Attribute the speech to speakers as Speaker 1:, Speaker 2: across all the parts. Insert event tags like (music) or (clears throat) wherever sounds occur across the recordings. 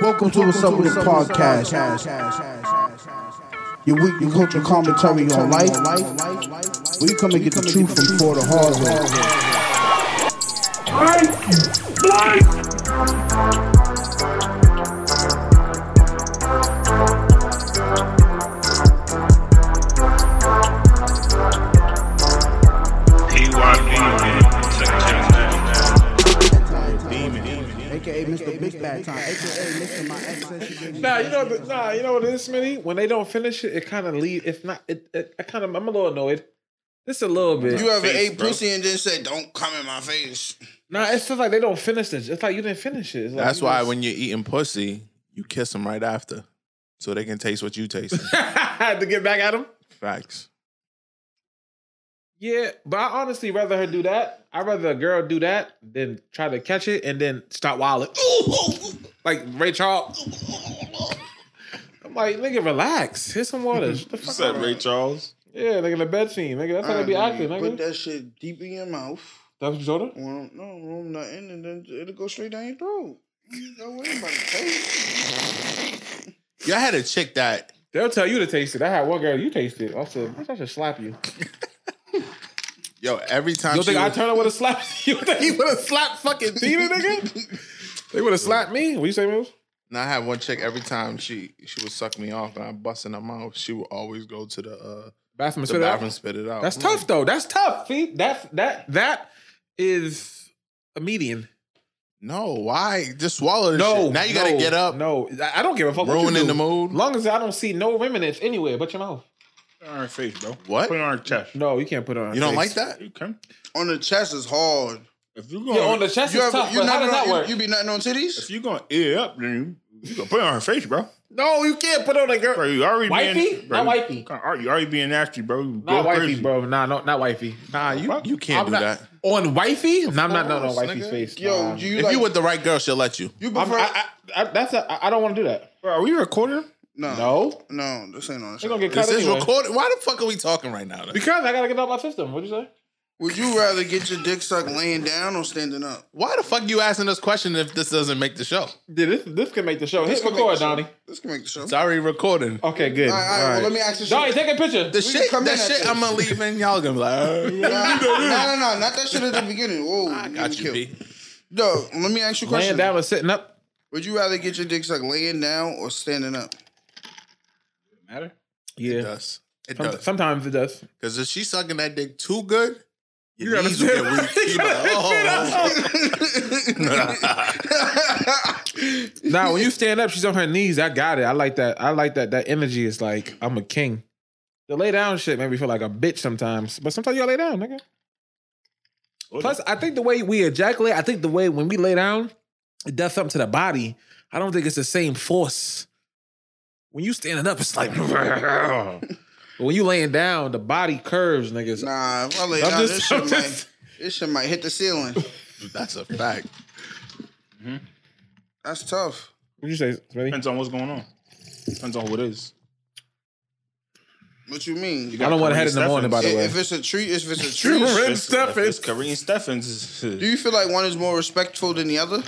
Speaker 1: Welcome to What's Up With It podcast. Your weekly culture commentary on life. Where you come and get the truth from for the hard way. AKA Mr. Big Bad Time. AKA Mr. My Access. You gave me-
Speaker 2: Nah, you know, what- nah, you know what it is, Smitty? When they don't finish it, it kind of leave. It's not. It, it, I kind of. I'm a little annoyed. Just a little bit.
Speaker 3: You ever
Speaker 4: face,
Speaker 3: ate
Speaker 4: bro.
Speaker 3: pussy and then said, "Don't come in my face"?
Speaker 2: nah, it's just like they don't finish it. It's like you didn't finish it. It's like
Speaker 4: That's
Speaker 2: you
Speaker 4: why
Speaker 2: just-
Speaker 4: when you're eating pussy, you kiss them right after, so they can taste what you
Speaker 2: (laughs)
Speaker 4: taste.
Speaker 2: to get back at them.
Speaker 4: Facts.
Speaker 2: Yeah, but I honestly rather her do that. I'd rather a girl do that than try to catch it and then stop wilding.
Speaker 3: (laughs)
Speaker 2: like Ray Charles. I'm like, nigga, relax. Hit some water. Shut the fuck up.
Speaker 4: Ray Charles.
Speaker 2: Yeah, nigga, the bed scene. Nigga, that's how they be
Speaker 3: Alright,
Speaker 2: acting,
Speaker 3: nigga,
Speaker 2: nigga.
Speaker 3: Put
Speaker 2: That's
Speaker 3: that shit deep in your mouth.
Speaker 2: what you told her?
Speaker 3: Well, no, room nothing, and then it'll go straight down your throat. You don't worry about the taste.
Speaker 4: Yeah, I had a chick that
Speaker 2: They'll tell you to taste it. I had one girl, you taste it. I said, bitch, I should slap you.
Speaker 4: yo every time
Speaker 2: You
Speaker 4: she
Speaker 2: think I
Speaker 4: was-
Speaker 2: turn her with a slap? (laughs) You think he would have slapped fucking Tina, nigga? they would have slapped me. What you say, Mills?
Speaker 4: And I had one chick every time she she would suck me off and I bust in her mouth. She would always go to the uh
Speaker 2: Bathroom and
Speaker 4: the
Speaker 2: spit it out.
Speaker 4: bathroom, spit it out.
Speaker 2: That's
Speaker 4: I'm
Speaker 2: tough
Speaker 4: like,
Speaker 2: though. That's tough. See, that's that that is a median.
Speaker 4: no, why? Just swallow this
Speaker 2: No,
Speaker 4: shit. Now you gotta
Speaker 2: no,
Speaker 4: get up,
Speaker 2: No, I I don't give a fuck. what you
Speaker 4: ruining
Speaker 2: do.
Speaker 4: the mood.
Speaker 2: Long as I don't see no remnants anywhere but your mouth.
Speaker 5: Put it on her face, bro.
Speaker 4: What?
Speaker 5: Put it on her chest.
Speaker 2: No, you can't put it on.
Speaker 4: You don't like that?
Speaker 5: You can.
Speaker 3: on the chest is hard.
Speaker 5: If you
Speaker 2: Yeah, on
Speaker 5: going,
Speaker 2: the chest
Speaker 3: You
Speaker 2: is
Speaker 3: ever,
Speaker 2: tough.
Speaker 3: you
Speaker 2: but how
Speaker 3: not
Speaker 2: does that
Speaker 3: on,
Speaker 2: work?
Speaker 3: you, you be nothing on
Speaker 5: if
Speaker 3: titties?
Speaker 5: you going ear up, then you, you gonna put it on her face, bro.
Speaker 2: no, you can't put it on a girl.
Speaker 5: Bro, you already
Speaker 2: Wifey?
Speaker 5: being, bro,
Speaker 2: Not
Speaker 5: you-
Speaker 2: wifey.
Speaker 5: You already- you already being nasty, bro. You go
Speaker 2: Not wifey,
Speaker 5: crazy.
Speaker 2: bro. Nah, no, not wifey.
Speaker 4: Nah, you, you can't
Speaker 2: I'm
Speaker 4: do
Speaker 2: not-
Speaker 4: that.
Speaker 2: On wifey? No, I'm not not on
Speaker 4: course,
Speaker 2: wifey's
Speaker 4: nigga.
Speaker 2: face.
Speaker 3: Yo,
Speaker 2: nah.
Speaker 3: do you
Speaker 4: if
Speaker 3: like?
Speaker 4: you with the right girl, she'll let you.
Speaker 3: you
Speaker 2: I'm,
Speaker 3: prefer?
Speaker 2: I, I, I, that's a, I, I don't want to do that.
Speaker 5: Bro, are we recording?
Speaker 3: no, no,
Speaker 2: No,
Speaker 3: This ain't on. the
Speaker 2: they're
Speaker 3: show.
Speaker 2: gonna get cut
Speaker 4: This is
Speaker 2: anyway.
Speaker 4: recorded. Why the fuck are we talking right now?
Speaker 2: Because I gotta get out my system. What'd you say?
Speaker 3: Would you rather get your dick sucked laying down or standing up?
Speaker 4: Why the fuck you asking this question if this doesn't make the show?
Speaker 2: Dude, this this can make the show.
Speaker 3: This
Speaker 2: Hit
Speaker 3: can make
Speaker 2: record,
Speaker 3: the show.
Speaker 2: Donnie.
Speaker 3: This can make the show.
Speaker 4: It's already recording.
Speaker 2: Okay, good.
Speaker 3: All right, all right, Well, let me ask you
Speaker 2: Donnie,
Speaker 3: something.
Speaker 2: take a picture.
Speaker 4: The
Speaker 3: can
Speaker 4: shit,
Speaker 3: come
Speaker 4: that
Speaker 3: in at
Speaker 4: shit,
Speaker 3: this.
Speaker 4: I'm gonna leave and y'all gonna be like, "Oh, (laughs)
Speaker 3: No, no, no, no, not that shit at the beginning. Whoa,
Speaker 4: I got you, B.
Speaker 3: No, let me ask you a
Speaker 2: Laying
Speaker 3: question.
Speaker 2: down and sitting up.
Speaker 3: Would you rather get your dick sucked laying down or standing up?
Speaker 5: Matter.
Speaker 4: It
Speaker 2: Yeah.
Speaker 4: does. It
Speaker 2: Some-
Speaker 4: does.
Speaker 2: Sometimes it does.
Speaker 4: Because if she's sucking that dick too good,
Speaker 2: You
Speaker 4: your
Speaker 2: gotta
Speaker 4: knees will
Speaker 2: sit
Speaker 4: get weak.
Speaker 2: up.
Speaker 4: You like, oh, (laughs)
Speaker 2: Now, when you stand up, she's on her knees. I got it. I like that. I like that. That energy is like I'm a king. The lay down shit made me feel like a bitch sometimes, but sometimes you gotta lay down, nigga. Plus, I think the way we ejaculate, I think the way when we lay down, it does something to the body. I don't think it's the same force. When you standing up, it's like, (laughs) but when you laying down, the body curves, niggas.
Speaker 3: nah, if I lay
Speaker 2: I'm
Speaker 3: down,
Speaker 2: just-
Speaker 3: this
Speaker 2: I'm
Speaker 3: shit might
Speaker 2: just-
Speaker 3: this shit might hit the ceiling.
Speaker 4: that's a fact.
Speaker 3: That's tough.
Speaker 2: What you say, Smitty?
Speaker 5: Depends on what's going on. Depends on who it is.
Speaker 3: What you mean?
Speaker 2: I don't want to head in the
Speaker 5: Kareem
Speaker 2: morning, by
Speaker 5: Stephens.
Speaker 2: the way.
Speaker 3: if it's a treat, if it's a
Speaker 2: (laughs) True.
Speaker 3: treat.
Speaker 2: Kareem Stephens.
Speaker 5: It's Kareem Steffens.
Speaker 3: Do you feel like one is more respectful than the other?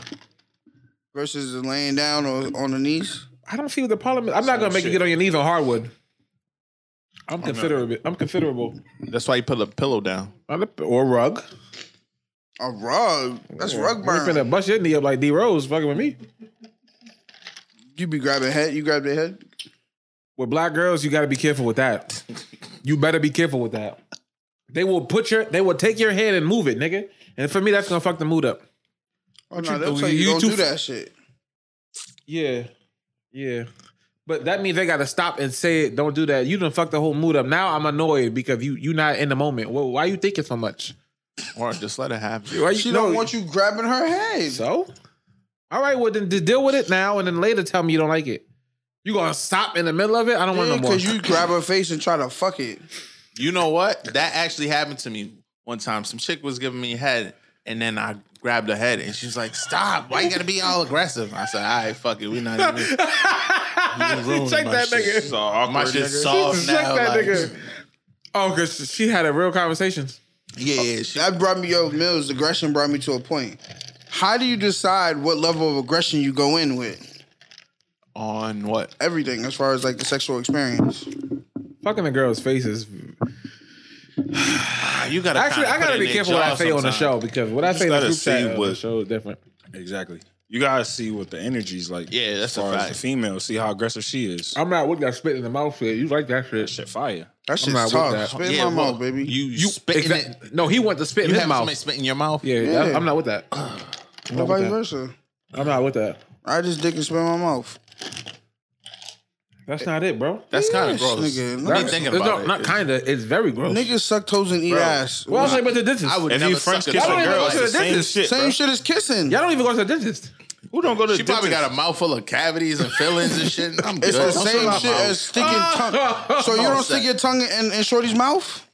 Speaker 3: Versus the laying down or on the knees?
Speaker 2: I don't see what the problem is. I'm not gonna make you
Speaker 5: shit.
Speaker 2: get on your knees on hardwood. I'm considerable. I'm considerable.
Speaker 4: That's why you put a pillow down.
Speaker 2: Or rug.
Speaker 3: A rug? That's rug
Speaker 2: You're
Speaker 3: burn.
Speaker 2: finna bust your knee up like D Rose fucking with me.
Speaker 3: You be grabbing head. You grab their head.
Speaker 2: With black girls, you gotta be careful with that. you better be careful with that. They will put your they will take your head and move it, nigga. And for me, that's gonna fuck the mood up.
Speaker 3: Oh
Speaker 2: What
Speaker 3: no,
Speaker 2: you
Speaker 3: they'll
Speaker 2: do-
Speaker 3: tell you,
Speaker 2: you
Speaker 3: don't
Speaker 2: too
Speaker 3: do that shit.
Speaker 2: Yeah. Yeah. But that means they gotta stop and say it. Don't do that. You done fuck the whole mood up. Now I'm annoyed because you you not in the moment. Well, why you thinking so much?
Speaker 4: Or just let it happen.
Speaker 2: Why you,
Speaker 3: She
Speaker 2: no,
Speaker 3: don't want you grabbing her head.
Speaker 2: So, all right, well then d- deal with it now, and then later tell me you don't like it. You gonna stop in the middle of it? I don't want no more.
Speaker 3: Because you grab her face and try to fuck it.
Speaker 4: You know what? That actually happened to me one time. Some chick was giving me head, and then I grabbed her head, and she's like, "Stop! Why you gotta be all aggressive?" I said, "All right, fuck it, we not even."
Speaker 3: (laughs)
Speaker 2: (laughs) She checked that nigga.
Speaker 4: My shit soft
Speaker 2: She
Speaker 4: now.
Speaker 2: checked that
Speaker 4: like-
Speaker 2: nigga. Oh, cause she had a real conversation.
Speaker 4: Yeah, yeah, she-
Speaker 3: That brought me yo Mills aggression brought me to a point. How do you decide what level of aggression you go in with?
Speaker 4: On what?
Speaker 3: Everything as far as like the sexual experience.
Speaker 2: Fucking the girl's face is.
Speaker 4: Ah, you gotta
Speaker 2: Actually,
Speaker 4: kinda
Speaker 2: I
Speaker 4: put
Speaker 2: gotta
Speaker 4: in
Speaker 2: be
Speaker 4: their
Speaker 2: careful what I
Speaker 4: jaw
Speaker 2: say on the
Speaker 4: sometimes.
Speaker 2: show because what I
Speaker 5: just
Speaker 2: say in the
Speaker 5: gotta
Speaker 2: group
Speaker 5: see
Speaker 2: chat of the
Speaker 5: what-
Speaker 2: show is different.
Speaker 5: Exactly. You gotta see what the energy's like.
Speaker 4: Yeah, that's
Speaker 5: as
Speaker 4: a
Speaker 5: far as
Speaker 4: fact.
Speaker 5: the female. See how aggressive she is.
Speaker 2: I'm not with that spit in the mouth shit. You like that shit?
Speaker 5: Shit, fire.
Speaker 3: That shit's
Speaker 2: not with
Speaker 3: tough.
Speaker 2: that.
Speaker 3: Spit in
Speaker 4: Yeah,
Speaker 3: my
Speaker 4: well,
Speaker 3: mouth, baby.
Speaker 4: You, you spit in
Speaker 2: Exact-
Speaker 4: it.
Speaker 2: No, he went to spit in
Speaker 4: You
Speaker 2: his
Speaker 4: have
Speaker 2: mouth.
Speaker 4: somebody spit in your mouth.
Speaker 2: Yeah,
Speaker 3: Yeah.
Speaker 2: I, am not with that. I'm
Speaker 3: or
Speaker 2: not with
Speaker 3: vice
Speaker 2: that.
Speaker 3: versa.
Speaker 2: I'm not with that.
Speaker 3: I just dick and spit in my mouth.
Speaker 2: That's not it, bro.
Speaker 4: That's kind of
Speaker 3: Yes,
Speaker 4: gross.
Speaker 3: nigga.
Speaker 4: Be
Speaker 3: That's-
Speaker 4: thinking
Speaker 2: It's
Speaker 4: about
Speaker 2: not,
Speaker 4: it.
Speaker 2: not kinda. It's very gross.
Speaker 3: Niggas suck toes and eat ass.
Speaker 2: well, I was like, but the dentist.
Speaker 4: I would
Speaker 5: If
Speaker 4: never
Speaker 5: you French
Speaker 4: suck
Speaker 5: kiss
Speaker 4: a
Speaker 5: a
Speaker 2: don't even
Speaker 5: girl,
Speaker 2: go
Speaker 5: it's
Speaker 2: to
Speaker 5: the
Speaker 2: the
Speaker 5: same
Speaker 2: dentist.
Speaker 5: shit.
Speaker 3: Same
Speaker 5: bro.
Speaker 3: shit as kissing.
Speaker 2: Y'all don't even go to the dentist.
Speaker 5: Who don't go to?
Speaker 4: She probably got a mouthful of cavities and fillings and shit. I'm good.
Speaker 3: It's the
Speaker 4: Don't shut
Speaker 3: same
Speaker 4: my
Speaker 3: shit
Speaker 4: mouth.
Speaker 3: as sticking
Speaker 2: (laughs)
Speaker 3: tongue. So you don't stick your tongue in, in Shorty's mouth?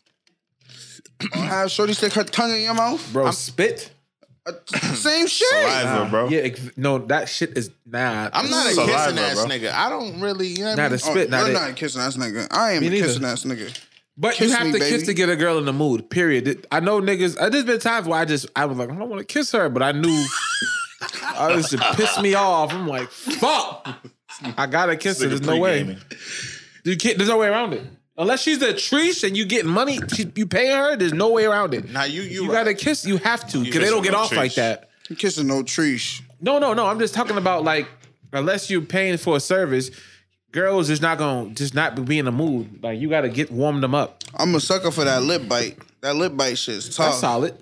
Speaker 3: Or have Shorty stick her tongue in your mouth?
Speaker 2: Bro, spit?
Speaker 3: Uh, Same shit.
Speaker 5: saliva, bro.
Speaker 2: Yeah, ex- no, that shit is nah.
Speaker 4: I'm not a
Speaker 5: Saliva,
Speaker 4: kissing ass
Speaker 5: bro.
Speaker 4: nigga. I don't really. You know what I
Speaker 2: Nah,
Speaker 4: mean?
Speaker 2: the spit,
Speaker 3: oh,
Speaker 2: not
Speaker 3: you're
Speaker 2: it.
Speaker 3: not a kissing ass nigga. I am
Speaker 2: Me
Speaker 3: a
Speaker 2: neither.
Speaker 3: kissing ass nigga.
Speaker 2: But
Speaker 3: Kiss
Speaker 2: you have
Speaker 3: me,
Speaker 2: to
Speaker 3: baby.
Speaker 2: kiss to get a girl in the mood. Period. I know niggas. uh, There's been times where I just I was like I don't want to kiss her, but I knew I used to piss me off. I'm like fuck, I gotta kiss her. There's no way. You can't, there's no way around it. Unless she's a treesh and you getting money, she, you paying her. There's no way around it.
Speaker 4: Now you you,
Speaker 2: You
Speaker 4: right.
Speaker 2: gotta kiss. You have to because
Speaker 4: kiss
Speaker 2: they don't
Speaker 4: with
Speaker 2: get
Speaker 4: no
Speaker 2: off like
Speaker 4: treesh.
Speaker 2: that.
Speaker 3: You kissing no trees.
Speaker 2: No, no, no. I'm just talking about like unless you're paying for a service, girls is not gonna just not be in the mood. Like you gotta get warmed them up.
Speaker 3: I'm a sucker for that lip bite. That lip bite shit's tough.
Speaker 2: That's solid.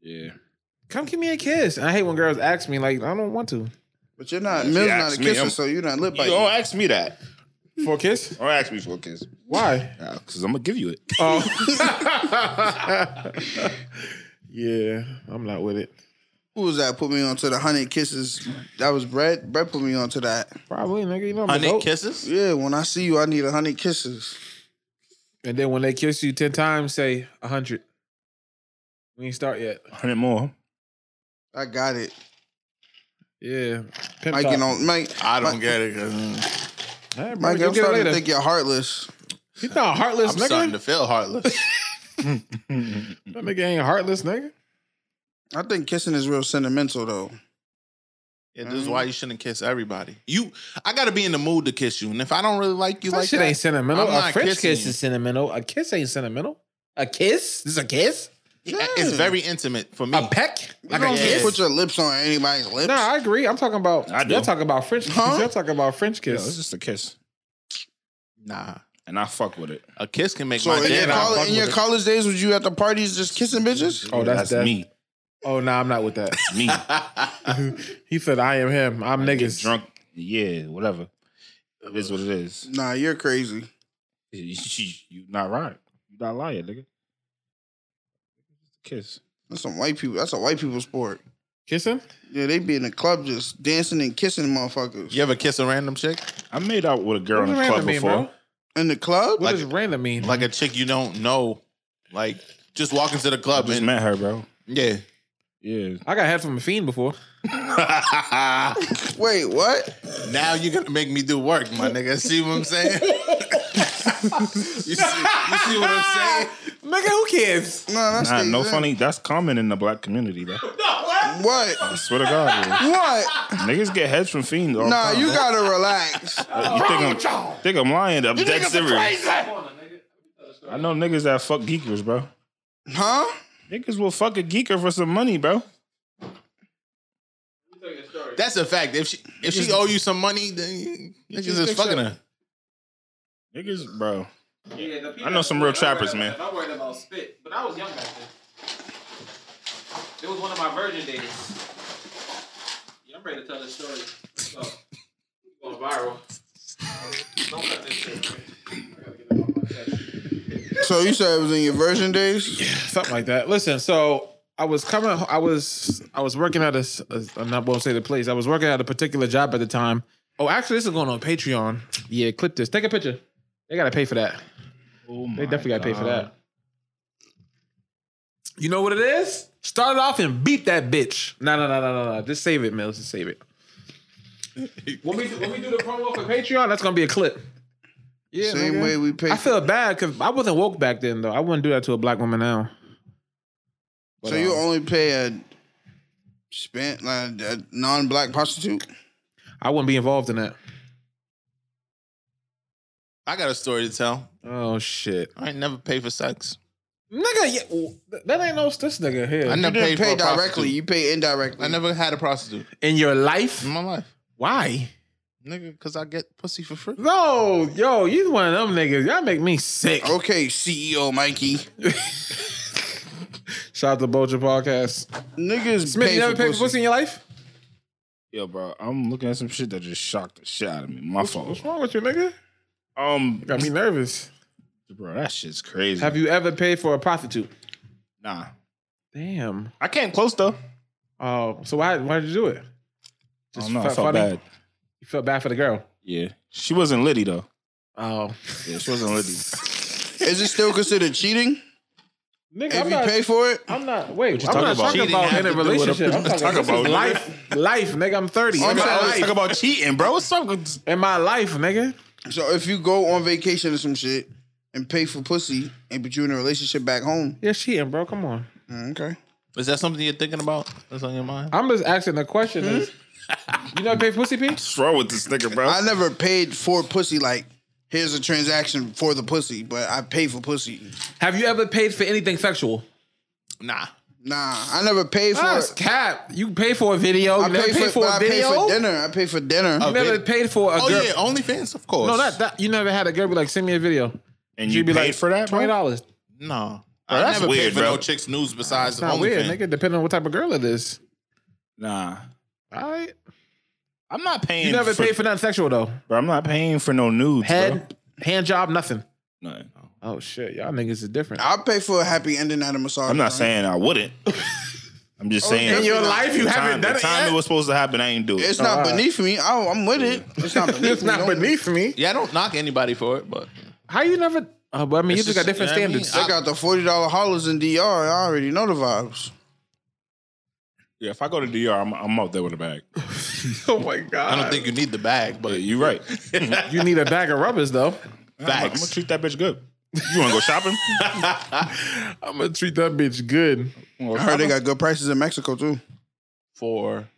Speaker 5: Yeah.
Speaker 2: Come give me a kiss. And I hate when girls ask me like I don't want to
Speaker 3: But you're not, Mill's not a
Speaker 5: ask me,
Speaker 3: kisser,
Speaker 5: I'm-
Speaker 3: so you're not lip
Speaker 5: You don't
Speaker 3: biting.
Speaker 5: ask me that.
Speaker 2: for a kiss.
Speaker 5: Don't ask me for a kiss.
Speaker 2: Why?
Speaker 5: Because I'm gonna give you it.
Speaker 2: (laughs) Oh. (laughs) yeah, I'm not with it.
Speaker 3: Who was that put me onto the hundred kisses? That was Brett. Brett put me onto that.
Speaker 2: Probably, nigga. You know, I'm a
Speaker 4: honey
Speaker 2: goat.
Speaker 4: kisses.
Speaker 3: Yeah, when I see you, I need a hundred kisses.
Speaker 2: And then when they kiss you ten times, say hundred. We ain't start yet.
Speaker 5: Hundred more.
Speaker 3: I got it.
Speaker 2: Yeah, Pimp
Speaker 3: Mike,
Speaker 2: talk.
Speaker 3: you know, Mike.
Speaker 4: I don't
Speaker 3: Mike,
Speaker 4: get it. 'cause, mm,
Speaker 2: All right, bro,
Speaker 3: Mike,
Speaker 2: you'll
Speaker 3: I'm
Speaker 2: get
Speaker 3: starting
Speaker 2: it
Speaker 3: to
Speaker 2: later.
Speaker 3: think you're heartless.
Speaker 2: You not heartless,
Speaker 4: I'm
Speaker 2: nigga.
Speaker 4: starting to feel heartless.
Speaker 2: That nigga ain't heartless, nigga.
Speaker 3: I think kissing is real sentimental though.
Speaker 4: Yeah, this is why you shouldn't kiss everybody. You, I gotta be in the mood to kiss you, and if I don't really like you
Speaker 2: That
Speaker 4: like
Speaker 2: shit
Speaker 4: that,
Speaker 2: ain't sentimental.
Speaker 4: I'm
Speaker 2: a
Speaker 4: not
Speaker 2: French
Speaker 4: kissing
Speaker 2: kiss
Speaker 4: you.
Speaker 2: is sentimental. A kiss ain't sentimental. A kiss? This is a kiss?
Speaker 4: yeah, it's very intimate for me.
Speaker 2: A peck?
Speaker 3: You
Speaker 2: Like a
Speaker 3: don't
Speaker 2: kiss?
Speaker 3: just put your lips on anybody's lips.
Speaker 2: Nah, I agree. I'm talking about.
Speaker 5: I do.
Speaker 2: You're talking about French kiss.
Speaker 3: Huh?
Speaker 2: You're talking about French
Speaker 5: Yeah,
Speaker 2: kiss.
Speaker 5: it's just a kiss,
Speaker 4: nah,
Speaker 5: and I fuck with it.
Speaker 4: a kiss can make
Speaker 3: so
Speaker 4: my
Speaker 3: in
Speaker 4: day.
Speaker 3: your,
Speaker 2: dad, I
Speaker 4: now.
Speaker 2: call-
Speaker 3: coll-
Speaker 2: fuck
Speaker 3: in your
Speaker 2: with it.
Speaker 3: college days, was you at the parties just kissing bitches?
Speaker 2: oh, that's, that.
Speaker 5: me.
Speaker 2: Oh, nah, I'm not with that.
Speaker 5: (laughs) Me
Speaker 4: (laughs)
Speaker 2: (laughs) he said, "I am him. I'm
Speaker 5: get
Speaker 2: niggas."
Speaker 5: drunk. Yeah, whatever. It is what it is.
Speaker 3: Nah, you're crazy.
Speaker 5: You not right. You not lying, nigga. Kiss.
Speaker 3: That's some white people. That's a white people sport.
Speaker 2: Kissing?
Speaker 3: Yeah, they be in the club just dancing and kissing motherfuckers.
Speaker 4: You ever kiss a random chick,
Speaker 5: I made out with a girl
Speaker 2: What
Speaker 5: in
Speaker 2: does
Speaker 5: a
Speaker 2: random
Speaker 5: club
Speaker 2: mean,
Speaker 5: before.
Speaker 2: bro?
Speaker 3: In the club?
Speaker 2: What does random mean?
Speaker 4: like a chick you don't know, like just walk into the
Speaker 5: I
Speaker 4: club
Speaker 5: just
Speaker 4: and
Speaker 5: met her, bro.
Speaker 4: yeah,
Speaker 5: Yeah.
Speaker 2: I got head from a fiend before.
Speaker 3: Wait, what?
Speaker 4: (laughs) Now you're gonna make me do work, my nigga. See what I'm saying? (laughs) you, see, you see what I'm saying?
Speaker 2: Nigga, who cares?
Speaker 3: No, that's
Speaker 5: Nah, no
Speaker 3: the-
Speaker 5: funny. That's common in the black community, though.
Speaker 3: What?
Speaker 5: I swear to God, (laughs) bro.
Speaker 3: What?
Speaker 5: niggas get heads from fiends. All
Speaker 3: Nah,
Speaker 5: the time,
Speaker 3: you
Speaker 5: bro.
Speaker 3: gotta relax.
Speaker 5: You think I'm, think I'm lying? I'm dead serious. I know niggas that fuck geekers, bro.
Speaker 3: Huh?
Speaker 5: Niggas will fuck a geeker for some money, bro.
Speaker 4: That's a fact. If she if she owe you some money, then you, niggas
Speaker 5: just
Speaker 4: is
Speaker 5: fix
Speaker 4: fucking
Speaker 5: it.
Speaker 4: her.
Speaker 5: Niggas, bro. I know some real trappers, man.
Speaker 2: I worried about spit, but I was young back then. It was one of my virgin days. Yeah, I'm ready to tell this story. So, going viral. Don't cut this shit.
Speaker 3: So you said it was in your virgin days?
Speaker 2: something like that. Listen, so I was coming, I was, I was working at a, s- a- I'm not going to say the place. I was working at a particular job at the time. Oh, actually, this is going on Patreon. Yeah, clip this. Take a picture. They got to pay for that.
Speaker 5: Oh
Speaker 2: They definitely got to pay for that. You know what it is? Start off and beat that bitch. No, no, no, no, no, no. Just save it, Mills. Just save it. when we when we do the promo for Patreon, that's gonna be a clip. Yeah,
Speaker 3: Same
Speaker 2: nigga.
Speaker 3: way we pay.
Speaker 2: I feel bad because I wasn't woke back then, though. I wouldn't do that to a black woman now.
Speaker 3: so you only pay a Spent like a non-black prostitute.
Speaker 2: I wouldn't be involved in that.
Speaker 4: I got a story to tell.
Speaker 2: Oh shit,
Speaker 4: I ain't never paid for sex.
Speaker 2: nigga, yeah, well, th- that ain't no this nigga here.
Speaker 4: I
Speaker 3: You
Speaker 4: never
Speaker 3: didn't
Speaker 4: paid
Speaker 3: pay
Speaker 4: for a
Speaker 3: directly.
Speaker 4: prostitute.
Speaker 3: You pay indirectly.
Speaker 4: I never had a prostitute
Speaker 2: In your life,
Speaker 4: in my life,
Speaker 2: why?
Speaker 4: nigga, because I get pussy for free.
Speaker 2: No, yo, you one of them niggas. Y'all make me sick.
Speaker 3: Okay, CEO Mikey.
Speaker 2: Shout out to Bulger Podcast.
Speaker 3: Niggas
Speaker 2: Smith,
Speaker 3: pay
Speaker 2: you never
Speaker 3: for
Speaker 2: paid for pussy in your life?
Speaker 5: Yo, bro, I'm looking at some shit that just shocked the shit out of me. My fault.
Speaker 2: What's wrong with you, nigga?
Speaker 5: Um,
Speaker 2: Got me nervous.
Speaker 5: bro, that shit's crazy.
Speaker 2: Have you ever paid for a prostitute?
Speaker 5: nah,
Speaker 2: Damn.
Speaker 5: I came close though.
Speaker 2: Oh, so why why did you do it?
Speaker 5: I don't know. I
Speaker 2: felt
Speaker 5: felt
Speaker 2: funny?
Speaker 5: bad.
Speaker 2: You felt bad for the girl.
Speaker 5: Yeah, she wasn't Liddy though.
Speaker 2: Oh,
Speaker 5: Yeah, she wasn't Liddy.
Speaker 3: Is it still considered cheating if
Speaker 2: nigga, I'm
Speaker 3: you
Speaker 2: not,
Speaker 3: pay for it?
Speaker 2: I'm not. Wait,
Speaker 5: you
Speaker 2: I'm
Speaker 5: talking
Speaker 2: not
Speaker 5: about?
Speaker 2: talking
Speaker 4: Cheating
Speaker 2: about in
Speaker 4: have
Speaker 2: a
Speaker 4: to do with a-
Speaker 2: relationship. I'm talking
Speaker 5: Talk
Speaker 2: about
Speaker 5: about
Speaker 2: life, life, nigga. I'm 30.
Speaker 3: I'm
Speaker 2: In my
Speaker 3: saying
Speaker 2: life-
Speaker 5: Talk about cheating, bro. What's up? with-
Speaker 2: in my life, nigga.
Speaker 3: So if you go on vacation or some shit and pay for pussy, and but you in a relationship back home,
Speaker 2: Yeah, cheating, bro. Come on.
Speaker 3: mm, okay.
Speaker 4: Is that something you're thinking about? That's on your mind?
Speaker 2: I'm just asking the question. Is you never paid for pussy, P?
Speaker 5: What's wrong with this nigga, bro?
Speaker 3: I never paid for pussy. Like here's a transaction for the pussy, but I pay for pussy.
Speaker 2: Have you ever paid for anything sexual?
Speaker 4: Nah.
Speaker 3: Nah, I never paid for.
Speaker 2: That's cap. You pay for a video. You
Speaker 3: I
Speaker 2: never
Speaker 3: pay
Speaker 2: paid
Speaker 3: for,
Speaker 2: for
Speaker 3: but
Speaker 2: a
Speaker 3: I pay
Speaker 2: video.
Speaker 3: for dinner. I pay for dinner.
Speaker 2: You never paid for a
Speaker 4: Oh
Speaker 2: girl.
Speaker 4: yeah, OnlyFans, of course.
Speaker 2: No, not that. You never had a girl be like, send me a video.
Speaker 5: and you
Speaker 2: be
Speaker 5: paid
Speaker 2: like,
Speaker 5: for that,
Speaker 2: Twenty
Speaker 5: bro?
Speaker 2: dollars.
Speaker 4: No. I
Speaker 5: Bro, that's
Speaker 4: never
Speaker 5: weird,
Speaker 4: paid for
Speaker 5: bro.
Speaker 4: no chicks news besides
Speaker 2: Not
Speaker 4: OnlyFans.
Speaker 2: weird, nigga. Depending on what type of girl it is.
Speaker 5: Nah,
Speaker 2: All right.
Speaker 5: I'm not paying.
Speaker 2: You never paid for nothing sexual though.
Speaker 5: Bro, I'm not paying for no nudes,
Speaker 2: Head, hand job, nothing.
Speaker 5: bro. No,
Speaker 2: Oh shit, y'all niggas is different.
Speaker 3: I'll pay for a happy ending at a massage.
Speaker 5: I'm not
Speaker 3: joint.
Speaker 5: saying I wouldn't. I'm just saying.
Speaker 3: in your
Speaker 2: life, you
Speaker 5: the
Speaker 2: haven't
Speaker 5: time,
Speaker 2: done
Speaker 5: the
Speaker 2: it
Speaker 5: time
Speaker 2: yet?
Speaker 5: it was supposed to happen. I ain't do it.
Speaker 3: it's not beneath me. I, I'm with it. It's not beneath
Speaker 2: It's
Speaker 3: me.
Speaker 2: not
Speaker 3: Don't-
Speaker 2: beneath me.
Speaker 4: Yeah, I don't knock anybody for it, but
Speaker 2: How you never? Oh, but I mean, you just got different
Speaker 4: you know what I mean?
Speaker 2: standards.
Speaker 3: They got the forty dollar hollers in DR. I already know the vibes.
Speaker 5: Yeah, if I go to DR, I'm, I'm out there with a bag.
Speaker 2: (laughs) Oh my god.
Speaker 4: I don't think you need the bag,
Speaker 5: Yeah,
Speaker 4: but
Speaker 5: you're right. (laughs)
Speaker 2: you need a bag of rubbers (laughs) though.
Speaker 5: I'm, gonna treat that bitch good. You want to go shopping?
Speaker 2: I'm gonna treat that bitch good.
Speaker 5: Wanna go
Speaker 3: I heard they
Speaker 5: shopping?
Speaker 3: got good prices in Mexico too.
Speaker 4: for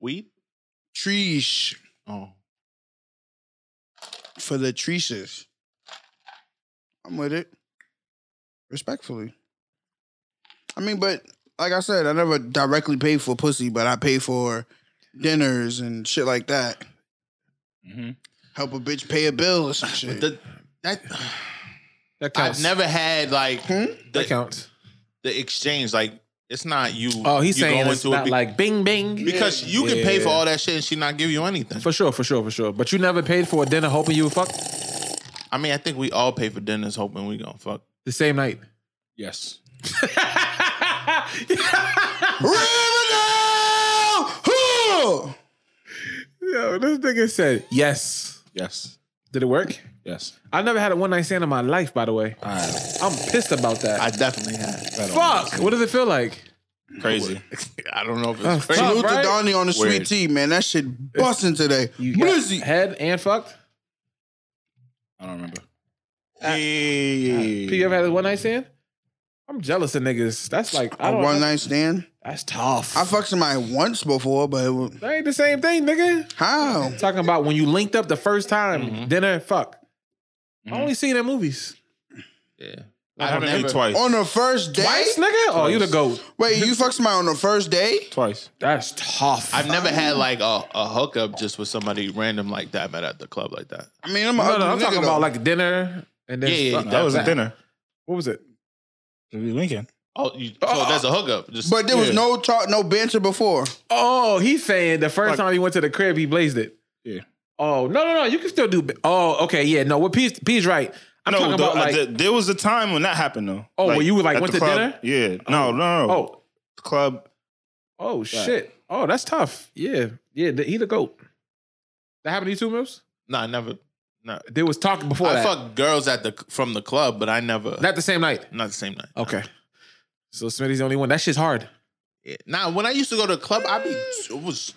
Speaker 4: weed.
Speaker 3: Trees
Speaker 4: Oh.
Speaker 3: for the trees. I'm with it. Respectfully. I mean, but like I said, I never directly paid for pussy, but I pay for dinners and shit like that.
Speaker 2: Mm-hmm.
Speaker 5: Mhm.
Speaker 3: Help a bitch pay a bill or some shit.
Speaker 4: The, that
Speaker 2: That counts.
Speaker 4: I've never had like
Speaker 3: Hmm?
Speaker 2: That
Speaker 4: the,
Speaker 2: counts.
Speaker 4: the exchange. Like it's not you.
Speaker 2: Oh, he's
Speaker 4: you
Speaker 2: saying
Speaker 4: go
Speaker 2: it's
Speaker 4: into it
Speaker 2: not
Speaker 4: be-
Speaker 2: like bing bing.
Speaker 4: because you can pay for
Speaker 2: Yeah.
Speaker 4: all that shit and she not give you anything.
Speaker 2: For sure, for sure, for sure. But you never paid for a dinner hoping you would fuck
Speaker 4: I mean, I think we all pay for dinners hoping we gonna fuck.
Speaker 2: the same night.
Speaker 5: Yes.
Speaker 3: Huh!
Speaker 2: (laughs) Yo, this nigga said yes.
Speaker 5: Yes.
Speaker 2: Did it work?
Speaker 5: Yes.
Speaker 2: I never had a one night stand in my life, by the way.
Speaker 5: All right.
Speaker 2: I'm pissed about that.
Speaker 4: I definitely have.
Speaker 5: Right on.
Speaker 2: Fuck. What does it feel like?
Speaker 5: Crazy.
Speaker 4: (laughs) I don't know if it's
Speaker 2: Oh,
Speaker 4: crazy.
Speaker 2: fuck.
Speaker 3: Salute to
Speaker 2: Right?
Speaker 3: Donnie on the sweet
Speaker 5: Weird.
Speaker 3: tea, man. That shit busting today.
Speaker 2: You got
Speaker 3: Blizzy.
Speaker 2: head and fucked.
Speaker 5: I don't remember.
Speaker 2: P, you ever had a one night stand? I'm jealous of niggas. That's like I
Speaker 3: A
Speaker 2: don't.
Speaker 3: one night stand.
Speaker 2: That's tough.
Speaker 3: I fucked somebody once before, but it was,
Speaker 2: that ain't the same thing, nigga.
Speaker 3: how?
Speaker 2: Talking about when you linked up the first time, dinner and fuck. I
Speaker 5: Mhm.
Speaker 2: only seen it in movies.
Speaker 4: Yeah. I
Speaker 5: I
Speaker 4: don't
Speaker 5: haven't
Speaker 4: ever.
Speaker 5: ate twice.
Speaker 3: On the first day?
Speaker 2: Twice, nigga. Oh, you the goat.
Speaker 3: Wait, you fucked somebody on the first day?
Speaker 5: Twice.
Speaker 2: That's tough.
Speaker 4: I've never had like a, a hookup just with somebody random like that, met at the club like that.
Speaker 3: I mean, I'm, a
Speaker 2: no,
Speaker 3: ugly
Speaker 2: no, I'm
Speaker 3: nigga,
Speaker 2: talking
Speaker 3: though.
Speaker 2: about like dinner and then
Speaker 4: Yeah, yeah,
Speaker 2: fuck.
Speaker 5: That was a
Speaker 2: That-
Speaker 5: dinner.
Speaker 2: What was it?
Speaker 5: It was Lincoln.
Speaker 4: Oh, you, so there's a hookup. Just
Speaker 3: But there was
Speaker 5: Yeah.
Speaker 3: no talk, no banter before.
Speaker 2: Oh, he's saying the first
Speaker 5: Like-
Speaker 2: time he went to the crib, he blazed it.
Speaker 5: Yeah.
Speaker 2: Oh no, no, no. You can still do. Oh, okay, yeah. No, what P's, P's right. I'm
Speaker 5: no,
Speaker 2: talking
Speaker 5: the-
Speaker 2: about
Speaker 5: uh,
Speaker 2: like.
Speaker 5: the- there was a time when that happened though.
Speaker 2: Oh, where you were, like,
Speaker 5: at
Speaker 2: went
Speaker 5: the
Speaker 2: to
Speaker 5: club.
Speaker 2: dinner?
Speaker 5: Yeah. No, no, no. Oh,
Speaker 2: oh,
Speaker 5: the club.
Speaker 2: oh, shit. Oh, that's tough. Yeah, yeah. The, he the goat. That happened to you two Mills?
Speaker 4: no, I never. No,
Speaker 2: There was talking before
Speaker 4: I
Speaker 2: that.
Speaker 4: fuck girls at the from the club, but I never.
Speaker 2: Not the same night.
Speaker 4: not the same night.
Speaker 2: Okay. So Smitty's the only one. That shit's hard.
Speaker 4: Yeah. Now, when I used to go to the club, I be it was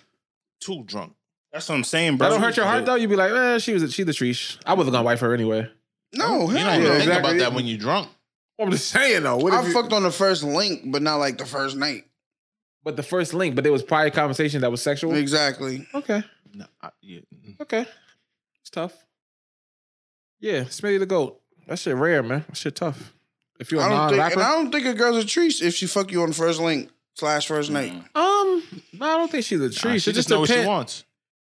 Speaker 4: too drunk.
Speaker 5: That's what I'm saying, bro.
Speaker 2: that don't hurt your heart
Speaker 5: Like,
Speaker 2: though. You'd be like, eh, she was a, she the treesh. I wasn't gonna wife her anyway.
Speaker 3: No,
Speaker 4: You
Speaker 3: hell
Speaker 4: don't even
Speaker 3: no.
Speaker 4: think
Speaker 2: exactly.
Speaker 4: about that when you're drunk.
Speaker 2: I'm just saying though. What
Speaker 3: I
Speaker 2: if you-
Speaker 3: fucked on the first link, but not like the first night.
Speaker 2: But the first link, but there was prior conversation that was sexual.
Speaker 3: Exactly.
Speaker 2: Okay,
Speaker 4: No, I, yeah.
Speaker 2: okay, it's tough. Yeah, Smitty the goat. That shit rare, man. That shit tough. If you're a
Speaker 3: I don't
Speaker 2: non
Speaker 3: think, and
Speaker 2: rapper,
Speaker 3: I don't think a girl's a treat if she fuck you on the first link slash first night.
Speaker 2: um, no, I don't think she's a tree.
Speaker 4: Nah,
Speaker 2: It
Speaker 4: she
Speaker 2: just
Speaker 4: just know what she
Speaker 2: depends.
Speaker 4: wants.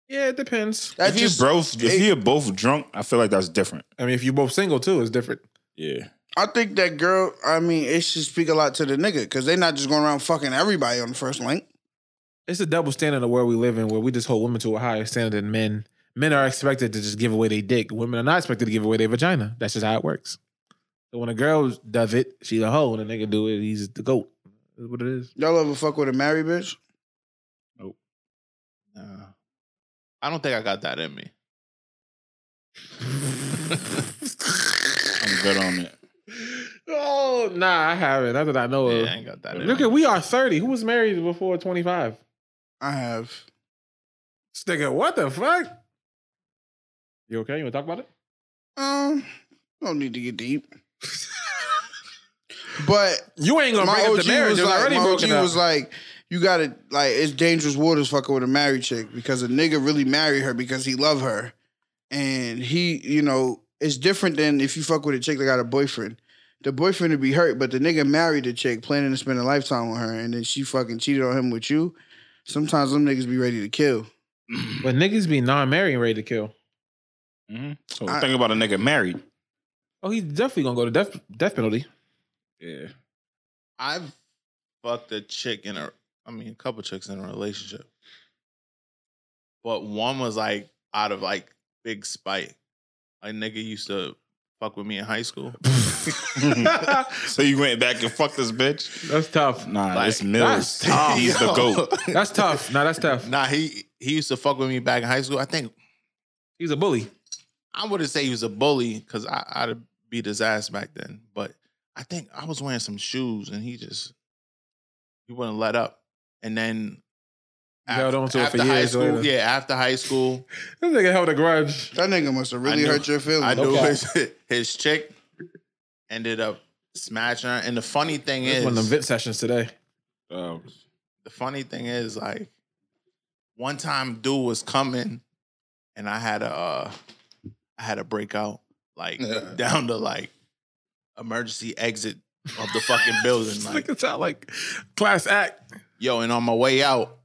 Speaker 2: Yeah, it depends.
Speaker 3: That
Speaker 5: if you
Speaker 3: just,
Speaker 5: both, if
Speaker 3: it-
Speaker 5: you're both drunk, I feel like that's different.
Speaker 2: I mean, if you both single too, it's different.
Speaker 5: Yeah,
Speaker 3: I think that girl. I mean, it should speak a lot to the nigga because they not just going around fucking everybody on the first link.
Speaker 2: It's a double standard of where we live in, where we just hold women to a higher standard than men. Men are expected to just give away their dick. Women are not expected to give away their vagina. That's just how it works. So when a girl does it, she's a hoe. When a nigga do it, he's the goat. That's what it is.
Speaker 3: Y'all ever fuck with a married bitch?
Speaker 4: Nah. I don't think I got that in me.
Speaker 5: I'm good on it.
Speaker 2: Oh, nah, I haven't. Not that I know
Speaker 4: Yeah,
Speaker 2: of.
Speaker 4: I ain't got that in
Speaker 2: Look
Speaker 4: me.
Speaker 2: at we are 30. Who was married before 25?
Speaker 3: I have.
Speaker 2: This nigga, what the fuck? You okay? You wanna talk about it?
Speaker 3: Um, don't need to get deep. (laughs) but
Speaker 2: You ain't gonna
Speaker 3: my
Speaker 2: bring up
Speaker 3: OG
Speaker 2: the marriage.
Speaker 3: was
Speaker 2: It was
Speaker 3: like,
Speaker 2: already
Speaker 3: my
Speaker 2: broken
Speaker 3: OG
Speaker 2: up.
Speaker 3: was like, you gotta like it's dangerous waters fucking with a married chick because a nigga really married her because he love her, and he you know it's different than if you fuck with a chick that got a boyfriend. The boyfriend would be hurt, but the nigga married the chick, planning to spend a lifetime with her, and then she fucking cheated on him with you. Sometimes them niggas be ready to kill.
Speaker 2: but niggas be non-marrying ready to kill.
Speaker 5: Mm-hmm. So
Speaker 3: I-
Speaker 5: think about a nigga married.
Speaker 2: Oh, he's definitely gonna go to death death penalty.
Speaker 5: Yeah,
Speaker 4: I've fucked a chick in a, I mean, a couple chicks in a relationship, but one was like out of like big spite. A nigga used to fuck with me in high school.
Speaker 5: (laughs)
Speaker 2: (laughs)
Speaker 5: so you went back and fucked this bitch?
Speaker 2: That's tough.
Speaker 5: Nah,
Speaker 4: Like,
Speaker 5: it's Mills.
Speaker 2: that's tough.
Speaker 5: (laughs) He's the goat.
Speaker 2: That's tough. No, that's tough.
Speaker 4: Nah, he he used to fuck with me back in high school. I think
Speaker 2: He's a bully.
Speaker 4: I wouldn't say he was a bully because I I'd beat his ass back then. But I think I was wearing some shoes and he just he wouldn't let up. And then
Speaker 2: He held
Speaker 4: af-
Speaker 2: on to it for
Speaker 4: high
Speaker 2: years
Speaker 4: school,
Speaker 2: later.
Speaker 4: yeah, after high school,
Speaker 2: This nigga held a grudge.
Speaker 3: That nigga must have really
Speaker 4: knew-
Speaker 3: hurt your feelings.
Speaker 4: I knew
Speaker 2: Okay.
Speaker 4: his (laughs) his chick ended up smashing her. And the funny thing
Speaker 2: This
Speaker 4: is,
Speaker 2: is one of them vent sessions today.
Speaker 5: Oh,
Speaker 4: the funny thing is, like, one time dude was coming, and I had a, uh, I had a breakout, like
Speaker 3: Yeah.
Speaker 4: (laughs) down to like emergency exit of
Speaker 2: (laughs)
Speaker 4: the fucking building,
Speaker 2: This
Speaker 4: like,
Speaker 2: nigga sound like class act.
Speaker 4: yo. And on my way out,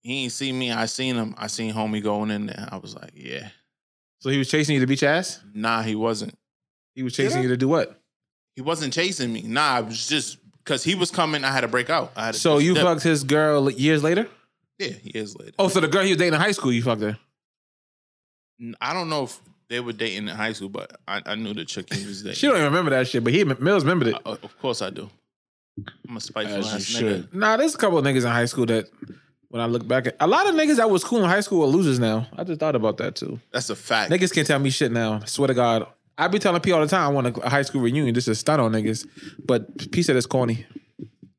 Speaker 4: he ain't seen me. I seen him. I seen homie going in there. I was like, yeah,
Speaker 2: So he was chasing you to beat your ass.
Speaker 4: nah, he wasn't.
Speaker 2: He was chasing you to do what?
Speaker 4: He wasn't chasing me. Nah, I was just because he was coming. I had to break out. I had to
Speaker 2: So
Speaker 4: just
Speaker 2: you
Speaker 4: dip.
Speaker 2: fucked his girl years later.
Speaker 4: Yeah, years later.
Speaker 2: Oh, so the girl he was dating in high school, you fucked her.
Speaker 4: N- I don't know if they were dating in high school, but I, I knew the chick
Speaker 5: (laughs)
Speaker 4: he was dating.
Speaker 2: She don't even remember that shit, but he Mills remembered it.
Speaker 4: Uh, of course I do. I'm a spiteful
Speaker 5: As you
Speaker 4: ass nigga.
Speaker 5: should.
Speaker 2: Nah, there's a couple of niggas in high school that, when I look back at, a lot of niggas that was cool in high school are losers now. I just thought about that too.
Speaker 4: That's a fact.
Speaker 2: Niggas can't tell me shit now. I swear to God. I be telling P all the time I want a high school reunion just to stunt on niggas. But P said it's corny.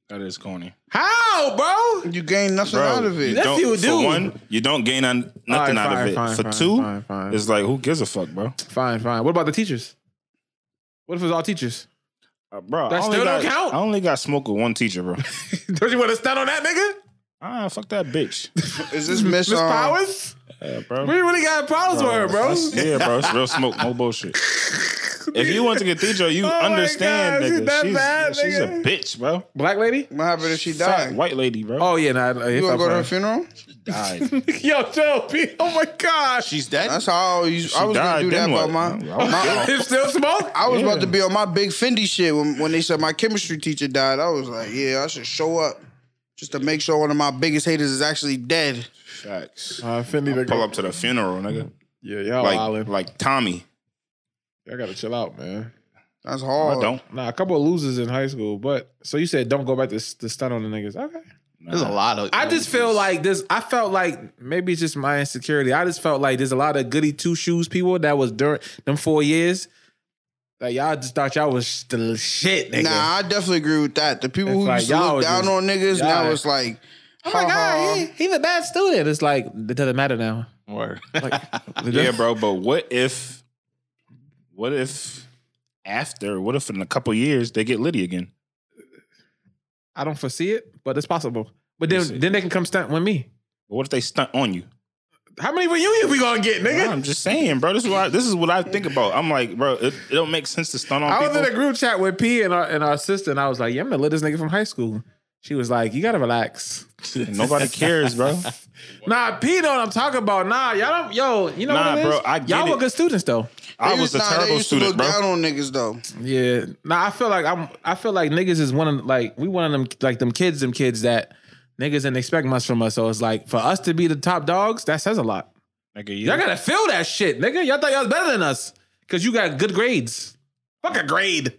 Speaker 5: that is corny.
Speaker 2: How, bro?
Speaker 3: you gained nothing out of
Speaker 5: you (laughs)
Speaker 3: it.
Speaker 2: That's
Speaker 5: don't-
Speaker 2: you do.
Speaker 5: For one, you don't gain on, nothing
Speaker 2: Fine,
Speaker 5: out
Speaker 2: fine,
Speaker 5: of it.
Speaker 2: fine,
Speaker 5: for
Speaker 2: fine,
Speaker 5: two,
Speaker 2: fine, fine.
Speaker 5: it's like who gives a fuck, bro?
Speaker 2: Fine, fine. What about the teachers? What if it's all teachers? (laughs)
Speaker 5: Uh, bro,
Speaker 2: That
Speaker 5: I only
Speaker 2: still don't
Speaker 5: got,
Speaker 2: count?
Speaker 5: I only got smoke with one teacher, bro. (laughs)
Speaker 2: Don't you want to stunt on that nigga?
Speaker 5: ah, fuck that bitch,
Speaker 3: Is this Miss,
Speaker 2: Miss
Speaker 3: um,
Speaker 2: Powers?
Speaker 5: Yeah, bro.
Speaker 2: We really got problems with her, bro.
Speaker 5: that's- Yeah, bro, it's real smoke, no bullshit. If you went to get teacher,
Speaker 2: (laughs)
Speaker 5: you
Speaker 2: Oh my
Speaker 5: understand,
Speaker 2: God,
Speaker 5: nigga.
Speaker 2: she's that
Speaker 5: she's,
Speaker 2: bad,
Speaker 5: she's
Speaker 2: nigga.
Speaker 5: a bitch, bro.
Speaker 2: Black lady?
Speaker 3: What happened if she
Speaker 5: Fat
Speaker 3: died?
Speaker 5: white lady, bro.
Speaker 2: Oh, yeah, nah. nah,
Speaker 3: You
Speaker 2: it's
Speaker 3: gonna
Speaker 2: not
Speaker 3: go to her
Speaker 2: fine.
Speaker 3: funeral?
Speaker 2: (laughs)
Speaker 5: died.
Speaker 2: Yo, Joe, P. Oh, my God. (laughs)
Speaker 4: She's dead.
Speaker 3: That's how I, always, I was
Speaker 5: died,
Speaker 3: gonna do that
Speaker 5: then
Speaker 3: about my.
Speaker 5: what? I was
Speaker 3: my
Speaker 2: Him still smoke?
Speaker 3: I was about
Speaker 5: Yeah.
Speaker 3: to be on my big Fendi shit when, when they said my chemistry teacher died. I was like, yeah, I should show up just to make sure one of my biggest haters is actually dead.
Speaker 2: (laughs)
Speaker 5: Facts.
Speaker 2: Uh, Fendi, they
Speaker 5: Pull up to the funeral, nigga.
Speaker 2: Yeah, y'all
Speaker 5: Like,
Speaker 2: wildin'.
Speaker 5: like Tommy.
Speaker 2: Y'all gotta chill out, man.
Speaker 3: That's
Speaker 5: I
Speaker 3: hard.
Speaker 5: don't.
Speaker 2: Nah, a couple of losers in high school, but so you said don't go back to, s- to stunt on the niggas. Okay.
Speaker 4: There's a
Speaker 2: (laughs)
Speaker 4: lot of.
Speaker 2: I just feel like this. I felt like maybe it's just my insecurity. I just felt like there's a lot of goody two shoes people that was during them four years. Like y'all just thought y'all was still shit, nigga.
Speaker 3: Nah, I definitely agree with that. The people
Speaker 2: It's
Speaker 3: who
Speaker 2: like,
Speaker 3: used to
Speaker 2: y'all
Speaker 3: look down
Speaker 2: just-
Speaker 3: on niggas,
Speaker 2: y'all-
Speaker 3: now it's like,
Speaker 2: oh my
Speaker 3: ha-ha.
Speaker 2: god, he, he's a bad student. It's like it doesn't matter now.
Speaker 4: Word.
Speaker 2: Like, it
Speaker 5: Yeah,
Speaker 2: doesn't-
Speaker 5: bro. But what if, what if after, what if in a couple years they get Liddy again?
Speaker 2: I don't foresee it, but it's possible. But
Speaker 5: Let's see.
Speaker 2: then then they can come stunt with me.
Speaker 5: But what if they stunt on you?
Speaker 2: How many reunions we gonna get, nigga?
Speaker 5: I'm just saying, bro. This is what I, this is what I think about. I'm like, bro, it, it don't make sense to stunt on
Speaker 2: I was
Speaker 5: people.
Speaker 2: in a group chat with P and our and our sister, and I was like, "Yeah, I'm gonna let this nigga from high school." She was like, "You gotta relax."
Speaker 5: Nobody
Speaker 3: (laughs)
Speaker 5: cares, bro.
Speaker 2: Nah, P know what I'm talking about. Nah, y'all don't. Yo, you know
Speaker 5: Nah,
Speaker 2: what it is?
Speaker 5: bro, I get
Speaker 2: y'all were
Speaker 5: it.
Speaker 2: good students though.
Speaker 5: I
Speaker 3: They
Speaker 5: was
Speaker 3: used-
Speaker 5: a
Speaker 3: nah, they
Speaker 5: terrible
Speaker 3: used to look
Speaker 5: student, bro.
Speaker 3: down on niggas though.
Speaker 2: Yeah. Nah, I feel like I'm. I feel like niggas is one of like we one of them like them kids, them kids that niggas didn't expect much from us. So it's like for us to be the top dogs, that says a lot.
Speaker 5: Nigga,
Speaker 2: Y'all
Speaker 5: you,
Speaker 2: gotta feel that shit, nigga. Y'all thought y'all was better than us because you got good grades. Fuck a grade.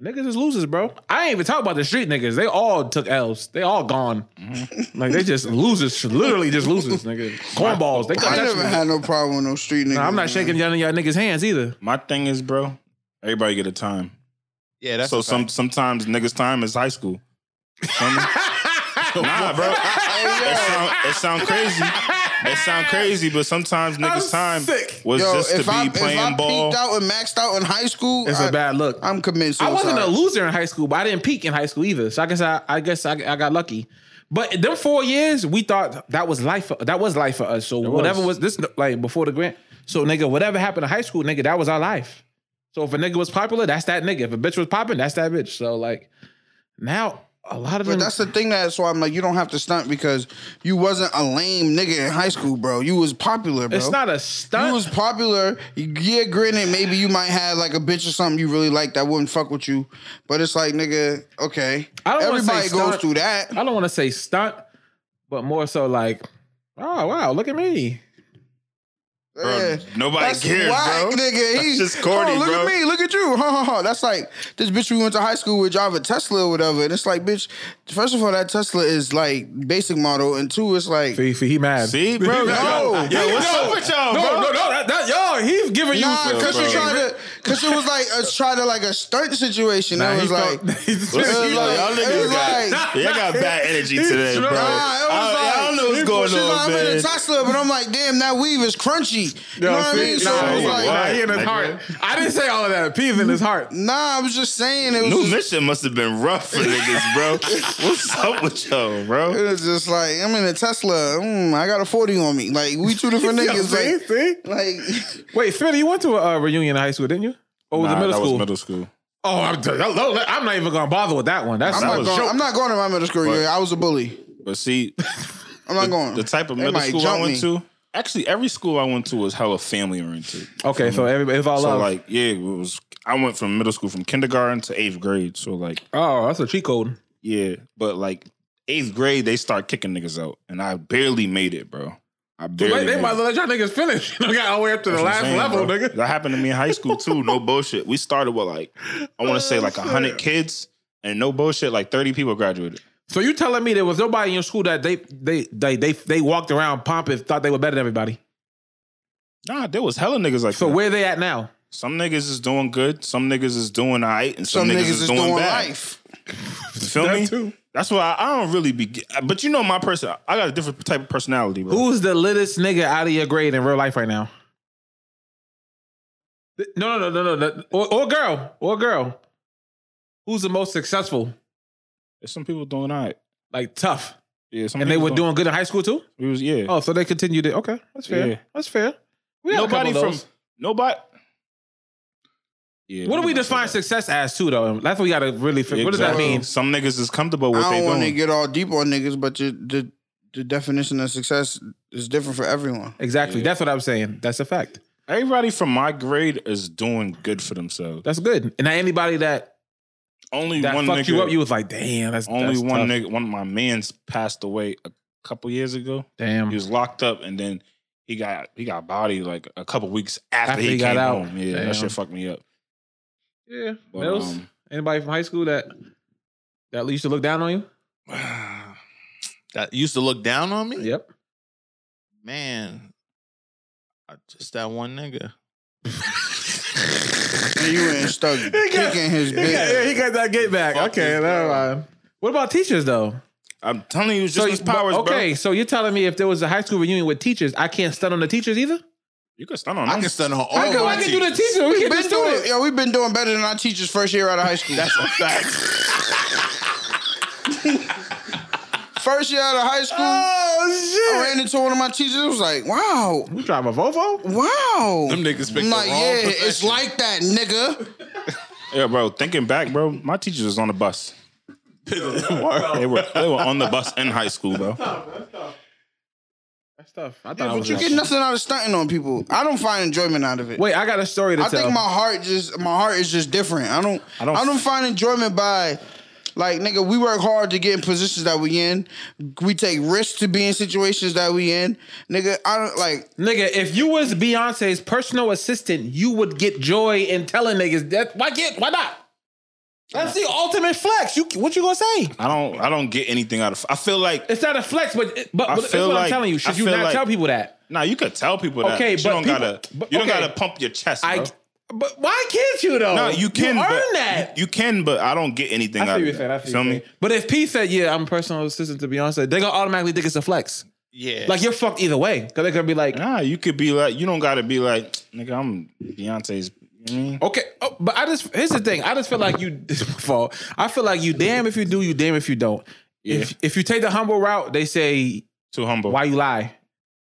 Speaker 2: Niggas is losers, bro. I ain't even talk about the street niggas. They all took L's. They all gone.
Speaker 3: Mm-hmm.
Speaker 2: Like they just losers. Literally just losers, nigga. Cornballs. They
Speaker 3: I
Speaker 2: couldn't touch
Speaker 3: never
Speaker 2: me.
Speaker 3: had no problem with no street niggas.
Speaker 2: Nah, I'm
Speaker 3: man. (laughs)
Speaker 2: not shaking y'all, y'all niggas' hands either.
Speaker 5: my thing is, bro. Everybody get a time.
Speaker 4: Yeah, that's
Speaker 5: so
Speaker 4: a
Speaker 5: some
Speaker 4: fact.
Speaker 5: sometimes niggas' time is high school.
Speaker 3: (laughs)
Speaker 5: Feel me? nah, bro.
Speaker 3: Oh,
Speaker 5: It sound, it sound crazy. It sound crazy, but sometimes niggas' time
Speaker 2: sick.
Speaker 5: was
Speaker 3: Yo,
Speaker 5: just to
Speaker 3: if
Speaker 5: be
Speaker 3: I,
Speaker 5: playing
Speaker 3: if I
Speaker 5: ball.
Speaker 3: peaked out and maxed out in high school,
Speaker 2: It's
Speaker 3: I,
Speaker 2: a bad look.
Speaker 3: I'm convinced.
Speaker 2: I wasn't a loser in high school, but I didn't peak in high school either. So I guess I, I guess I, I got lucky. But them four years, we thought that was life. For, that was life for us. So whatever was. this like before the grant. So nigga, whatever happened in high school, nigga, that was our life. So if a nigga was popular, that's that nigga. If a bitch was popping, that's that bitch. So like now, a lot of
Speaker 3: But
Speaker 2: them.
Speaker 3: that's the thing. That's why I'm like, you don't have to stunt because you wasn't a lame nigga in high school, bro. You was popular, bro.
Speaker 2: it's not a
Speaker 3: You
Speaker 2: stunt.
Speaker 3: was popular. Yeah, granted, maybe you might have like a bitch or something you really like that wouldn't fuck with you, but it's like, nigga, okay.
Speaker 2: I don't wanna
Speaker 3: Everybody
Speaker 2: say
Speaker 3: goes
Speaker 2: stunt.
Speaker 3: through that.
Speaker 2: I don't want to say stunt, but more so like, oh wow, look at me.
Speaker 5: Bro,
Speaker 3: Yeah.
Speaker 5: Nobody
Speaker 3: That's
Speaker 5: cares,
Speaker 3: whack,
Speaker 5: bro.
Speaker 3: nigga.
Speaker 5: That's
Speaker 3: He's
Speaker 5: just corny,
Speaker 3: oh, look
Speaker 5: bro.
Speaker 3: at me, look at you. (laughs) Ha ha ha. That's like this bitch we went to high school with drive a Tesla or whatever. And it's like, bitch, first of all, that Tesla is like basic model, and two, it's like
Speaker 2: He, he mad.
Speaker 5: See, bro.
Speaker 3: No.
Speaker 5: yo, yo, what's
Speaker 2: No.
Speaker 5: up with y'all,
Speaker 2: No,
Speaker 5: bro?
Speaker 2: no, no, that, that yo, he's giving you.
Speaker 3: Nah,
Speaker 5: feel,
Speaker 3: cause
Speaker 5: bro.
Speaker 3: you trying to, cause it was like a try to like a stunt situation.
Speaker 2: Nah,
Speaker 3: it
Speaker 2: he
Speaker 3: was like,
Speaker 2: felt-
Speaker 5: (laughs)
Speaker 2: (laughs)
Speaker 3: it was
Speaker 5: Listen,
Speaker 3: like,
Speaker 5: you know, y'all
Speaker 3: it
Speaker 5: niggas
Speaker 3: was
Speaker 5: got-
Speaker 3: like,
Speaker 5: Y'all got bad energy today,
Speaker 2: Nah,
Speaker 5: bro.
Speaker 2: it was
Speaker 5: I, I don't know what's going
Speaker 3: She's
Speaker 5: on,
Speaker 3: like, I'm in a
Speaker 5: man.
Speaker 3: Tesla, but I'm like, damn, that weave is crunchy. You know what I mean? So
Speaker 5: nah,
Speaker 3: it was
Speaker 5: he-
Speaker 3: like,
Speaker 5: nah,
Speaker 2: he in his
Speaker 5: Nigga.
Speaker 2: heart. I didn't say all of that. P's in
Speaker 3: (laughs)
Speaker 2: his heart.
Speaker 3: nah, I was just saying it was.
Speaker 5: New
Speaker 3: just,
Speaker 5: mission must have been rough for
Speaker 3: (laughs)
Speaker 5: niggas, bro. What's up with y'all,
Speaker 3: it
Speaker 5: bro?
Speaker 3: was just like I'm in a Tesla. Mm, I got a forty on me. Like we two different
Speaker 5: (laughs)
Speaker 2: (laughs) Yo,
Speaker 3: niggas.
Speaker 2: see,
Speaker 3: Like,
Speaker 2: see?
Speaker 3: like
Speaker 2: Wait, Philly, you went to a uh, reunion in high school, didn't you? Or was it middle school?
Speaker 5: middle school.
Speaker 2: oh, I'm, t- no, no, I'm not even gonna bother with that one. That's
Speaker 3: I'm not
Speaker 5: was
Speaker 3: going.
Speaker 5: joke.
Speaker 3: I'm not going to my middle school.
Speaker 5: But-
Speaker 3: Yeah, I was a bully.
Speaker 5: But see,
Speaker 3: I'm not going.
Speaker 5: the type of
Speaker 3: They
Speaker 5: middle
Speaker 3: might
Speaker 5: school I
Speaker 3: jump
Speaker 5: went
Speaker 3: me.
Speaker 5: to, actually, every school I went to was hella family oriented.
Speaker 2: okay. So everybody, if I
Speaker 5: So
Speaker 2: love,
Speaker 5: like, yeah, it was. I went from middle school from kindergarten to eighth grade. So like,
Speaker 2: oh, that's a cheat code.
Speaker 5: yeah, but like eighth grade, they start kicking niggas out, and I barely made it, bro. I barely.
Speaker 2: Wait, they
Speaker 5: made
Speaker 2: might
Speaker 5: it.
Speaker 2: as well let y'all niggas finish. (laughs) You know, got all the way up to the
Speaker 5: That's
Speaker 2: last
Speaker 5: what I'm saying,
Speaker 2: level,
Speaker 5: bro.
Speaker 2: nigga.
Speaker 5: That happened to me in high school too. No bullshit. We started with like I want to say like
Speaker 2: (laughs)
Speaker 5: hundred kids, and no bullshit, like thirty people graduated.
Speaker 2: So you telling me there was nobody in your school that they they they they, they walked around pompous, thought they were better than everybody?
Speaker 5: Nah, there was hella niggas like
Speaker 2: So
Speaker 5: that.
Speaker 2: where they at now?
Speaker 5: Some niggas is doing good, some niggas is doing alright, and some, niggas, is doing, bad.
Speaker 3: life.
Speaker 5: You feel
Speaker 2: That
Speaker 5: me?
Speaker 2: too.
Speaker 5: That's why I, I don't really be. But you know my person, I got a different type of personality, bro.
Speaker 2: Who's the littest nigga out of your grade in real life right now? Th- No, no, no, no, no, no. Or, or girl, or girl. Who's the most successful?
Speaker 5: There's some people doing alright.
Speaker 2: Like tough,
Speaker 5: Yeah, some
Speaker 2: and they
Speaker 5: niggas
Speaker 2: were doing good in high school too.
Speaker 5: We was yeah.
Speaker 2: Oh, so they continued it. Okay, that's fair.
Speaker 5: Yeah.
Speaker 2: That's fair. We had a
Speaker 5: nobody
Speaker 2: couple
Speaker 5: from
Speaker 2: of those.
Speaker 5: nobody. Yeah.
Speaker 2: What do we
Speaker 5: not say
Speaker 2: define
Speaker 5: that.
Speaker 2: success as too, though? That's what we gotta really. Figure. What does that
Speaker 5: Exactly.
Speaker 2: mean?
Speaker 5: Some niggas is comfortable with
Speaker 3: I
Speaker 5: they
Speaker 3: don't want to
Speaker 5: doing.
Speaker 3: get all deep on niggas, but the, the the definition of success is different for everyone.
Speaker 2: Exactly. That's what I'm saying. That's a fact.
Speaker 5: Everybody from my grade is doing good for themselves.
Speaker 2: That's good. And not anybody that
Speaker 5: Only
Speaker 2: that
Speaker 5: one
Speaker 2: fucked
Speaker 5: nigga.
Speaker 2: you up, you was like, damn, that's
Speaker 5: only
Speaker 2: that's tough.
Speaker 5: one nigga. One of my man's passed away a couple years ago.
Speaker 2: Damn.
Speaker 5: He was locked up, and then he got he got bodied like a couple weeks after, he, got out. Home. Yeah,
Speaker 2: Damn.
Speaker 5: that shit fucked me up.
Speaker 2: yeah.
Speaker 5: But,
Speaker 2: Nels?
Speaker 5: um,
Speaker 2: Anybody from high school that that used to look down on you?
Speaker 4: (sighs) that used to look down on me.
Speaker 2: Yep.
Speaker 4: Man, I- just that one nigga.
Speaker 3: And you in stuck kicking his
Speaker 2: (laughs) Yeah, yeah,
Speaker 3: bitch.
Speaker 2: he got that get back.
Speaker 4: Fuck
Speaker 2: okay,
Speaker 4: this
Speaker 2: never
Speaker 4: girl.
Speaker 2: mind. What about teachers though?
Speaker 5: I'm telling you, it's just his
Speaker 2: you-
Speaker 5: powers,
Speaker 2: okay,
Speaker 5: bro.
Speaker 2: so you're telling me if there was a high school reunion with teachers, I can't stunt on the teachers either?
Speaker 5: You can stun on
Speaker 4: I
Speaker 5: him.
Speaker 4: can stun on all
Speaker 2: I can,
Speaker 4: my
Speaker 2: I can do the
Speaker 4: teachers.
Speaker 2: teacher. We
Speaker 3: We've
Speaker 2: can
Speaker 3: been
Speaker 2: do
Speaker 3: doing,
Speaker 2: student.
Speaker 3: yo, we've been doing better than our teachers first year out of high school.
Speaker 4: That's a fact.
Speaker 3: (laughs) First year out of high school,
Speaker 2: Oh
Speaker 3: I ran into one of my teachers. It was like, wow,
Speaker 2: You drive a Volvo?
Speaker 3: wow.
Speaker 4: Them niggas picked
Speaker 3: I'm like,
Speaker 4: the wrong
Speaker 3: yeah,
Speaker 4: profession.
Speaker 3: it's like that, nigga.
Speaker 5: Yeah, bro. Thinking back, bro, my teachers was on the bus. (laughs) They were they were on the bus in high school, bro.
Speaker 2: That's tough. I thought I
Speaker 3: But
Speaker 2: was
Speaker 3: you
Speaker 2: that
Speaker 3: get
Speaker 2: shit.
Speaker 3: nothing out of stunting on people. I don't find enjoyment out of it.
Speaker 2: Wait, I got a story to
Speaker 3: I
Speaker 2: tell.
Speaker 3: think my heart just my heart is just different. I don't I
Speaker 5: don't-
Speaker 3: don't, find enjoyment by like nigga, we work hard to get in positions that we in. We take risks to be in situations that we in. Nigga, I don't like
Speaker 2: Nigga, if you was Beyonce's personal assistant, you would get joy in telling niggas that. Why get? Why not? That's the ultimate flex. You what you gonna say?
Speaker 5: I don't I don't get anything out of I feel like
Speaker 2: It's not a flex, but but,
Speaker 5: I
Speaker 2: but that's
Speaker 5: feel
Speaker 2: what
Speaker 5: like-
Speaker 2: I'm telling you. Should
Speaker 5: I
Speaker 2: you
Speaker 5: feel
Speaker 2: not
Speaker 5: like-
Speaker 2: tell people that?
Speaker 5: nah you could tell people that
Speaker 2: Okay,
Speaker 5: you
Speaker 2: but
Speaker 5: don't
Speaker 2: people-
Speaker 5: gotta
Speaker 2: but-
Speaker 5: you don't
Speaker 2: okay.
Speaker 5: gotta pump your chest, bro.
Speaker 2: I. But why can't you though?
Speaker 5: no, you
Speaker 2: earn
Speaker 5: can but-
Speaker 2: that.
Speaker 5: You can, but I don't get anything
Speaker 2: I
Speaker 5: out
Speaker 2: feel you
Speaker 5: of that.
Speaker 2: saying. I feel
Speaker 5: Feel
Speaker 2: you
Speaker 5: me?
Speaker 2: saying. But if P said, "Yeah, I'm personal assistant to Beyonce," they gonna automatically think it's a flex.
Speaker 4: yeah.
Speaker 2: Like you're fucked either way, because they're gonna be like,
Speaker 5: Nah, you could be like, you don't gotta be like, nigga, I'm Beyonce's. You know what I mean?
Speaker 2: Okay, oh, but I just here's the thing. I just feel like you (laughs) this is my fault. I feel like you damn if you do, you damn if you don't. If if you take the humble route, they say
Speaker 5: Too humble.
Speaker 2: why you lie.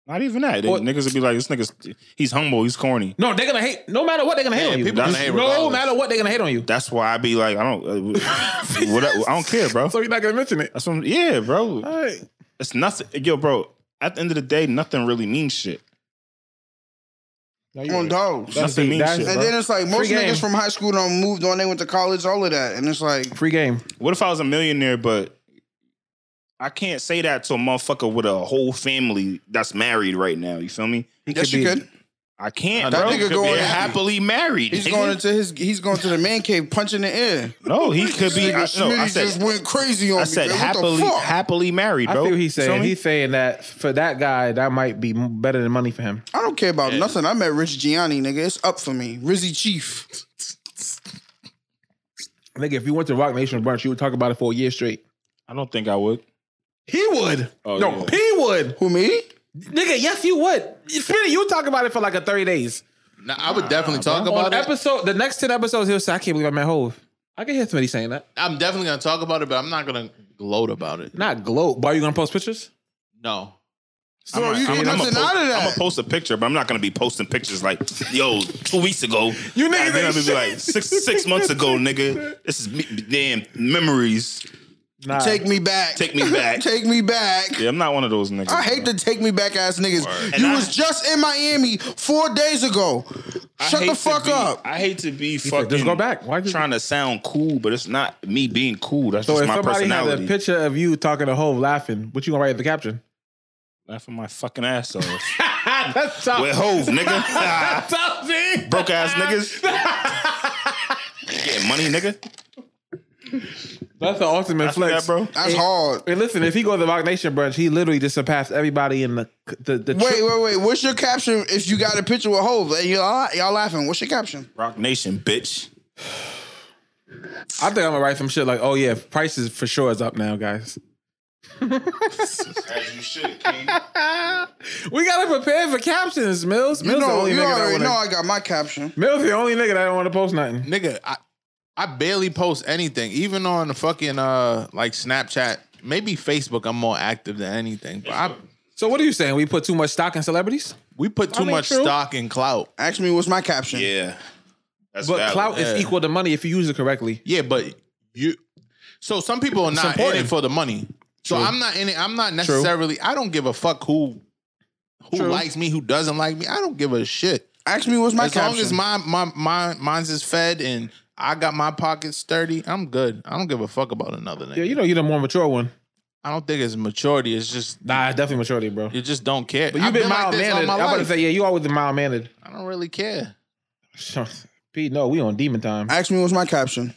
Speaker 5: Not even that. They,
Speaker 2: What-
Speaker 5: niggas would be like, this nigga's he's humble, he's corny.
Speaker 2: No, they're gonna hate. No matter what, they're gonna hate
Speaker 4: Yeah,
Speaker 2: on you.
Speaker 4: people gonna hate
Speaker 2: no
Speaker 4: regardless.
Speaker 2: matter what, they're gonna hate on you.
Speaker 5: That's why I be like, I don't, uh,
Speaker 2: (laughs)
Speaker 5: what, I don't care, bro.
Speaker 2: So you're not gonna mention it.
Speaker 5: That's what I'm, yeah, bro.
Speaker 2: All right.
Speaker 5: It's nothing, yo, bro. At the end of the day, nothing really means shit.
Speaker 3: on dogs.
Speaker 5: That's- Nothing means shit,
Speaker 3: and
Speaker 5: bro.
Speaker 3: then it's like most
Speaker 2: Free
Speaker 3: niggas
Speaker 2: game.
Speaker 3: from high school don't moved on, they went to college, all of that. And it's like
Speaker 2: Free game.
Speaker 5: What if I was a millionaire, but I can't say that to a motherfucker with a whole family that's married right now. You feel me?
Speaker 3: Yes, you could.
Speaker 5: I can't.
Speaker 4: That
Speaker 5: bro.
Speaker 4: nigga
Speaker 5: Could be
Speaker 3: going-
Speaker 5: happily married.
Speaker 3: He's
Speaker 5: nigga.
Speaker 3: going into his he's going to the man cave, punching the air.
Speaker 5: no, he could be. I,
Speaker 3: Nigga,
Speaker 5: no, I
Speaker 3: Smitty
Speaker 5: said
Speaker 3: just went crazy on
Speaker 5: I
Speaker 3: me. man.
Speaker 5: said
Speaker 3: What the
Speaker 5: happily,
Speaker 3: fuck?
Speaker 5: happily married,
Speaker 2: I
Speaker 5: bro.
Speaker 2: feel what he's
Speaker 5: You feel
Speaker 2: saying.
Speaker 5: me?
Speaker 2: He's saying that for that guy, that might be better than money for him.
Speaker 3: I don't care about nothing. I met Rich Gianni, nigga. It's up for me. Rizzy Chief.
Speaker 2: Nigga, if you went to Rock Nation brunch, you would talk about it for a year straight.
Speaker 5: I don't think I would.
Speaker 2: He would.
Speaker 5: Oh,
Speaker 2: no,
Speaker 5: yeah.
Speaker 2: he would.
Speaker 3: Who me?
Speaker 2: Nigga, yes, you would. Spinny, you would talk about it for like a 30 days.
Speaker 4: Nah, I would definitely talk
Speaker 2: on
Speaker 4: about it.
Speaker 2: episode, the next ten episodes, he'll say, "I can't believe I met Hove." I can hear somebody saying that.
Speaker 4: I'm definitely gonna talk about it, but I'm not gonna gloat about it.
Speaker 2: Not gloat. But are you gonna post pictures?
Speaker 4: No.
Speaker 3: So you get
Speaker 5: I'ma
Speaker 3: nothing
Speaker 5: post-
Speaker 3: out of
Speaker 5: I'ma
Speaker 3: that.
Speaker 5: post a picture, but I'm not gonna be posting pictures like, yo, two
Speaker 3: (laughs)
Speaker 5: weeks ago.
Speaker 2: You niggas
Speaker 5: I'm
Speaker 2: ain't
Speaker 5: gonna be
Speaker 2: shit.
Speaker 5: like six six months ago, nigga. This is me, damn memories.
Speaker 2: Nah.
Speaker 3: Take me back.
Speaker 5: Uh, Take me
Speaker 3: (laughs)
Speaker 5: back.
Speaker 3: Take me back.
Speaker 5: Yeah, I'm not one of those niggas.
Speaker 3: I hate the take me back ass niggas.
Speaker 5: Word.
Speaker 3: You
Speaker 5: And I-
Speaker 3: was just in Miami four days ago.
Speaker 5: I
Speaker 3: Shut
Speaker 5: hate
Speaker 3: the
Speaker 5: to
Speaker 3: fuck
Speaker 5: be-
Speaker 3: up.
Speaker 5: I hate to be
Speaker 2: said,
Speaker 5: fucking.
Speaker 2: "Just go back. Why you-
Speaker 5: trying to sound cool, but it's not me being cool. That's
Speaker 2: so
Speaker 5: just
Speaker 2: if
Speaker 5: my
Speaker 2: somebody had a
Speaker 5: personality.
Speaker 2: picture of you talking to Hove laughing, what you gonna write in the caption?
Speaker 5: Laughing my fucking ass off.
Speaker 2: (laughs) That's tough.
Speaker 5: With
Speaker 2: (laughs)
Speaker 5: Hove, nigga.
Speaker 2: tough, G.
Speaker 5: Broke ass niggas. Getting money, nigga.
Speaker 2: That's the ultimate
Speaker 5: After
Speaker 2: flex,
Speaker 5: that, bro.
Speaker 3: That's hard.
Speaker 2: And listen, if he goes to Rock Nation brunch, he literally just surpassed everybody in the the. the
Speaker 3: Wait,
Speaker 2: tri-
Speaker 3: wait, wait. What's your caption if you got a picture with Hov? Like, y'all, y'all laughing. What's your caption?
Speaker 5: Rock Nation, bitch.
Speaker 2: I think I'm gonna write some shit like, "Oh yeah, prices for sure is up now, guys."
Speaker 5: As you should, King.
Speaker 2: We gotta prepare for captions, Mills. Mills
Speaker 3: You
Speaker 2: the
Speaker 3: know,
Speaker 2: only
Speaker 3: you
Speaker 2: nigga that
Speaker 3: already
Speaker 2: wanna,
Speaker 3: know I got my caption.
Speaker 2: Mills the only nigga that don't want to post nothing.
Speaker 4: Nigga, I I barely post anything. Even on the fucking uh like Snapchat, maybe Facebook, I'm more active than anything. But I,
Speaker 2: So what are you saying? We put too much stock in celebrities?
Speaker 4: we put
Speaker 2: I
Speaker 4: too
Speaker 2: mean,
Speaker 4: much
Speaker 2: true.
Speaker 4: stock in clout.
Speaker 3: Ask me what's my caption.
Speaker 5: Yeah. That's
Speaker 2: But
Speaker 5: valid.
Speaker 2: clout
Speaker 4: Yeah.
Speaker 2: is equal to money if you use it correctly.
Speaker 4: Yeah, but you. So some people are not in
Speaker 2: important.
Speaker 4: it for the money. So I'm not in it. I'm not necessarily. I don't give a fuck who who
Speaker 2: True.
Speaker 4: likes me, who doesn't like me. I don't give a shit.
Speaker 3: Ask me what's my
Speaker 4: as
Speaker 3: caption.
Speaker 4: long as my my my mine's is fed and I got my pockets sturdy, I'm good. I don't give a fuck about another nigga.
Speaker 2: Yeah, you know you're the more mature one.
Speaker 4: I don't think it's maturity. It's just
Speaker 2: Nah, it's definitely maturity, bro.
Speaker 4: you just don't care.
Speaker 2: But you've
Speaker 4: I've
Speaker 2: been,
Speaker 4: like
Speaker 2: mild
Speaker 4: this all
Speaker 2: mannered.
Speaker 4: my
Speaker 2: I'm about to
Speaker 4: life.
Speaker 2: say, yeah, you always been mild mannered.
Speaker 4: I don't really care.
Speaker 2: (laughs) Pete, no, we on demon time.
Speaker 3: Ask me what's my caption.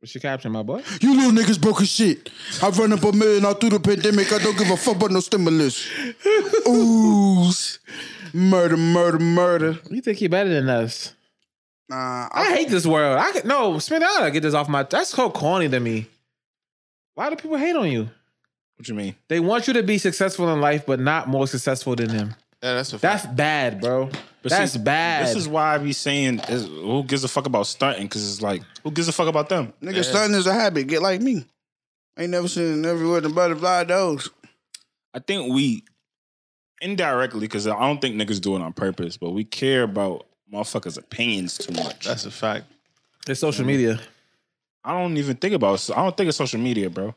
Speaker 2: What's your caption, my boy?
Speaker 3: You little niggas broke as shit. I run up a million all through the pandemic. I don't give a fuck about no (laughs) stimulus. Ooze. Murder, murder, murder.
Speaker 2: You think you're better than us?
Speaker 3: Nah,
Speaker 2: I
Speaker 3: I,
Speaker 2: hate this world. I could, no, Smith, I gotta get this off my. That's so corny to me. Why do people hate on you?
Speaker 5: What you mean?
Speaker 2: They want you to be successful in life, but not more successful than them.
Speaker 4: Yeah, that's a fact.
Speaker 2: That's bad, bro.
Speaker 5: But
Speaker 2: That's
Speaker 5: see,
Speaker 2: bad.
Speaker 5: This is why I be saying, is, who gives a fuck about stunting? Because it's like, who gives a fuck about them?
Speaker 3: nigga, stunting is a habit. Get like me.
Speaker 1: ain't never seen everywhere the butterfly those.
Speaker 5: I think we indirectly, because I don't think niggas do it on purpose, but we care about motherfuckers' opinions too much.
Speaker 4: That's a fact.
Speaker 2: It's social media.
Speaker 5: I don't even think about. I don't think it's social media, bro.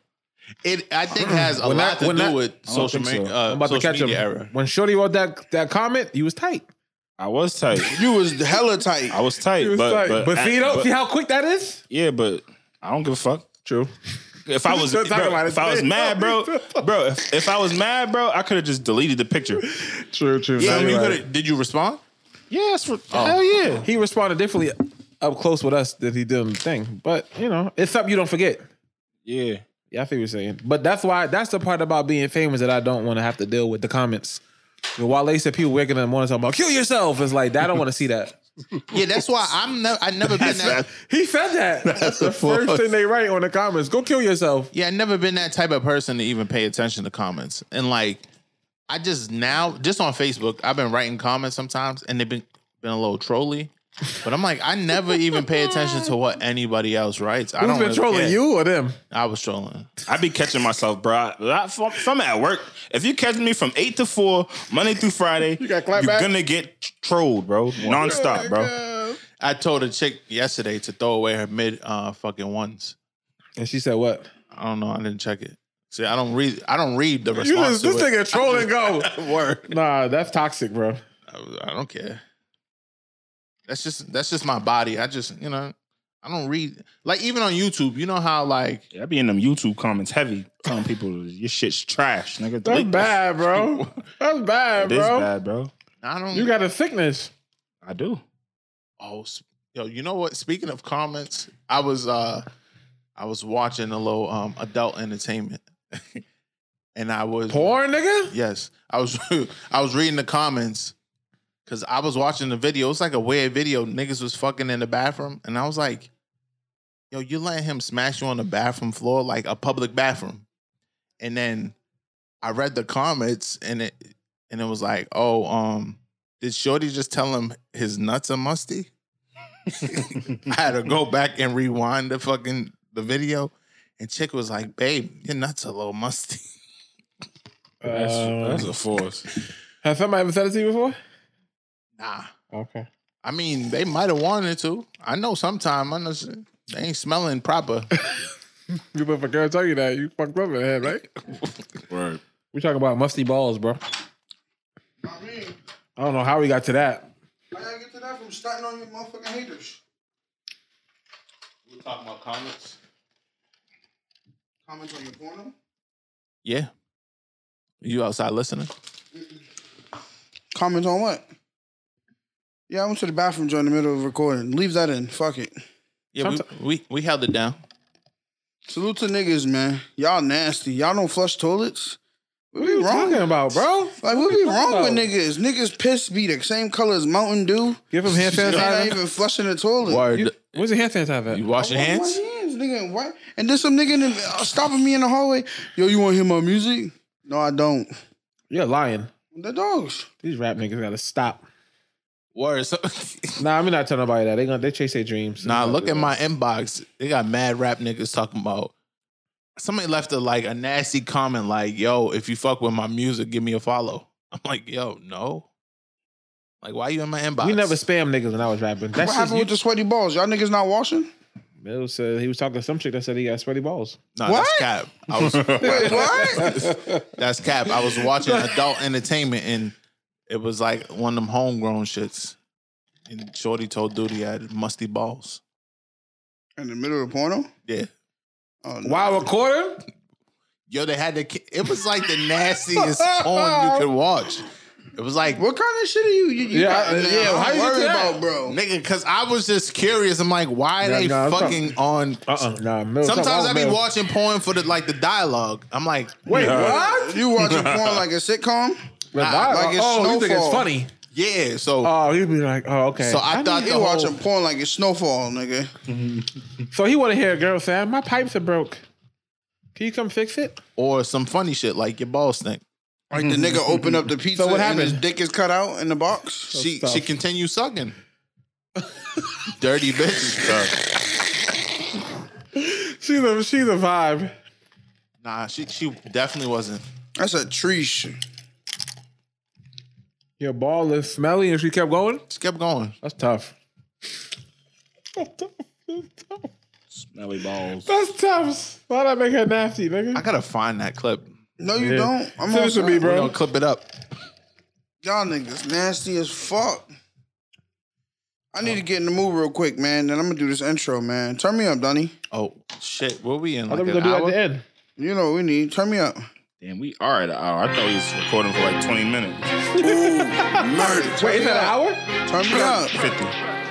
Speaker 4: It Mm. I think has a
Speaker 2: When I-
Speaker 4: lot to
Speaker 2: when
Speaker 4: do
Speaker 2: I-
Speaker 4: with
Speaker 5: don't
Speaker 4: social,
Speaker 5: think
Speaker 4: media.
Speaker 5: so.
Speaker 4: uh,
Speaker 2: I'm about to
Speaker 4: social
Speaker 2: catch him.
Speaker 4: media era.
Speaker 2: When Shorty wrote that that comment, you was tight.
Speaker 5: I was tight.
Speaker 1: You was hella tight.
Speaker 5: I was tight, but, but
Speaker 2: but see, though,
Speaker 5: but-
Speaker 2: see how quick that is.
Speaker 5: yeah, but I don't give a fuck.
Speaker 2: True.
Speaker 5: If I was
Speaker 2: Still talking
Speaker 5: bro,
Speaker 2: about it.
Speaker 5: if I was mad, bro, bro, if, if I was mad, bro, I could have just deleted the picture.
Speaker 2: True. True.
Speaker 4: Yeah, I mean, you
Speaker 2: Right.
Speaker 4: could've- did you respond?
Speaker 5: Yes, for, hell yeah.
Speaker 2: He responded differently up close with us than he did on the thing. But you know, it's something you don't forget.
Speaker 5: Yeah.
Speaker 2: Yeah, I feel what you're saying. But that's why that's the part about being famous that I don't want to have to deal with the comments. But While they said people waking up in the morning talking about kill yourself, it's like I don't want to see that.
Speaker 4: (laughs) Yeah, that's why I'm never. I never been that.
Speaker 2: (laughs) He said that. That's, the first thing they write on the comments. Go kill yourself.
Speaker 4: Yeah, I never been that type of person to even pay attention to comments. And like, I just now, just on Facebook, I've been writing comments sometimes, and they've been been a little trolly. But I'm like, I never even pay attention to what anybody else writes. I
Speaker 2: Who's
Speaker 4: don't
Speaker 2: been
Speaker 4: really
Speaker 2: trolling
Speaker 4: care.
Speaker 2: you or them?
Speaker 4: I was trolling.
Speaker 5: I be catching myself, bro. I- If I'm- if I'm at work, if you catch me from eight to four, Monday through Friday, you
Speaker 1: got clapped
Speaker 5: are
Speaker 1: back?
Speaker 5: gonna get trolled, bro, nonstop, bro.
Speaker 4: I told a chick yesterday to throw away her mid uh, fucking ones.
Speaker 2: And she said what?
Speaker 4: I don't know. I didn't check it. See, I don't read. I don't read the
Speaker 2: You
Speaker 4: response.
Speaker 2: just, this
Speaker 4: to it.
Speaker 2: nigga trolling (laughs) go.
Speaker 4: word.
Speaker 2: Nah, that's toxic, bro.
Speaker 4: I, I don't care. That's just that's just my body. I just you know I don't read like even on YouTube. You know how like
Speaker 5: Yeah, I be in them YouTube comments heavy, telling people your shit's trash, nigga.
Speaker 2: (laughs) That's
Speaker 5: Delete
Speaker 2: bad, bro. That's bad,
Speaker 5: It is
Speaker 2: bro.
Speaker 5: bad, bro.
Speaker 4: I don't.
Speaker 2: You got a sickness.
Speaker 5: I do.
Speaker 4: oh s- yo. You know what? Speaking of comments, I was uh I was watching a little um adult entertainment, (laughs) and I was
Speaker 2: Porn, nigga?
Speaker 4: Yes, I was (laughs) I was reading the comments because I was watching the video. It's like a weird video. Niggas was fucking in the bathroom, and I was like, "Yo, you letting him smash you on the bathroom floor like a public bathroom?" And then I read the comments, and it and it was like, "Oh, um, did Shorty just tell him his nuts are musty?" (laughs) I had to go back and rewind the fucking the video, and chick was like, "Babe, your nuts are a little musty." (laughs)
Speaker 5: That's,
Speaker 2: Um,
Speaker 5: that's a force.
Speaker 2: Has somebody ever said it to you before?
Speaker 4: Nah.
Speaker 2: Okay.
Speaker 4: I mean, they might have wanted to. I know sometime I know s- they ain't smelling proper.
Speaker 2: You but if a girl tell you that, you fucked up in the head, right?
Speaker 5: Word.
Speaker 2: We talking about musty balls, bro. I don't know how we got to that.
Speaker 1: How y'all get to that from starting on your motherfucking haters?
Speaker 4: We talking about comments?
Speaker 1: Comments on your porno?
Speaker 4: Yeah. You outside listening?
Speaker 1: Comments on what? Yeah, I went to the bathroom during the middle of recording. Leave that in. Fuck it.
Speaker 4: Yeah, we, we we held it down.
Speaker 1: Salute to niggas, man. Y'all nasty. Y'all don't flush toilets. What we
Speaker 2: What are you
Speaker 1: wrong?
Speaker 2: talking about, bro?
Speaker 1: Like what be wrong
Speaker 2: about?
Speaker 1: with niggas? Niggas piss be the same color as Mountain Dew.
Speaker 2: Give him
Speaker 3: (laughs)
Speaker 2: hand
Speaker 1: They not
Speaker 2: sanitizer.
Speaker 1: even flushing the toilet.
Speaker 4: Word. Oh,
Speaker 2: You, where's the hand sanitizer?
Speaker 4: You
Speaker 2: at?
Speaker 4: wash your
Speaker 1: Why
Speaker 4: hands?
Speaker 1: my hands, nigga. Why? And then some nigga in the, uh, stopping me in the hallway. Yo, you want to hear my music? No, I don't.
Speaker 2: You're lying.
Speaker 1: The dogs.
Speaker 2: These rap niggas gotta stop.
Speaker 4: Word. (laughs) So,
Speaker 2: Nah, I'm not telling nobody that. They gonna they chase their dreams.
Speaker 4: nah,
Speaker 2: They
Speaker 4: look at
Speaker 2: gonna
Speaker 4: my inbox. They got mad rap niggas talking about. Somebody left a like a nasty comment like, "Yo, if you fuck with my music, give me a follow." I'm like, "Yo, no." Like, why you in my
Speaker 2: do
Speaker 4: inbox?
Speaker 2: that. We never spam niggas when I was rapping. That's
Speaker 1: What happened with the sweaty balls? Y'all niggas not washing?
Speaker 2: Mill said he was talking to some chick that said he got sweaty balls.
Speaker 4: Nah,
Speaker 1: What?
Speaker 4: that's cap. I
Speaker 2: (laughs)
Speaker 4: was
Speaker 1: Wait, what?
Speaker 4: That's cap. I was watching adult entertainment and it was like one of them homegrown shits. And Shorty told Duty I had musty balls.
Speaker 1: in the middle of the porno?
Speaker 4: Yeah.
Speaker 1: Oh, no.
Speaker 2: Wow, recording?
Speaker 4: Yo, they had the ki- it was like
Speaker 2: (laughs)
Speaker 4: the nastiest porn you could watch. It was like
Speaker 1: What kind of shit are you? you, you
Speaker 2: Yeah,
Speaker 1: got
Speaker 2: uh,
Speaker 1: now?
Speaker 2: yeah, how
Speaker 1: I'm
Speaker 2: you get
Speaker 1: worried
Speaker 2: to that?
Speaker 1: about, bro.
Speaker 4: nigga, cause I was just curious. I'm like, why are
Speaker 2: Nah,
Speaker 4: they
Speaker 2: nah, I'm
Speaker 4: fucking on
Speaker 2: Uh-uh. Nah, Mill.
Speaker 4: Sometimes I be
Speaker 2: Mill.
Speaker 4: watching porn for the like the dialogue. I'm like,
Speaker 2: Wait, what?
Speaker 1: You
Speaker 2: (laughs)
Speaker 1: watching porn like a sitcom?
Speaker 2: Nah,
Speaker 1: like it's
Speaker 2: oh, you think it's
Speaker 1: snowfall.
Speaker 2: funny?
Speaker 4: yeah. So
Speaker 2: Oh, he'd be like, oh, okay.
Speaker 4: so I, thought
Speaker 1: You
Speaker 4: the whole,
Speaker 1: watching porn like it's snowfall, nigga.
Speaker 2: So he want to hear a girl say, "My pipes are broke. Can you come fix it?"
Speaker 4: or some funny shit like your balls stink.
Speaker 1: Like the (laughs) nigga opened up the pizza
Speaker 2: what
Speaker 1: and his
Speaker 2: happened?
Speaker 1: dick is cut out in the box.
Speaker 4: She
Speaker 2: tough.
Speaker 4: she continues sucking. Dirty bitch.
Speaker 2: She's a she's a vibe.
Speaker 4: Nah, she she definitely wasn't.
Speaker 1: That's a tree shit.
Speaker 2: Your ball is smelly and she kept going?
Speaker 4: She kept going.
Speaker 2: That's tough.
Speaker 5: Smelly balls.
Speaker 2: That's tough. Why'd I make her nasty,
Speaker 4: I
Speaker 2: nigga?
Speaker 4: gotta find that clip.
Speaker 1: No, you
Speaker 2: Yeah.
Speaker 1: don't. I'm
Speaker 2: Send it to
Speaker 1: on
Speaker 2: me,
Speaker 4: We're
Speaker 2: bro.
Speaker 4: gonna clip it up.
Speaker 1: Y'all niggas nasty as fuck. I need to get in the mood real quick, man. Then I'm gonna do this intro, man. Turn me up, Donnie.
Speaker 4: Oh shit, were we in
Speaker 2: I
Speaker 4: like
Speaker 2: thought we
Speaker 4: an
Speaker 2: were gonna do it
Speaker 4: hour?
Speaker 2: at the end.
Speaker 1: You know what we need. Turn me up.
Speaker 5: Damn, we are at an hour. I thought we was recording for like 20 minutes.
Speaker 1: Murder. Turn me up.
Speaker 2: hour?
Speaker 1: Turn me up.
Speaker 5: 50.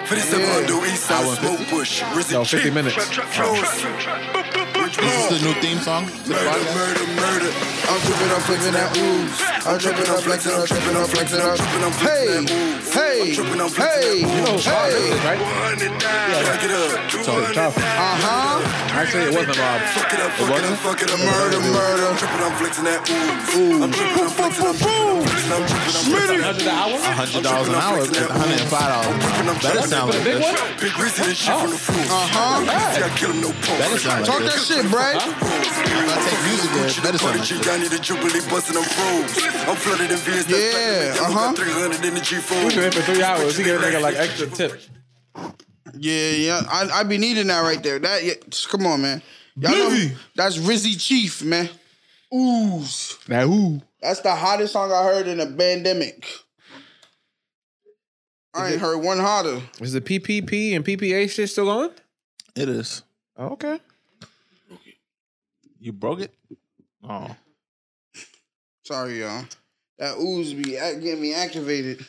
Speaker 6: For this yeah.
Speaker 1: Yeah.
Speaker 6: I'm do east side smoke bush. Rizzy
Speaker 2: No, 50 minutes.
Speaker 4: This is the new theme song. to the
Speaker 6: Murder,
Speaker 4: podcast?
Speaker 6: murder, murder.
Speaker 1: I'm dripping up, flipping that ooze. I'm dripping up, flexing up, tripping up, flexing up. Hey, hey, hey, hey.
Speaker 2: Oh, Right?
Speaker 6: 100 down. Fuck it up. 200
Speaker 2: tough.
Speaker 6: down.
Speaker 1: Uh huh.
Speaker 2: Actually, it wasn't Rob.
Speaker 6: Fuck it up, fuck it up, fuck it up.
Speaker 1: Murder, murder.
Speaker 6: Tripping, I'm flexing that ooze. I'm tripping, I'm flexing, I'm tripping, I'm tripping, I'm flexing. I'm
Speaker 4: hundred dollars an hour, it's one hundred and five dollars. That doesn't sound like
Speaker 2: Big
Speaker 4: this.
Speaker 2: one?
Speaker 6: Big Rizzy and shit from the floor.
Speaker 1: Uh-huh.
Speaker 6: Rizzy, I kill him, no pulse.
Speaker 4: That sound like
Speaker 1: Talk that
Speaker 4: this.
Speaker 1: shit, Brad.
Speaker 6: I
Speaker 4: take music there, that is something.
Speaker 6: Gianni, the Jubilee busting them froze. I'm flooded in VS.
Speaker 1: Yeah,
Speaker 6: that's like the devil got
Speaker 1: uh-huh.
Speaker 6: 300 in the G4.
Speaker 2: We've been here for three hours. He gave a nigga like extra tip.
Speaker 1: Yeah, yeah. I I be needing that right there. That yeah, just come on, man. Y'all know, that's Rizzy Chief, man. Ooze.
Speaker 2: Now who?
Speaker 1: That's the hottest song I heard in the pandemic. I ain't heard one hotter.
Speaker 2: Is the PPP and PPA shit still going?
Speaker 4: It is.
Speaker 2: Oh, okay.
Speaker 4: You broke it. Oh,
Speaker 1: Sorry, y'all. That ooze be act- getting me activated.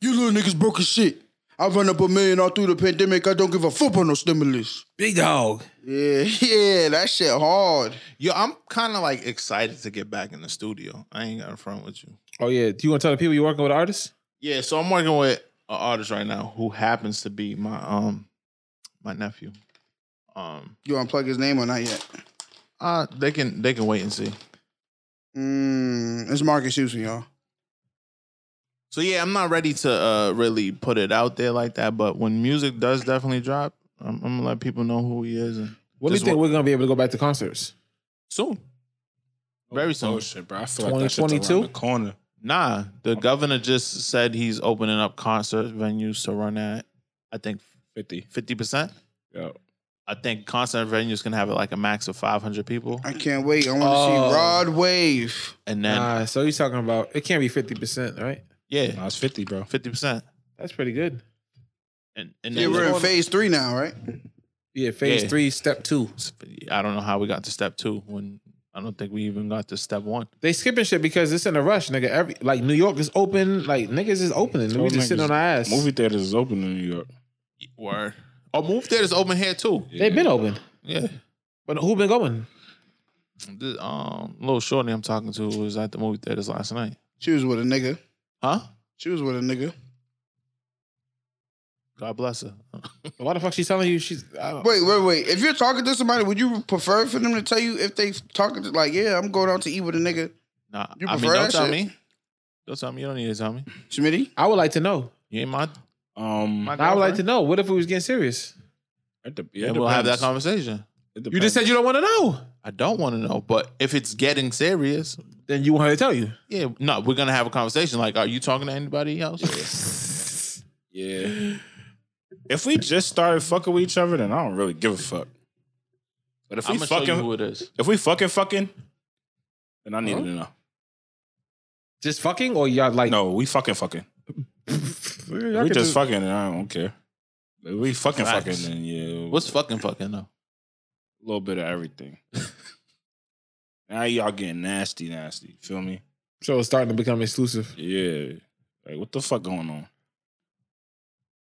Speaker 1: You little niggas broke as shit. I run up a million all through the pandemic. I don't give a fuck on no stimulus.
Speaker 2: Big dog.
Speaker 1: Yeah, yeah, that shit hard.
Speaker 4: yo, I'm kind of like excited to get back in the studio. I ain't got in front with you.
Speaker 2: Oh yeah. Do you want to tell the people you're working with artists?
Speaker 4: Yeah, so I'm working with an artist right now who happens to be my um my nephew. Um,
Speaker 1: You unplug his name or not yet?
Speaker 4: uh, they can they can wait and see.
Speaker 1: Mm, it's Marcus Houston, y'all.
Speaker 4: So yeah, I'm not ready to uh really put it out there like that. But when music does definitely drop, I'm, I'm gonna let people know who he is and
Speaker 2: When do you
Speaker 4: Just
Speaker 2: think
Speaker 4: wa-
Speaker 2: we're gonna be able to go back to concerts?
Speaker 4: soon, very soon.
Speaker 5: Oh shit, bro. I feel like that shit's around
Speaker 2: 2022?
Speaker 5: the corner.
Speaker 4: Nah, the governor just said he's opening up concert venues to run at, I think,
Speaker 5: 50.
Speaker 4: fifty percent.
Speaker 5: Yo.
Speaker 4: I think concert venues can have like a max of five hundred people,
Speaker 1: I can't wait. I want to
Speaker 2: Oh.
Speaker 1: see Rod Wave.
Speaker 4: and then
Speaker 2: Nah, so you're talking about it can't be 50%, right?
Speaker 4: yeah,
Speaker 5: Nah, it's 50, bro.
Speaker 4: fifty percent.
Speaker 2: That's pretty good.
Speaker 4: And and
Speaker 1: Yeah,
Speaker 4: then
Speaker 1: we're in phase three now, right?
Speaker 2: Yeah, phase
Speaker 4: Yeah.
Speaker 2: three, step two.
Speaker 4: I don't know how we got to step two when I don't think we even got to step one.
Speaker 2: They skipping shit because it's in a rush, nigga. Every like New York is open, like niggas is opening. We
Speaker 5: Oh,
Speaker 2: just sitting on
Speaker 5: niggas.
Speaker 2: our ass.
Speaker 5: Movie theaters is open in New York.
Speaker 4: Word. Oh, move theaters open here too.
Speaker 2: They've been open,
Speaker 4: Yeah.
Speaker 2: but who been going?
Speaker 4: This, um, little shorty I'm talking to was at the movie theaters last night.
Speaker 1: She was with a nigga.
Speaker 4: Huh?
Speaker 1: She was with a nigga.
Speaker 4: God bless her.
Speaker 2: Why the fuck she's telling you she's? I don't,
Speaker 1: Wait, wait, wait. If you're talking to somebody, would you prefer for them to tell you if they talking to like, yeah, I'm going out to eat with a nigga,
Speaker 4: Nah,
Speaker 1: You
Speaker 4: I mean,
Speaker 1: prefer
Speaker 4: don't
Speaker 1: that
Speaker 4: tell
Speaker 1: shit?
Speaker 4: me. Don't tell me. You don't need to tell me.
Speaker 1: Smitty?
Speaker 2: I would like to know.
Speaker 4: You ain't my.
Speaker 5: Um,
Speaker 4: my
Speaker 2: I would like to
Speaker 4: girlfriend.
Speaker 2: know. What if we was getting serious?
Speaker 5: it dep-
Speaker 4: Yeah,
Speaker 5: it
Speaker 4: we'll have that
Speaker 5: depends.
Speaker 4: conversation.
Speaker 5: It
Speaker 2: You just
Speaker 5: depends.
Speaker 2: said you don't want to know.
Speaker 4: I don't want to know, but if it's getting serious,
Speaker 2: Then you want her to tell you.
Speaker 4: yeah, no, we're gonna have a conversation. Like, are you talking to anybody else?
Speaker 5: Yeah. (gasps) If we just started fucking with each other, then I don't really give a fuck. But if
Speaker 4: I'm gonna
Speaker 5: we
Speaker 4: show you who
Speaker 5: fucking,
Speaker 4: it is.
Speaker 5: if we fucking fucking, then I needed to know.
Speaker 2: Just fucking or y'all like?
Speaker 5: No, we fucking fucking.
Speaker 2: Y'all
Speaker 5: we
Speaker 2: can
Speaker 5: just
Speaker 2: do-
Speaker 5: fucking, and I don't care. If we fucking
Speaker 4: Facts.
Speaker 5: fucking, then yeah,
Speaker 4: What's fucking fucking though?
Speaker 5: a little bit of everything. now y'all getting nasty, nasty. Feel me?
Speaker 2: So it's starting to become exclusive.
Speaker 5: Yeah. Like what the fuck going on?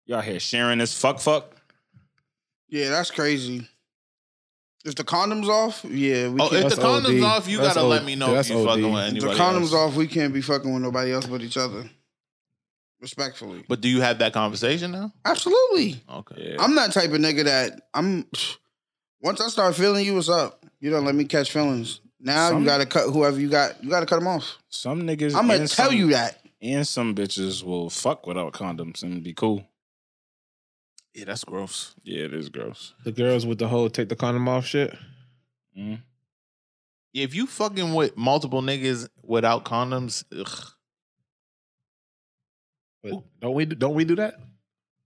Speaker 5: Y'all here sharing this fuck fuck?
Speaker 1: Yeah, that's crazy. If the condoms off, yeah, we
Speaker 4: Oh,
Speaker 1: can't.
Speaker 4: if
Speaker 2: that's
Speaker 4: the condoms
Speaker 2: OD.
Speaker 4: off, you
Speaker 2: That's
Speaker 4: gotta let
Speaker 2: OD.
Speaker 4: me know
Speaker 2: That's
Speaker 4: if you fucking
Speaker 2: OD.
Speaker 4: with
Speaker 1: If
Speaker 4: anybody.
Speaker 1: the condoms
Speaker 4: else.
Speaker 1: off, we can't be fucking with nobody else but each other. Respectfully,
Speaker 4: But do you have that conversation now?
Speaker 1: absolutely.
Speaker 4: Okay.
Speaker 5: Yeah.
Speaker 1: I'm that type of nigga that I'm. Once I start feeling you, what's up? You don't let me catch feelings. Now
Speaker 5: Some-
Speaker 1: you gotta cut whoever you got. You gotta cut them off.
Speaker 5: Some niggas
Speaker 1: I'm gonna
Speaker 5: and
Speaker 1: tell
Speaker 5: some-
Speaker 1: you that.
Speaker 5: and some bitches will fuck without condoms and be cool.
Speaker 4: Yeah, that's gross.
Speaker 5: Yeah, it is gross.
Speaker 2: The girls with the whole take the condom off shit.
Speaker 5: Mm.
Speaker 4: If you fucking with multiple niggas without condoms, ugh,
Speaker 2: But don't we don't we do that?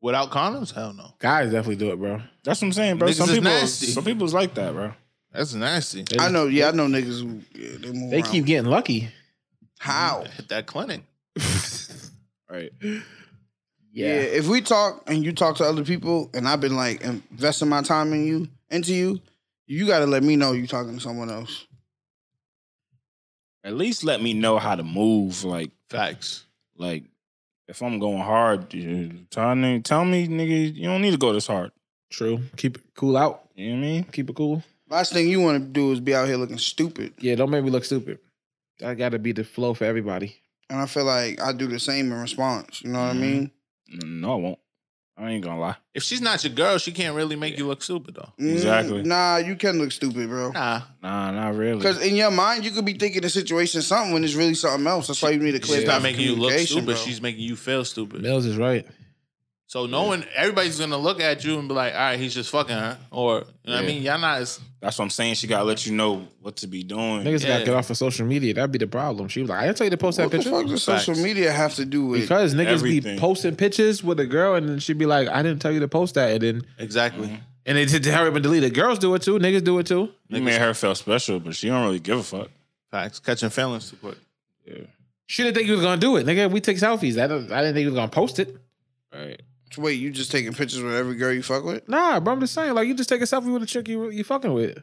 Speaker 4: without condoms, hell no.
Speaker 2: Guys definitely do it, bro.
Speaker 5: That's what I'm saying, bro.
Speaker 4: Niggas
Speaker 5: some
Speaker 4: is
Speaker 5: people,
Speaker 4: nasty.
Speaker 5: some people's like that, bro.
Speaker 4: That's nasty.
Speaker 2: They,
Speaker 1: I know, yeah, I know niggas who yeah, they move
Speaker 2: They
Speaker 1: around.
Speaker 2: keep getting lucky.
Speaker 1: how.
Speaker 4: Hit that clinic.
Speaker 2: Right.
Speaker 1: Yeah.
Speaker 2: Yeah.
Speaker 1: if we talk and you talk to other people, and I've been like investing my time in you, into you, you got to let me know you talking to someone else.
Speaker 5: At least let me know how to move. Like,
Speaker 4: Facts.
Speaker 5: like if I'm going hard, you- tell me, tell me, nigga, you don't need to go this hard.
Speaker 2: True. Keep it cool out.
Speaker 5: You know what I mean?
Speaker 2: Keep it cool.
Speaker 1: Last thing you want to do is be out here looking stupid,
Speaker 2: Yeah, don't make me look stupid. That gotta be the flow for everybody.
Speaker 1: and I feel like I do the same in response. You know what
Speaker 4: Mm-hmm.
Speaker 5: Mhm.
Speaker 1: I mean?
Speaker 5: No, I won't. I ain't gonna lie.
Speaker 4: If she's not your girl, she can't really make you look stupid though.
Speaker 1: Mm,
Speaker 5: Exactly.
Speaker 1: Nah, you can look stupid, bro.
Speaker 4: Nah.
Speaker 5: Nah, not really.
Speaker 1: Because in your mind, you could be thinking the situation something when it's really something else. That's why you need a clear
Speaker 4: She's
Speaker 1: path.
Speaker 4: not
Speaker 1: of
Speaker 4: making you look
Speaker 1: communication,
Speaker 4: stupid.
Speaker 1: bro.
Speaker 4: She's making you feel stupid.
Speaker 2: Mills is right.
Speaker 4: So no one, everybody's gonna look at you and be like, "All right, he's just fucking her," or you know what I
Speaker 5: Yeah.
Speaker 4: mean, y'all not. As,
Speaker 5: That's what I'm saying. She gotta let you know what to be doing.
Speaker 2: Niggas
Speaker 4: Yeah.
Speaker 2: gotta get off of social media. That'd be the problem. She was like, I didn't tell you to post
Speaker 1: What
Speaker 2: that
Speaker 1: the
Speaker 2: picture.
Speaker 1: fuck does
Speaker 5: Facts.
Speaker 1: social media have to do with?
Speaker 2: Because niggas
Speaker 5: Everything.
Speaker 2: be posting pictures with a girl and then she'd be like, I didn't tell you to post that. And then
Speaker 4: exactly.
Speaker 2: and they did hurry up and delete it. Girls do it too. Niggas do it too.
Speaker 5: You made her feel special, but she don't really give a fuck.
Speaker 4: Facts. Catching feelings too quick.
Speaker 2: She didn't think you was gonna do it. Nigga, we take selfies. I didn't, I didn't think you was gonna post it.
Speaker 5: Right.
Speaker 1: Wait, you just taking pictures with every girl you fuck with?
Speaker 2: Nah, bro, I'm just saying, like, you just take a selfie with a chick you you fucking with.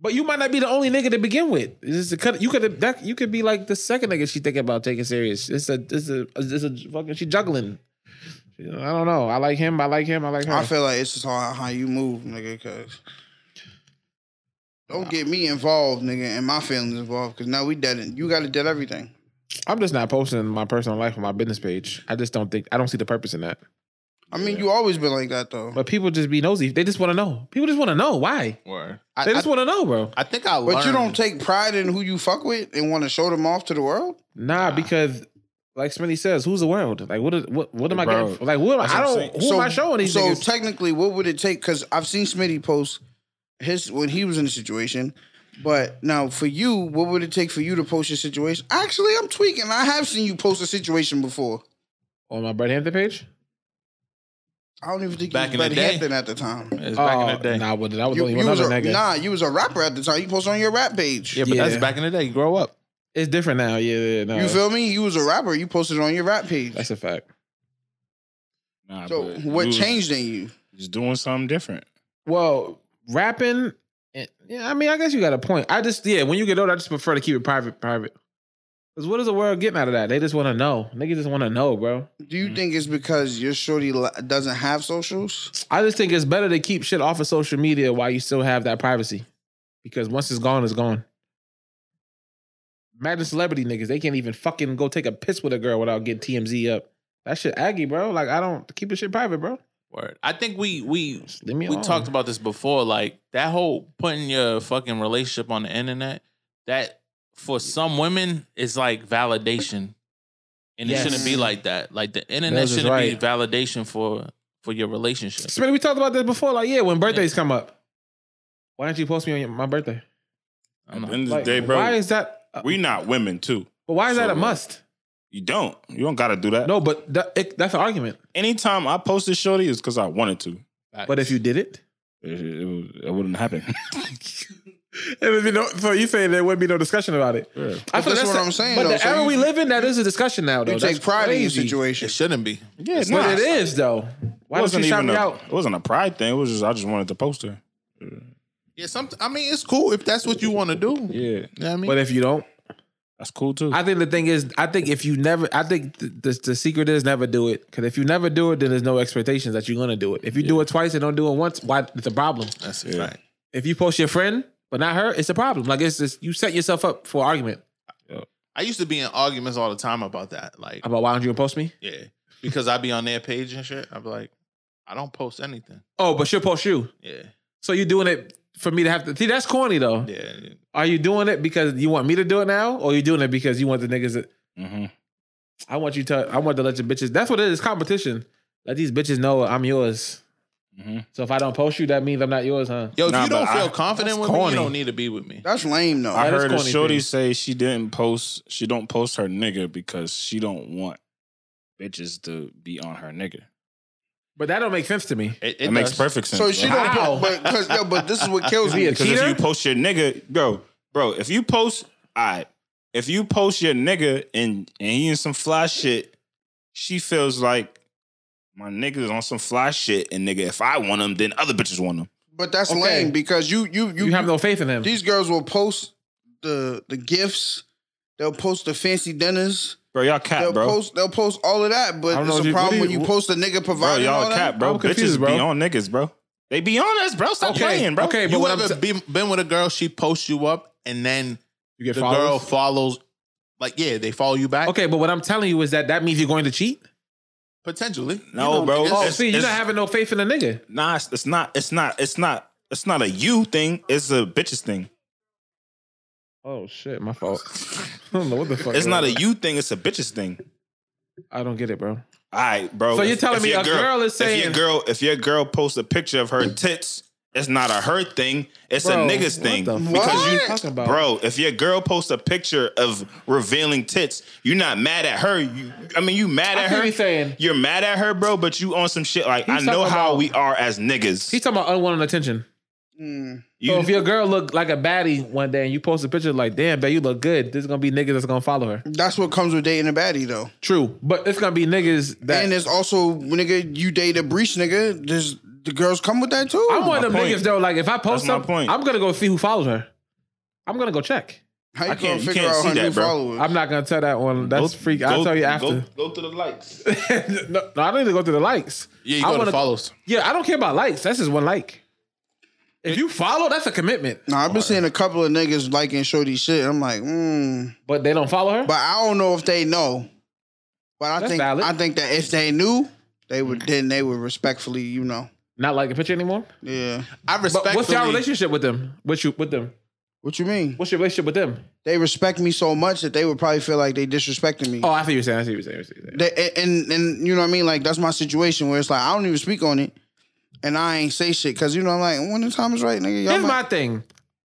Speaker 2: But you might not be the only nigga to begin with. This is a cut. You could that you could be like the second nigga she thinking about taking serious. It's a it's a it's a fucking she juggling. I don't know. I like him. I like him. I like her.
Speaker 1: I feel like it's just how, how you move, nigga, because don't get me involved, nigga, and my feelings involved, because now we dead and you got to dead everything.
Speaker 2: I'm just not posting my personal life on my business page. I just don't think I don't see the purpose in that.
Speaker 1: I mean, you always been like that, though. But,
Speaker 2: But people just be nosy. They just want to know. People just want to know why.
Speaker 4: Word.
Speaker 2: They
Speaker 4: I,
Speaker 2: just want to know, bro.
Speaker 4: I, I think I.
Speaker 1: you
Speaker 4: learned-
Speaker 1: don't take pride in who you fuck with and want to show them off to the world?
Speaker 2: Nah, because like Smitty says, who's the world? Like what? Is, what? What am I getting?
Speaker 5: Bro,
Speaker 2: for- Like what?
Speaker 5: that's
Speaker 2: I
Speaker 5: what I'm
Speaker 2: don't.
Speaker 5: saying.
Speaker 2: Who am I showing these
Speaker 1: So
Speaker 2: niggas?
Speaker 1: technically, what would it take? Because I've seen Smitty post his when he was in the situation. But now for you, what would it take for you to post your situation? Actually, I'm tweaking. I have seen you post a situation before.
Speaker 2: on my Brett Hampton page?
Speaker 1: I don't even think
Speaker 4: Back
Speaker 1: you
Speaker 4: in the
Speaker 1: was Buddy
Speaker 4: day?
Speaker 1: Hampton at the time.
Speaker 4: It's back in
Speaker 2: Oh,
Speaker 4: the day.
Speaker 2: Nah, but that was
Speaker 1: You,
Speaker 2: only
Speaker 1: you
Speaker 2: one
Speaker 1: was
Speaker 2: other
Speaker 1: a,
Speaker 2: nigga.
Speaker 1: nah, you was a rapper at the time. You post on your rap page.
Speaker 4: Yeah, but
Speaker 2: Yeah.
Speaker 4: that's back in the day. You grow up.
Speaker 2: It's different now. Yeah, yeah no.
Speaker 1: You feel me? You was a rapper. You posted on your rap page.
Speaker 2: That's a fact.
Speaker 5: Nah,
Speaker 1: So
Speaker 5: but
Speaker 1: what
Speaker 5: you was
Speaker 1: changed in you?
Speaker 5: Just doing something different.
Speaker 2: Well, rapping. eh, Yeah, I mean, I guess you got a point. I just yeah, when you get older, I just prefer to keep it private, private. Cause what is the world getting out of that? They just want to know. Niggas just want to know, bro.
Speaker 1: Do you think it's because your shorty li- doesn't have socials?
Speaker 2: I just think it's better to keep shit off of social media while you still have that privacy. Because once it's gone, it's gone. Imagine celebrity niggas. They can't even fucking go take a piss with a girl without getting TMZ up. That shit aggy, bro. Like, I don't keep the shit private, bro.
Speaker 4: Word. I think we we
Speaker 2: Just leave me
Speaker 4: we
Speaker 2: alone.
Speaker 4: talked about this before. Like that whole putting your fucking relationship on the internet. That for some women is like validation, and
Speaker 2: Yes.
Speaker 4: it shouldn't be like that. Like the internet
Speaker 2: Mills is
Speaker 4: shouldn't
Speaker 2: right.
Speaker 4: be validation for for your relationship.
Speaker 2: Smitty, we talked about this before. Like, yeah, when birthdays come up, why don't you post me on your, my birthday?
Speaker 4: I don't
Speaker 5: At
Speaker 4: know.
Speaker 5: the end of the
Speaker 2: Like,
Speaker 5: day, bro,
Speaker 2: why is that? uh,
Speaker 5: we not women too.
Speaker 2: but why is that a
Speaker 5: so-
Speaker 2: must?
Speaker 5: You don't. You don't gotta do that.
Speaker 2: No, but that, it, that's an argument.
Speaker 5: Anytime I posted shorty, it's because I wanted to.
Speaker 2: But if you did it,
Speaker 5: It, it, was- it wouldn't (laughs) happen.
Speaker 2: it would be no, so you saying there wouldn't be no discussion about it?
Speaker 5: Yeah.
Speaker 2: I
Speaker 1: But that's what I'm saying,
Speaker 2: But
Speaker 1: though.
Speaker 2: the
Speaker 1: So
Speaker 2: era
Speaker 1: you-
Speaker 2: we live in, that is a discussion now. Though
Speaker 1: You take
Speaker 2: That's
Speaker 1: pride in your
Speaker 2: crazy.
Speaker 1: situation.
Speaker 4: it shouldn't be.
Speaker 5: Yeah, it's
Speaker 2: But
Speaker 5: not.
Speaker 2: it is though. Why don't you
Speaker 5: wasn't
Speaker 2: shout
Speaker 5: even
Speaker 2: me
Speaker 5: a-
Speaker 2: out?
Speaker 5: It wasn't a pride thing. It was just I just wanted to post her.
Speaker 4: Yeah, some. I mean, it's cool if that's what you want to do. You know
Speaker 5: Yeah,
Speaker 4: what I mean?
Speaker 2: But if you don't,
Speaker 5: that's cool too.
Speaker 2: I think the thing is, I think if you never, I think the, the, the secret is never do it. Because if you never do it, then there's no expectations that you're gonna do it. If you do it twice and don't do it once, why? It's a problem.
Speaker 4: that's a
Speaker 5: Yeah.
Speaker 4: fact.
Speaker 2: If you post your friend but not her, it's a problem. Like it's just you set yourself up for argument
Speaker 4: I used to be in arguments all the time about that. Like,
Speaker 2: about why don't you post me?
Speaker 4: yeah, because I'd be on their page and shit. I'd be like, I don't post anything.
Speaker 2: Oh, but she'll post you.
Speaker 4: Yeah,
Speaker 2: So you're doing it for me to have to see that's corny though.
Speaker 4: yeah.
Speaker 2: Are you doing it because you want me to do it now, or you doing it because you want the niggas? That,
Speaker 5: Mhm.
Speaker 2: I want you to. I want to let your bitches. That's what it is. Competition. Let these bitches know I'm yours.
Speaker 5: Mhm.
Speaker 2: So if I don't post you, that means I'm not yours, huh?
Speaker 4: Yo, if
Speaker 5: Nah,
Speaker 4: you don't
Speaker 5: but
Speaker 4: feel
Speaker 5: I-
Speaker 4: confident
Speaker 5: that's
Speaker 4: with me,
Speaker 5: corny.
Speaker 4: you don't need to be with me.
Speaker 1: That's lame though.
Speaker 5: I
Speaker 2: That is
Speaker 5: heard a
Speaker 2: corny,
Speaker 5: shorty
Speaker 2: dude.
Speaker 5: say she didn't post. She don't post her nigga because she don't want bitches to be on her nigga.
Speaker 2: But that don't make sense to me.
Speaker 4: It,
Speaker 5: It,
Speaker 4: it
Speaker 5: makes
Speaker 4: does.
Speaker 5: perfect sense.
Speaker 1: so she
Speaker 5: bro.
Speaker 1: don't.
Speaker 2: How?
Speaker 1: Put, but because yo, but this is
Speaker 2: (laughs)
Speaker 1: what kills me.
Speaker 5: because if you post your nigga, bro, bro, if you post, I, if you post your nigga and and he in some fly shit, she feels like my nigga's on some fly shit, and nigga, if I want him, then other bitches want him.
Speaker 1: But that's
Speaker 2: Okay.
Speaker 1: lame because you you you,
Speaker 2: You, have no faith in him.
Speaker 1: these girls will post the the gifts. They'll post the fancy dinners.
Speaker 5: Bro, y'all
Speaker 1: They'll
Speaker 5: cap, bro.
Speaker 1: post they'll post all of that.
Speaker 2: I
Speaker 1: But
Speaker 2: don't know
Speaker 1: it's
Speaker 2: what
Speaker 1: a
Speaker 2: you- what
Speaker 1: problem
Speaker 2: do
Speaker 1: when
Speaker 2: you-
Speaker 1: you post a nigga
Speaker 5: bro,
Speaker 1: providing
Speaker 5: y'all
Speaker 1: all
Speaker 5: cap,
Speaker 1: that.
Speaker 5: bro.
Speaker 2: I'm confused,
Speaker 5: bitches
Speaker 2: bro.
Speaker 5: be on niggas, bro. They be on us, bro. Stop
Speaker 2: okay,
Speaker 5: playing, bro.
Speaker 2: okay, but
Speaker 4: you
Speaker 2: what I'm
Speaker 4: ever
Speaker 2: saying,
Speaker 4: be, been with a girl, she posts you up, and then
Speaker 2: you get
Speaker 4: the
Speaker 2: followers?
Speaker 4: girl follows. Like, yeah, they follow you back.
Speaker 2: Okay, but what I'm telling you is that that means you're going to cheat.
Speaker 4: potentially.
Speaker 5: No,
Speaker 1: know,
Speaker 5: bro.
Speaker 1: niggas-
Speaker 2: Oh,
Speaker 5: it's-
Speaker 2: see, you're
Speaker 5: it's-
Speaker 2: not having no faith in the nigga.
Speaker 5: Nah, it's, it's not. It's not. It's not. It's not a you thing. It's a bitches thing.
Speaker 2: Oh shit, my fault. (laughs) I don't know what the fuck.
Speaker 5: It's
Speaker 2: bro.
Speaker 5: not a you thing. It's a bitches thing.
Speaker 2: I don't get it, bro.
Speaker 5: All right, bro.
Speaker 2: So you're
Speaker 5: If-
Speaker 2: telling
Speaker 5: if
Speaker 2: me
Speaker 5: your
Speaker 2: a girl is
Speaker 5: if your
Speaker 2: saying-
Speaker 5: girl if your girl posts a picture of her tits, it's not a her thing. It's
Speaker 2: Bro,
Speaker 5: a nigga's thing.
Speaker 2: What the fuck
Speaker 5: because
Speaker 2: are
Speaker 5: you,
Speaker 2: you talking about,
Speaker 5: bro, if your girl posts a picture of revealing tits, you're not mad at her. You, I mean, you mad
Speaker 2: I
Speaker 5: at
Speaker 2: see what
Speaker 5: her.
Speaker 2: he's saying.
Speaker 5: You're mad at her, bro. But you on some shit like
Speaker 2: He's
Speaker 5: I know
Speaker 2: talking
Speaker 5: how
Speaker 2: about-
Speaker 5: we are as niggas.
Speaker 2: He's talking about unwanted attention.
Speaker 1: Mm.
Speaker 5: you,
Speaker 2: so if your girl look like a baddie one day and you post a picture like, damn, babe, you look good, there's gonna be niggas that's gonna follow her.
Speaker 1: That's what comes with dating a baddie though.
Speaker 2: True, but it's gonna be niggas that.
Speaker 1: and there's also nigga you date a breach nigga. There's the girls come with that too.
Speaker 2: I'm one of
Speaker 5: my
Speaker 2: them
Speaker 5: point.
Speaker 2: niggas though. Like if I post
Speaker 5: That's my
Speaker 2: something,
Speaker 5: point.
Speaker 2: I'm gonna go see who follows her. I'm gonna go check.
Speaker 1: How you
Speaker 5: I
Speaker 1: gonna
Speaker 5: can't- you
Speaker 1: figure
Speaker 5: can't
Speaker 1: out
Speaker 5: see
Speaker 1: her new
Speaker 5: that, bro.
Speaker 1: followers?
Speaker 2: I'm not gonna tell that one. That's freak. I'll
Speaker 5: go-
Speaker 2: tell you
Speaker 5: go- (laughs)
Speaker 2: after.
Speaker 5: Go, to the likes.
Speaker 2: no, no, I don't need to go through the likes.
Speaker 4: Yeah, you
Speaker 2: I
Speaker 4: go
Speaker 2: wanna-
Speaker 4: to follows.
Speaker 2: Yeah, I don't care about likes. That's just one like. If you follow, that's a commitment.
Speaker 1: No, I've been seeing a couple of niggas liking shorty shit. I'm like, mm.
Speaker 2: But they don't follow her.
Speaker 1: but I don't know if they know. But I
Speaker 2: That's
Speaker 1: think
Speaker 2: valid. Mm.
Speaker 1: I think that if they knew, they would then they would respectfully, you know,
Speaker 2: Not like a picture anymore.
Speaker 1: yeah.
Speaker 4: I
Speaker 2: But
Speaker 4: respect.
Speaker 2: what's your relationship with them? With you with them?
Speaker 1: What you mean?
Speaker 2: What's your relationship with them?
Speaker 1: They respect me so much that they would probably feel like they disrespecting me.
Speaker 2: Oh, I see what you're saying. I see what you're saying. I see what you're saying.
Speaker 1: They, and- and and you know what I mean? Like that's my situation where it's like I don't even speak on it, and I ain't say shit because you know I'm like when the time is right, nigga. Y'all
Speaker 2: Here's
Speaker 1: might,
Speaker 2: my thing.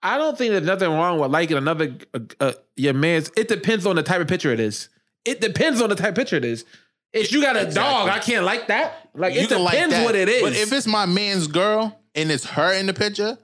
Speaker 2: I don't think there's nothing wrong with liking another uh, uh, your man's. It depends on the type of picture it is. It depends on the type of picture it is. If you got a dog, I can't like that. Like
Speaker 4: You
Speaker 2: it
Speaker 4: can
Speaker 2: depends
Speaker 4: like that,
Speaker 2: what it is.
Speaker 4: But if it's my man's girl and it's her in the picture,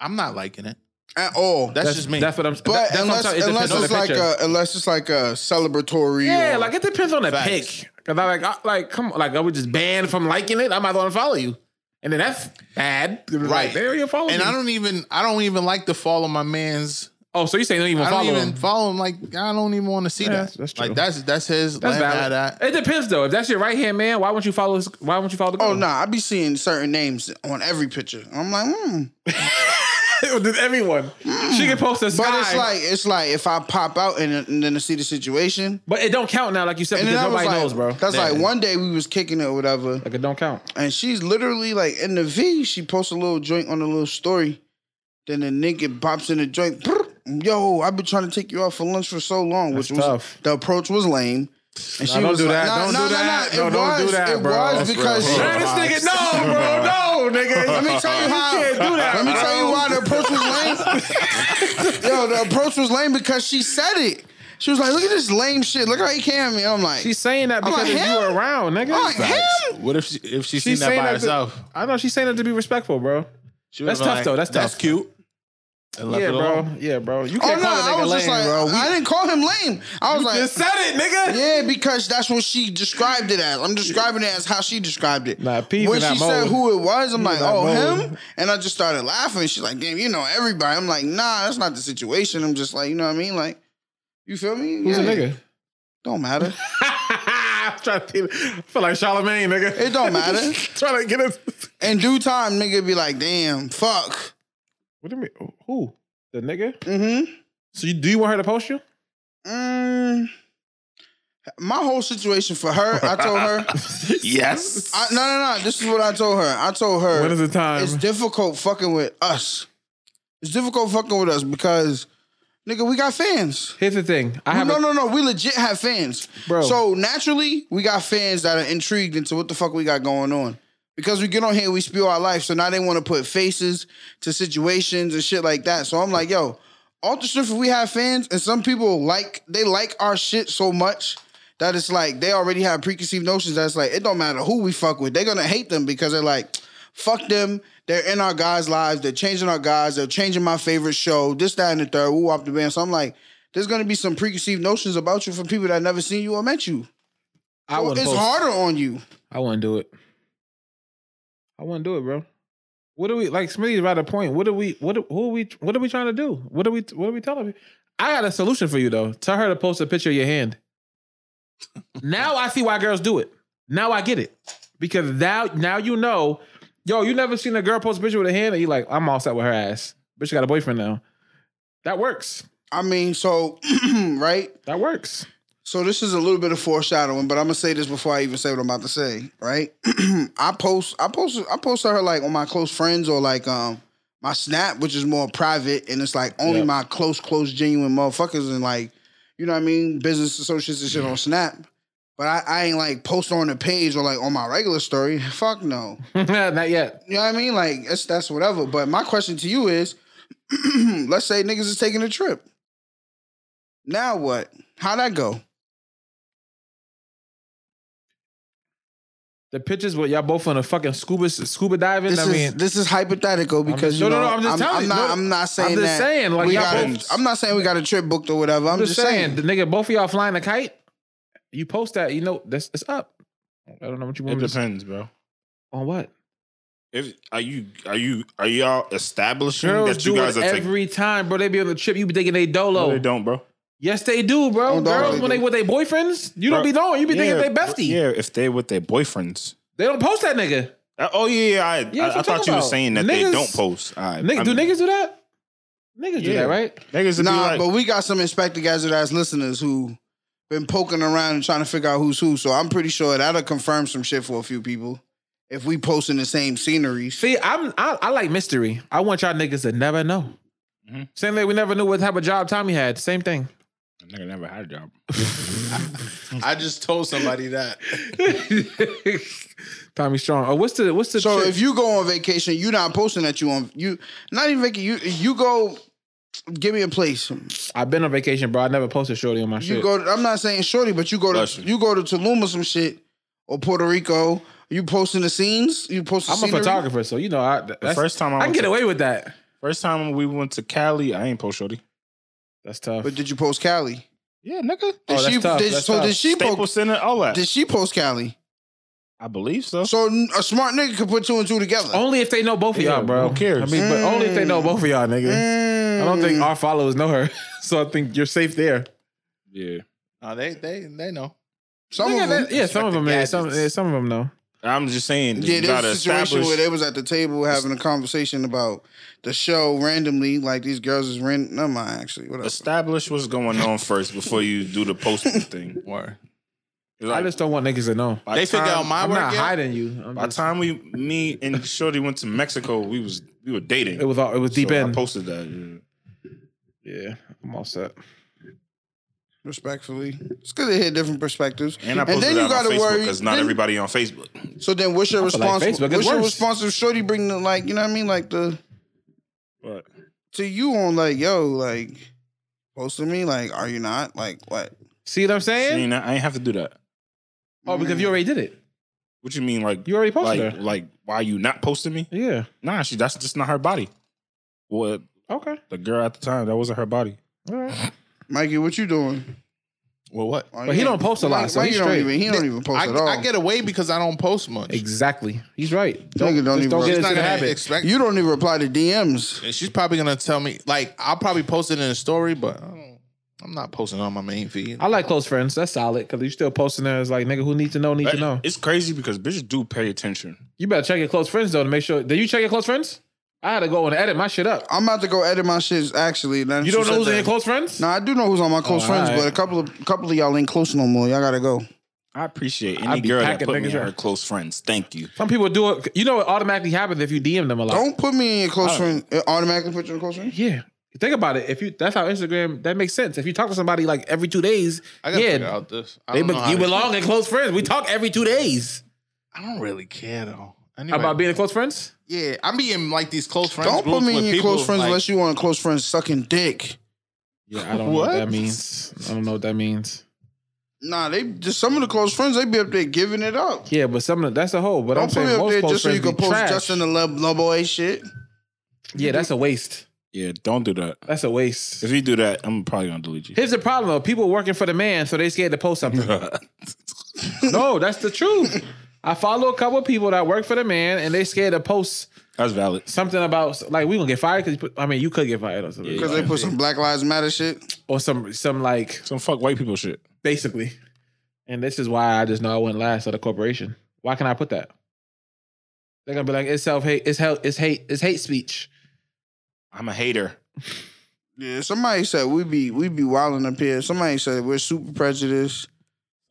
Speaker 4: I'm not liking it.
Speaker 1: at all.
Speaker 4: That's, just me.
Speaker 2: that's what I'm.
Speaker 1: but
Speaker 2: that- that's
Speaker 1: unless
Speaker 2: what I'm telling you. It
Speaker 1: unless
Speaker 2: depends on
Speaker 1: it's
Speaker 2: Uh, the
Speaker 1: like
Speaker 2: picture.
Speaker 1: a unless it's like a celebratory,
Speaker 2: Yeah,
Speaker 1: or-
Speaker 2: like it depends on the
Speaker 4: Facts.
Speaker 2: pick. Cause I like, I, like, come on, like I would just ban from liking it. I might want to follow you, and then that's bad. Like,
Speaker 4: Right.
Speaker 2: there you follow.
Speaker 4: and
Speaker 2: me.
Speaker 4: I don't even. I don't even like to follow my man's.
Speaker 2: Oh, so you saying don't even
Speaker 4: I
Speaker 2: follow
Speaker 4: don't even
Speaker 2: him?
Speaker 4: follow him. Like I don't even want to see
Speaker 2: Yeah,
Speaker 4: that.
Speaker 2: that's true.
Speaker 4: Like that's that's his.
Speaker 2: That's
Speaker 4: land
Speaker 2: valid.
Speaker 4: at that.
Speaker 2: It depends though. If that's your right hand man, why won't you follow? His, why won't you follow the girl?
Speaker 1: Oh no, I be seeing certain names on every picture. I'm like, hmm.
Speaker 2: (laughs) With everyone. She can post a
Speaker 1: But
Speaker 2: sky,
Speaker 1: it's like it's like if I pop out and, and then I see the situation,
Speaker 2: but it don't count now, like you said,
Speaker 1: and
Speaker 2: because
Speaker 1: then I was
Speaker 2: nobody
Speaker 1: like,
Speaker 2: knows, bro.
Speaker 1: that's
Speaker 4: Yeah.
Speaker 1: like one day we was kicking it or whatever,
Speaker 2: Like it don't
Speaker 1: (laughs)
Speaker 2: count.
Speaker 1: and she's literally like in the V. She posts a little joint on a little story, then the nigga bops in the joint. brr, Yo, I've been trying to take you out for lunch for so long,
Speaker 2: That's
Speaker 1: which was
Speaker 2: tough.
Speaker 1: the approach was lame. And
Speaker 2: Nah, don't do that.
Speaker 1: nah,
Speaker 2: Don't
Speaker 1: nah,
Speaker 2: do
Speaker 1: nah,
Speaker 2: that.
Speaker 1: nah,
Speaker 2: No,
Speaker 1: it
Speaker 2: don't
Speaker 1: was,
Speaker 2: do that,
Speaker 1: it
Speaker 2: bro.
Speaker 1: was
Speaker 2: That's
Speaker 1: because
Speaker 5: real.
Speaker 1: she-
Speaker 5: Nah, this
Speaker 2: nigga, no, (laughs) bro, no, nigga.
Speaker 1: Let me tell you how. Let me tell you why the approach was
Speaker 2: (laughs)
Speaker 1: lame. Yo, the approach was lame because she said it. She was like, "Look at this lame shit. Look how he came at me." I'm like,
Speaker 2: She's saying that
Speaker 1: I'm
Speaker 2: because
Speaker 1: like,
Speaker 2: if you
Speaker 1: hell.
Speaker 2: were around, nigga.
Speaker 1: I'm like, him?
Speaker 4: What if she if she
Speaker 2: She's
Speaker 4: seen that
Speaker 2: saying
Speaker 4: by
Speaker 2: that-
Speaker 4: herself?
Speaker 2: I know she's saying it to be respectful, bro.
Speaker 4: She
Speaker 2: That's
Speaker 4: would've been
Speaker 2: tough, though. That's tough.
Speaker 4: cute. And left
Speaker 2: Yeah,
Speaker 4: it
Speaker 2: bro.
Speaker 4: alone.
Speaker 2: Yeah, bro. You
Speaker 1: Oh
Speaker 2: can't
Speaker 1: no,
Speaker 2: call a
Speaker 1: I
Speaker 2: nigga
Speaker 1: was just
Speaker 2: lame,
Speaker 1: like,
Speaker 2: bro. We
Speaker 1: I didn't call him lame. I was like,
Speaker 2: just said it, nigga.
Speaker 1: yeah, because that's what she described it as. I'm describing it as how she described it.
Speaker 2: Nah, P's
Speaker 1: when
Speaker 2: in that
Speaker 1: she said
Speaker 2: mode.
Speaker 1: who it was, I'm like,
Speaker 2: in that
Speaker 1: oh,
Speaker 2: mode.
Speaker 1: him? And I just started laughing. She's like, damn, you know everybody. I'm like, nah, that's not the situation. I'm just like, you know what I mean? Like, you feel me?
Speaker 2: Who's a
Speaker 1: Yeah.
Speaker 2: nigga? (laughs)
Speaker 1: Don't matter.
Speaker 2: I'm trying to think. I feel like Charlemagne, nigga.
Speaker 1: It
Speaker 2: (laughs)
Speaker 1: don't matter.
Speaker 2: trying to get it.
Speaker 1: In due time, nigga be like, damn, fuck.
Speaker 2: What do you mean? Who? The nigga?
Speaker 1: Mm-hmm.
Speaker 2: So you, do you want her to post you?
Speaker 1: Mm. My whole situation for her, I told
Speaker 2: (laughs)
Speaker 1: her,
Speaker 5: yes.
Speaker 1: I, no, no, no. This is what I told her. I told her
Speaker 2: When is the time?
Speaker 1: it's difficult fucking with us. It's difficult fucking with us because, nigga, we got fans.
Speaker 2: Here's the thing. I have
Speaker 1: no,
Speaker 2: a,
Speaker 1: no, no. We legit have fans,
Speaker 2: Bro.
Speaker 1: So naturally, we got fans that are intrigued into what the fuck we got going on. Because we get on here, we spew our life. So now they want to put faces to situations and shit like that. So I'm like, yo, Alter Swift, we have fans, and some people like they like our shit so much that it's like they already have preconceived notions. That's like it don't matter who we fuck with, they're gonna hate them because they're like, fuck them. They're in our guys' lives. They're changing our guys. They're changing my favorite show. This, that, and the third. Woo off the band. So I'm like, there's gonna be some preconceived notions about you from people that never seen you or met you.
Speaker 2: I
Speaker 1: So
Speaker 2: wouldn't
Speaker 1: it's
Speaker 2: post-
Speaker 1: harder on you.
Speaker 2: I wouldn't do it. I wouldn't do it, bro. What do we like? Smitty's right a point. What do we? What do, who are we? What are we trying to do? What are we? What are we telling you? I got a solution for you though. Tell her to post a picture of your hand. now I see why girls do it. Now I get it because now now you know. Yo, you never seen a girl post a picture with a hand and you like, I'm all set with her ass. But she got a boyfriend now. That works.
Speaker 1: I mean, so (clears throat) right.
Speaker 2: That works. (laughs)
Speaker 1: So this is a little bit of foreshadowing, but I'm gonna say this before I even say what I'm about to say. Right? (clears throat) I post, I post, I post her like on my close friends or like um my snap, which is more private, and it's like only
Speaker 2: Yep.
Speaker 1: my close, close, genuine motherfuckers and like you know what I mean, business associates and shit on snap. But I, I ain't like post on the page or like on my regular story. Fuck no.
Speaker 2: Not yet.
Speaker 1: You know what I mean? Like that's that's whatever. But my question to you is, (clears throat) let's say niggas is taking a trip. Now what? How'd that go?
Speaker 2: The pictures with y'all both on a fucking scuba scuba diving.
Speaker 1: This
Speaker 2: I
Speaker 1: is
Speaker 2: mean,
Speaker 1: this is hypothetical because
Speaker 2: no,
Speaker 1: you
Speaker 2: no,
Speaker 1: know,
Speaker 2: no, I'm just telling you.
Speaker 1: not
Speaker 2: No,
Speaker 1: I'm not saying
Speaker 2: just
Speaker 1: that
Speaker 2: saying, like,
Speaker 1: we
Speaker 2: y'all
Speaker 1: got
Speaker 2: both-
Speaker 1: a, I'm not saying we got a trip booked or whatever. I'm,
Speaker 2: I'm just saying, the nigga, both of y'all flying a kite. You post that, you know, that's it's up. I don't know what you
Speaker 5: It
Speaker 2: want me to say.
Speaker 5: depends, bro.
Speaker 2: on what.
Speaker 5: If are you are you are y'all establishing
Speaker 2: Girls
Speaker 5: that
Speaker 2: do
Speaker 5: you guys
Speaker 2: it
Speaker 5: are taking?
Speaker 2: every time, bro. They be on the trip. You be thinking they dolo.
Speaker 5: No, they don't, bro.
Speaker 2: Yes, they do, bro.
Speaker 1: Don't dolo,
Speaker 2: Girls
Speaker 1: they
Speaker 2: when
Speaker 1: do.
Speaker 2: they with their boyfriends, you don't
Speaker 5: Bro,
Speaker 2: be knowing. You be
Speaker 5: yeah,
Speaker 2: thinking they
Speaker 5: bro,
Speaker 2: bestie.
Speaker 5: Yeah, if they with their boyfriends.
Speaker 2: They don't post that nigga.
Speaker 5: Uh, Oh yeah, yeah. I,
Speaker 2: Yeah, that's
Speaker 5: I, I
Speaker 2: what I'm
Speaker 5: thought you were
Speaker 2: talking
Speaker 5: saying that
Speaker 2: about.
Speaker 5: they
Speaker 2: Niggas-
Speaker 5: don't post. All right,
Speaker 2: Nigga,
Speaker 5: I
Speaker 2: do
Speaker 5: mean,
Speaker 2: niggas do that? Niggas do
Speaker 5: Yeah.
Speaker 2: that, right?
Speaker 5: Niggas would
Speaker 1: Nah,
Speaker 5: be like,
Speaker 1: but we got some inspector gadget ass listeners who been poking around and trying to figure out who's who. So I'm pretty sure that'll confirm some shit for a few people. If we posting the same sceneries.
Speaker 2: See, I'm I, I like mystery. I want y'all niggas to never know.
Speaker 5: Mhm.
Speaker 2: Same way we never knew what type of job Tommy had. Same thing. (laughs)
Speaker 5: nigga never had a job.
Speaker 4: I just told somebody that.
Speaker 2: Tommy Strong. Oh, what's the what's the
Speaker 1: So
Speaker 2: chick-
Speaker 1: if you go on vacation, you not posting that you on you not even vacation. You you go. Give me a place.
Speaker 2: I've been on vacation, bro. I never posted shorty on my
Speaker 1: You
Speaker 2: shit.
Speaker 1: go. I'm not saying shorty, but you go
Speaker 5: Bless
Speaker 1: to
Speaker 5: you.
Speaker 1: you go to Tulum or some shit or Puerto Rico. You posting the scenes. You posting.
Speaker 2: I'm a
Speaker 1: scenery?
Speaker 2: photographer, so you know I. That's,
Speaker 5: The first time I,
Speaker 2: I can
Speaker 5: went
Speaker 2: get
Speaker 5: to,
Speaker 2: away with that.
Speaker 5: First time we went to Cali, I ain't post shorty.
Speaker 2: That's tough.
Speaker 1: But did you post Cali?
Speaker 5: Yeah, nigga.
Speaker 1: Did
Speaker 2: Oh, that's
Speaker 1: she?
Speaker 2: tough,
Speaker 1: Did,
Speaker 2: that's
Speaker 1: so
Speaker 2: tough.
Speaker 1: did she
Speaker 5: Staples
Speaker 1: post?
Speaker 5: Center, all that.
Speaker 1: Did she post Cali?
Speaker 5: I believe so.
Speaker 1: So n- a smart nigga could put two and two together.
Speaker 2: only if they know both of
Speaker 5: Yeah,
Speaker 2: y'all, bro.
Speaker 5: who cares?
Speaker 2: I mean, but only if they
Speaker 1: Mm.
Speaker 2: know both of y'all, nigga. I don't think our followers know her, (laughs) so I think you're safe there.
Speaker 5: yeah.
Speaker 4: No, they they they know.
Speaker 1: some
Speaker 2: yeah,
Speaker 1: of them.
Speaker 2: that- yeah, some of them, yeah, some,
Speaker 4: Gadgets.
Speaker 2: yeah, some of them know.
Speaker 5: I'm just saying.
Speaker 1: Yeah,
Speaker 5: you
Speaker 1: there
Speaker 5: gotta
Speaker 1: was a situation
Speaker 5: establish.
Speaker 1: where they was at the table having a conversation about the show randomly. Like these girls is random. Never mind, actually. Whatever.
Speaker 5: establish what's going on first before you do the
Speaker 2: (laughs)
Speaker 5: posting thing.
Speaker 4: Word.
Speaker 2: I just don't want niggas to know.
Speaker 5: by
Speaker 4: They
Speaker 5: time,
Speaker 4: figure out my
Speaker 2: I'm
Speaker 4: work.
Speaker 2: not
Speaker 4: yet?
Speaker 2: hiding you. I'm
Speaker 5: By the
Speaker 2: just-
Speaker 5: time we, me and Shorty went to Mexico, we was we were dating.
Speaker 2: it was all, it was deep
Speaker 5: So I
Speaker 2: in.
Speaker 5: posted that. yeah.
Speaker 2: yeah, I'm all set.
Speaker 1: Respectfully, it's good to hear different perspectives.
Speaker 5: And I posted
Speaker 1: then
Speaker 5: that
Speaker 1: you
Speaker 5: on
Speaker 1: gotta
Speaker 5: Facebook
Speaker 1: worry-
Speaker 5: because not
Speaker 1: then-
Speaker 5: everybody on Facebook.
Speaker 1: So then, what's your
Speaker 2: I feel like
Speaker 1: response?
Speaker 2: Facebook is
Speaker 1: what's your
Speaker 2: worse.
Speaker 1: response if Shorty bring the like? You know what I mean? Like the
Speaker 5: But
Speaker 1: to you on like yo like posting me like are you not like what?
Speaker 2: See what I'm
Speaker 5: See,
Speaker 2: saying?
Speaker 5: now, I ain't have to do that.
Speaker 2: Oh, because you already did it.
Speaker 5: What you mean, like
Speaker 2: You already posted
Speaker 5: like
Speaker 2: her.
Speaker 5: like why you not posting me?
Speaker 2: Yeah.
Speaker 5: Nah, she that's just not her body. Well,
Speaker 2: Okay.
Speaker 5: the girl at the time that wasn't her body.
Speaker 2: All right.
Speaker 1: Mikey, what you doing?
Speaker 4: Well, what?
Speaker 1: Oh,
Speaker 2: But he don't post a lot, so
Speaker 1: Mikey
Speaker 2: he's
Speaker 1: don't
Speaker 2: straight.
Speaker 1: even he don't even post
Speaker 4: I,
Speaker 1: at all.
Speaker 4: I get away because I don't post much.
Speaker 2: Exactly. He's right.
Speaker 1: Nigga don't
Speaker 2: just
Speaker 1: even
Speaker 2: don't
Speaker 1: worry.
Speaker 2: get
Speaker 1: He's
Speaker 4: She's
Speaker 2: into
Speaker 4: not
Speaker 2: the
Speaker 4: gonna
Speaker 2: habit.
Speaker 4: expect.
Speaker 1: you don't even reply to DMs.
Speaker 4: and she's probably gonna tell me like I'll probably post it in a story, but I don't, I'm not posting on my main feed.
Speaker 2: I like close friends. That's solid because you still posting there. It's like nigga who needs to know needs to know.
Speaker 5: It's crazy because bitches do pay attention.
Speaker 2: You better check your close friends though to make sure. Did you check your close friends? I had to go and edit my shit up.
Speaker 1: I'm about to go edit my shits actually. now that
Speaker 2: You don't
Speaker 1: said
Speaker 2: know who's in
Speaker 1: that.
Speaker 2: your close friends?
Speaker 1: No, I do know who's on my close
Speaker 2: Oh,
Speaker 1: friends,
Speaker 2: alright.
Speaker 1: but a couple of couple of y'all ain't close no more. Y'all gotta go.
Speaker 5: I appreciate
Speaker 2: I
Speaker 5: any
Speaker 2: be
Speaker 5: girl that
Speaker 2: packing
Speaker 5: put me
Speaker 2: niggas
Speaker 5: in her
Speaker 2: up.
Speaker 5: close friends. Thank you.
Speaker 2: Some people do it. You know it automatically happens if you DM them a lot.
Speaker 1: Don't put me in your close
Speaker 5: I
Speaker 1: friend. It automatically put you in close friend.
Speaker 2: Yeah. Think about it. If you that's how Instagram that makes sense. If you talk to somebody like every two days,
Speaker 4: I gotta figure
Speaker 2: yeah,
Speaker 4: out this. I
Speaker 2: they
Speaker 4: don't
Speaker 2: be,
Speaker 4: know how
Speaker 2: you
Speaker 4: to-
Speaker 2: belong in close friends. We talk every two days.
Speaker 4: I don't really care though. Anyway,
Speaker 2: About being
Speaker 1: (laughs)
Speaker 2: close friends?
Speaker 4: yeah, I'm being like these close friends.
Speaker 1: Don't put
Speaker 4: groups
Speaker 1: me in
Speaker 4: with
Speaker 1: your
Speaker 4: people,
Speaker 1: close friends
Speaker 4: like,
Speaker 1: unless you want close friends sucking dick.
Speaker 2: Yeah, I don't know what that means. I don't know what that means.
Speaker 1: Nah, they just some of the close friends they be up there giving it up.
Speaker 2: Yeah, but some of the, that's a whole. But I'm
Speaker 1: Don't put me
Speaker 2: saying
Speaker 1: up
Speaker 2: most
Speaker 1: there
Speaker 2: close
Speaker 1: just so you
Speaker 2: friends
Speaker 1: can
Speaker 2: be
Speaker 1: post
Speaker 2: trash.
Speaker 1: Justin the Love Boy shit.
Speaker 2: yeah, that's a waste.
Speaker 5: Yeah, don't do that.
Speaker 2: That's a waste.
Speaker 5: If you do that, I'm probably gonna delete you.
Speaker 2: Here's the problem though: people working for the man, so they scared to post (laughs) something. no, that's the truth. I follow a couple of people that work for the man, and they scared to post
Speaker 5: That's valid.
Speaker 2: something about like we gonna get fired because I mean you could get fired or something
Speaker 1: Because they put some Black Lives Matter shit.
Speaker 2: or some some like
Speaker 5: Some fuck white people shit.
Speaker 2: basically. And this is why I just know I wouldn't last at a corporation. Why can I put that? They're gonna be like it's self hate, it's hell, it's hate, it's hate speech.
Speaker 5: I'm a hater.
Speaker 1: Yeah, somebody said we be we be wilding up here. Somebody said we're super prejudiced.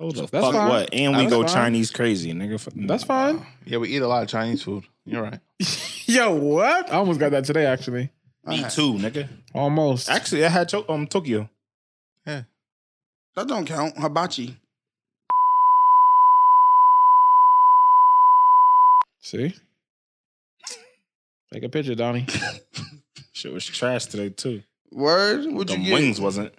Speaker 5: Oh, the
Speaker 2: That's
Speaker 5: fuck
Speaker 2: fine.
Speaker 5: what? And we
Speaker 2: That's
Speaker 5: go
Speaker 2: fine.
Speaker 5: Chinese crazy, nigga. Fuck-
Speaker 2: That's fine.
Speaker 4: Yeah, we eat a lot of Chinese food. You're right.
Speaker 2: Yo, what? I almost got that today actually.
Speaker 5: Me too, nigga.
Speaker 2: Almost.
Speaker 5: Actually, I had to- um Tokyo.
Speaker 1: That don't count. Hibachi.
Speaker 2: See? Take a picture, Donnie.
Speaker 5: Shit was trash today too.
Speaker 1: Word? What'd
Speaker 5: The
Speaker 1: you get?
Speaker 5: wings wasn't.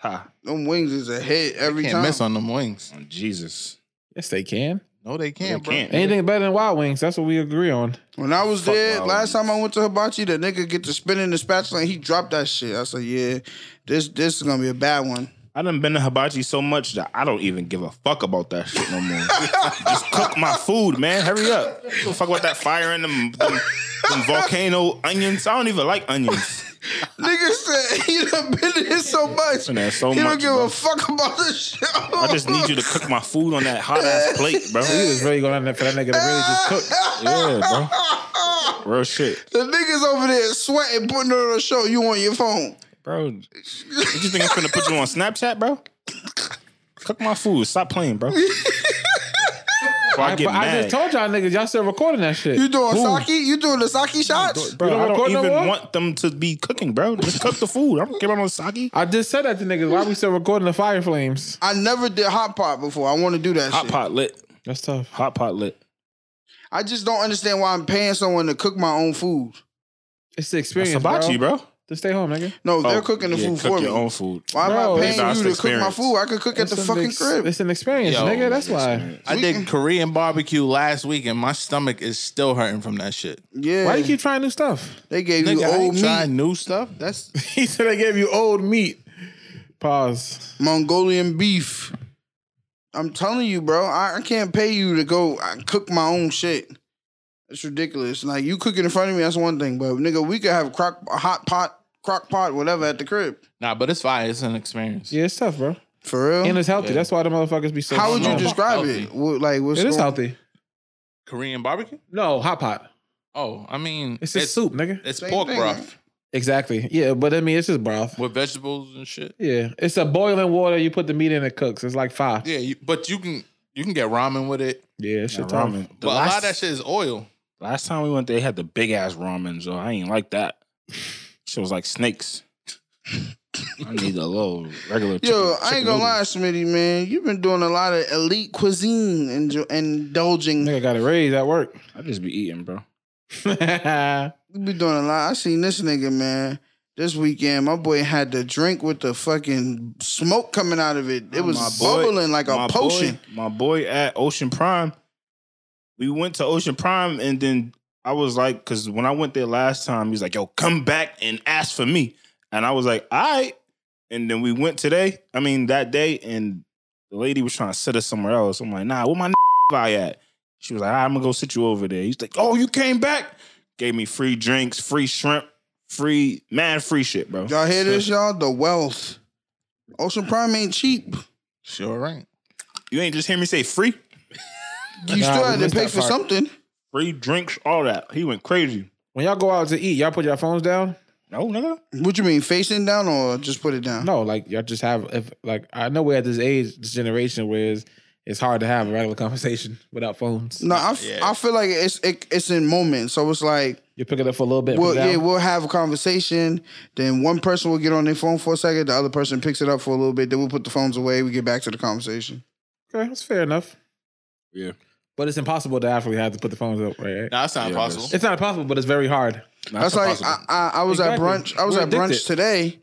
Speaker 5: Ha.
Speaker 1: Them wings is a hit every
Speaker 4: Can't
Speaker 1: time.
Speaker 4: miss on them wings.
Speaker 5: Oh, Jesus.
Speaker 2: Yes, they can.
Speaker 4: No, they can't.
Speaker 5: They
Speaker 4: bro.
Speaker 5: can't.
Speaker 2: Anything better than Wild Wings, that's what we agree on.
Speaker 1: When I was
Speaker 5: Fuck
Speaker 1: there
Speaker 5: Wild
Speaker 1: last
Speaker 5: Wings.
Speaker 1: time I went to Hibachi, the nigga get to spinning the spatula and he dropped that shit. I said, yeah, this this is gonna be a bad one.
Speaker 5: I done been to hibachi so much that I don't even give a fuck about that shit
Speaker 1: (laughs)
Speaker 5: no more. Just cook my food, man. Hurry up. Don't fuck about that fire and them, them, them volcano onions. I don't even like onions.
Speaker 1: nigga said he done been in here so much.
Speaker 5: Been there so
Speaker 1: he don't
Speaker 5: much,
Speaker 1: give
Speaker 5: bro.
Speaker 1: a fuck about this shit.
Speaker 5: I just need you to cook my food on that hot ass plate, bro.
Speaker 2: He was really going on there for that nigga to really (laughs) just cook.
Speaker 5: Yeah, bro. Real shit,
Speaker 1: The niggas over there sweating, putting on a show. You on your phone?
Speaker 5: bro. What you think I'm finna put you on Snapchat, bro? Cook my food. Stop
Speaker 1: (laughs)
Speaker 5: playing, bro. Before I get
Speaker 2: But I
Speaker 5: mad,
Speaker 2: just told y'all niggas, y'all still recording that shit.
Speaker 1: You doing
Speaker 5: Who?
Speaker 1: sake? You doing the sake shots?
Speaker 5: bro.
Speaker 2: you don't
Speaker 5: I don't
Speaker 2: record no
Speaker 5: even
Speaker 2: more?
Speaker 5: want them to be cooking, bro. Just cook the food. I don't care about no sake.
Speaker 2: I just said that to niggas. Why we still recording the fire flames?
Speaker 1: I never did hot pot before. I want to do that
Speaker 5: Hot
Speaker 1: shit.
Speaker 5: pot lit.
Speaker 2: That's tough.
Speaker 5: Hot pot lit.
Speaker 1: I just don't understand why I'm paying someone to cook my own food.
Speaker 2: It's the experience,
Speaker 5: That's hibachi,
Speaker 2: bro.
Speaker 5: bro.
Speaker 2: Just stay home, nigga.
Speaker 1: No,
Speaker 5: Oh,
Speaker 1: they're cooking the
Speaker 5: yeah,
Speaker 1: food
Speaker 5: cook
Speaker 1: for me.
Speaker 5: your own food.
Speaker 1: Why
Speaker 2: Bro,
Speaker 1: am I
Speaker 2: it's
Speaker 1: paying
Speaker 5: not
Speaker 1: you to
Speaker 5: the
Speaker 1: cook my
Speaker 5: experience.
Speaker 1: food? I could cook at
Speaker 2: It's
Speaker 1: the
Speaker 2: an
Speaker 1: fucking
Speaker 2: ex-
Speaker 1: crib.
Speaker 2: It's an experience,
Speaker 4: Yo.
Speaker 2: nigga. That's why.
Speaker 5: Experience.
Speaker 4: I did Korean barbecue last week, and my stomach is still hurting from that shit.
Speaker 1: Yeah.
Speaker 2: Why do you keep trying new stuff?
Speaker 1: they gave you
Speaker 4: Nigga, I
Speaker 1: old
Speaker 4: ain't
Speaker 1: meat,
Speaker 4: trying new stuff. That's
Speaker 2: (laughs) he said they gave you old meat. Pause.
Speaker 1: Mongolian beef. I'm telling you, bro. I, I can't pay you to go I cook my own shit. It's ridiculous. Like you cooking in front of me, that's one thing. But nigga, we could have crock a hot pot, crock pot, whatever at the crib.
Speaker 4: nah, but it's fine. It's an experience.
Speaker 2: Yeah, it's tough, bro.
Speaker 1: For real.
Speaker 2: And it's healthy. That's why the motherfuckers be so.
Speaker 1: How would you
Speaker 2: small.
Speaker 4: No,
Speaker 1: describe
Speaker 4: healthy.
Speaker 1: it? What, like what's
Speaker 2: It is
Speaker 1: going-
Speaker 2: healthy.
Speaker 4: Korean barbecue?
Speaker 2: No, hot pot.
Speaker 4: Oh, I mean,
Speaker 2: It's just soup, nigga.
Speaker 4: It's
Speaker 1: Same
Speaker 4: pork
Speaker 1: thing,
Speaker 4: broth
Speaker 2: Exactly. Yeah, but I mean, it's just broth.
Speaker 4: with vegetables and shit.
Speaker 2: Yeah, it's a boiling water. You put the meat in, it cooks. It's like five.
Speaker 4: Yeah, you, but you can you can get ramen with it.
Speaker 2: Yeah, it's shit.
Speaker 5: That
Speaker 2: tough.
Speaker 5: ramen. The
Speaker 4: But a lot
Speaker 5: last-
Speaker 4: of that shit is oil.
Speaker 5: Last time we went, they had the big ass ramen, so I ain't like that. Shit was like snakes. I need a little regular. Chicken,
Speaker 1: Yo, I
Speaker 5: chicken
Speaker 1: ain't gonna
Speaker 5: noodle.
Speaker 1: lie, Smitty, man. You've been doing a lot of elite cuisine and indulging.
Speaker 2: Nigga got a raise at work.
Speaker 5: I just be eating,
Speaker 2: (laughs)
Speaker 5: bro.
Speaker 2: That's
Speaker 1: You be doing a lot. I seen this nigga, man. This weekend, my boy had the drink with the fucking smoke coming out of it. It was
Speaker 5: My boy-
Speaker 1: bubbling like a
Speaker 5: my
Speaker 1: potion.
Speaker 5: Boy, my boy at Ocean Prime. We went to Ocean Prime, and then I was like, because when I went there last time, he's like, "Yo, come back and ask for me," and I was like, "All right." And then we went today. I mean that day, and the lady was trying to sit us somewhere else. I'm like, "Nah, where my (laughs) I at?" She was like, "All right, "I'm gonna go sit you over there." He's like, "Oh, you came back." Gave me free drinks, free shrimp, free man, free shit, bro.
Speaker 1: Y'all hear
Speaker 5: (laughs)
Speaker 1: this, y'all? The wealth. Ocean Prime ain't cheap.
Speaker 4: Sure, right.
Speaker 5: You ain't just hear me say free,
Speaker 1: You still
Speaker 2: Nah, we
Speaker 1: had to
Speaker 2: missed
Speaker 1: pay
Speaker 2: that
Speaker 1: for
Speaker 2: part.
Speaker 1: something.
Speaker 5: free drinks, all that. He went crazy.
Speaker 2: when y'all go out to eat, y'all put your phones down.
Speaker 5: No, nigga.
Speaker 1: What you mean, facing down or just put it down?
Speaker 2: No, like y'all just have if like I know we're at this age, this generation where it's, it's hard to have a regular conversation (laughs) without phones.
Speaker 1: No, I, f- I feel like it's it, it's in moments. So it's like,
Speaker 2: You pick it up for a little bit.
Speaker 1: well,
Speaker 2: Well,
Speaker 1: yeah, we'll have a conversation. Then one person will get on their phone for a second. The other person picks it up for a little bit. Then we'll put the phones away. We get back to the conversation.
Speaker 2: okay, that's fair enough.
Speaker 5: Yeah.
Speaker 2: But it's impossible to actually have to put the phones up, right?
Speaker 4: No, that's not
Speaker 5: Yeah,
Speaker 4: possible.
Speaker 2: It's not impossible, but it's very hard.
Speaker 3: That's, like I, I, I was
Speaker 2: Exactly.
Speaker 3: at brunch. I was
Speaker 2: We're
Speaker 3: at brunch
Speaker 2: addicted.
Speaker 3: today,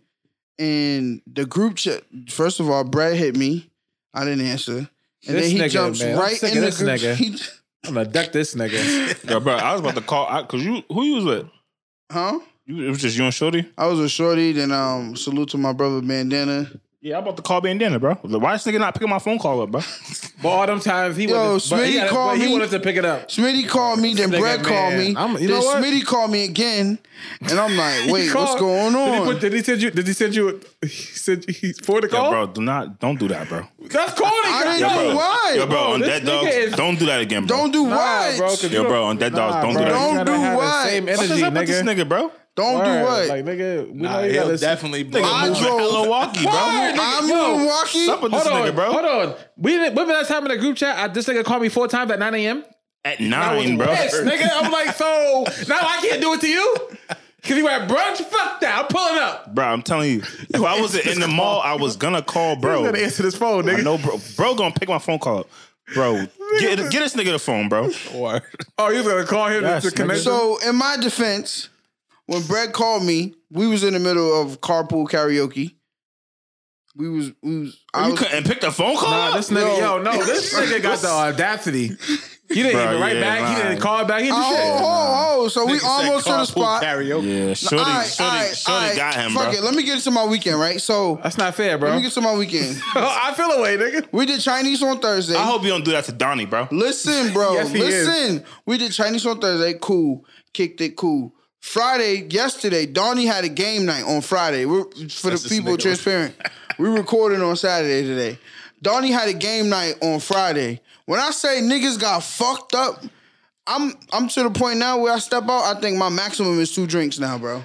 Speaker 3: and the group chat. First of all, Brad hit me. I didn't answer, and
Speaker 2: This
Speaker 3: then he
Speaker 2: nigga,
Speaker 3: jumps
Speaker 2: man. I'm
Speaker 3: right
Speaker 2: sick
Speaker 3: in the
Speaker 2: of
Speaker 3: group.
Speaker 2: this nigga.
Speaker 3: He,
Speaker 2: I'm gonna duck this nigga.
Speaker 5: Yo, bro, I was about to call I, cause you who you was with?
Speaker 3: (laughs) huh?
Speaker 5: You, it was just you and Shorty.
Speaker 3: I was with Shorty. Then um, salute to my brother Bandana.
Speaker 5: Yeah, I'm about to call Bandana, bro. Like, Why this nigga not picking my phone call (laughs) up, bro?
Speaker 2: but all them times he
Speaker 3: Yo,
Speaker 2: wanted, but
Speaker 3: Smitty
Speaker 2: he, had-
Speaker 3: called
Speaker 2: but he
Speaker 3: me.
Speaker 2: wanted to pick it up.
Speaker 3: Smitty called me. Then
Speaker 2: This nigga,
Speaker 3: Brad called
Speaker 2: man.
Speaker 3: me.
Speaker 2: I'm- you
Speaker 3: then
Speaker 2: know what?
Speaker 3: Smitty called me again, and I'm like,
Speaker 2: (laughs) He
Speaker 3: wait, what's
Speaker 2: called-
Speaker 3: going
Speaker 2: Did
Speaker 3: on?
Speaker 2: he, put, did he send you? Did he send you? a- He sent you he- for the
Speaker 5: Yeah,
Speaker 2: call.
Speaker 5: bro, do not don't do that, bro.
Speaker 2: That's calling.
Speaker 3: I didn't know
Speaker 5: bro.
Speaker 3: why.
Speaker 5: Yo, bro,
Speaker 2: Bro,
Speaker 5: on
Speaker 2: this
Speaker 5: dead
Speaker 2: nigga
Speaker 5: dogs,
Speaker 2: is-
Speaker 5: don't do that again, bro.
Speaker 3: Don't do
Speaker 2: Nah,
Speaker 3: what?
Speaker 2: bro, 'cause
Speaker 5: Yo,
Speaker 2: you
Speaker 5: bro, on dead dogs, don't do that.
Speaker 2: you
Speaker 3: Don't
Speaker 2: gotta
Speaker 3: do
Speaker 2: have the
Speaker 3: what?
Speaker 2: Same
Speaker 5: What's
Speaker 2: energy,
Speaker 5: up with this
Speaker 2: nigga.
Speaker 5: nigga, bro?
Speaker 3: Don't do
Speaker 2: Word.
Speaker 3: what?
Speaker 2: Like, nigga, we
Speaker 4: Nah,
Speaker 2: know you
Speaker 4: he'll
Speaker 2: gotta.
Speaker 4: definitely blow.
Speaker 5: Nigga,
Speaker 3: I
Speaker 5: moving
Speaker 3: drove-
Speaker 5: Milwaukee, bro.
Speaker 2: Word.
Speaker 3: I'm
Speaker 2: Yo,
Speaker 3: Milwaukee.
Speaker 5: What's up with this
Speaker 2: Hold on,
Speaker 5: nigga, bro?
Speaker 2: hold on. We didn't. Remember that time in the group chat? I, this nigga called me four times at nine a.m.
Speaker 5: At
Speaker 2: I was
Speaker 5: nine, bro.
Speaker 2: pissed, nigga. I'm like, so now I can't do it to you because you were at brunch. Fuck that. I'm pulling up.
Speaker 5: Bro, I'm telling you, if I wasn't in the mall, I was gonna call,
Speaker 2: He's
Speaker 5: bro.
Speaker 2: gonna answer this phone,
Speaker 5: I
Speaker 2: nigga.
Speaker 5: know, bro. Bro, gonna pick my phone call, up. bro. Get get this nigga the phone, bro.
Speaker 2: Oh, you was gonna call him
Speaker 5: Yes,
Speaker 2: to
Speaker 5: nigga.
Speaker 2: connect.
Speaker 3: So, in my defense, when Brett called me, we was in the middle of carpool karaoke. We was, we was, I
Speaker 5: You
Speaker 3: was
Speaker 5: couldn't pick the phone call.
Speaker 2: Nah,
Speaker 5: up?
Speaker 2: this nigga,
Speaker 3: Yo.
Speaker 2: yo,
Speaker 3: (laughs)
Speaker 2: no, this nigga got the audacity. He didn't
Speaker 5: Bro,
Speaker 2: even write
Speaker 5: yeah,
Speaker 2: back. He
Speaker 5: nah.
Speaker 2: didn't call back. He didn't do shit.
Speaker 3: oh, oh, oh, so we
Speaker 4: Nigga said
Speaker 3: almost to the
Speaker 4: carpool
Speaker 3: spot.
Speaker 4: Karaoke.
Speaker 5: yeah, Shorty,
Speaker 3: All right,
Speaker 5: Shorty,
Speaker 3: all right,
Speaker 5: Shorty
Speaker 3: all right.
Speaker 5: got him,
Speaker 3: Fuck
Speaker 5: bro.
Speaker 3: it. Let me get into my weekend, right? So,
Speaker 2: That's not fair,
Speaker 3: let
Speaker 2: bro.
Speaker 3: me get to my weekend.
Speaker 2: (laughs) I feel away, nigga.
Speaker 3: we did Chinese on Thursday.
Speaker 5: I hope you don't do that to Donnie, bro.
Speaker 3: Listen, bro.
Speaker 2: Yes, he is.
Speaker 3: listen. We did Chinese on Thursday. Cool. Kicked it. Cool. Friday, yesterday, Donnie had a game night on Friday. We're, for
Speaker 4: That's
Speaker 3: the
Speaker 4: this
Speaker 3: people
Speaker 4: nigga. (laughs)
Speaker 3: transparent, we recorded on Saturday today. Donnie had a game night on Friday. When I say niggas got fucked up, I'm I'm to the point now where I step out. I think my maximum is two drinks now, bro.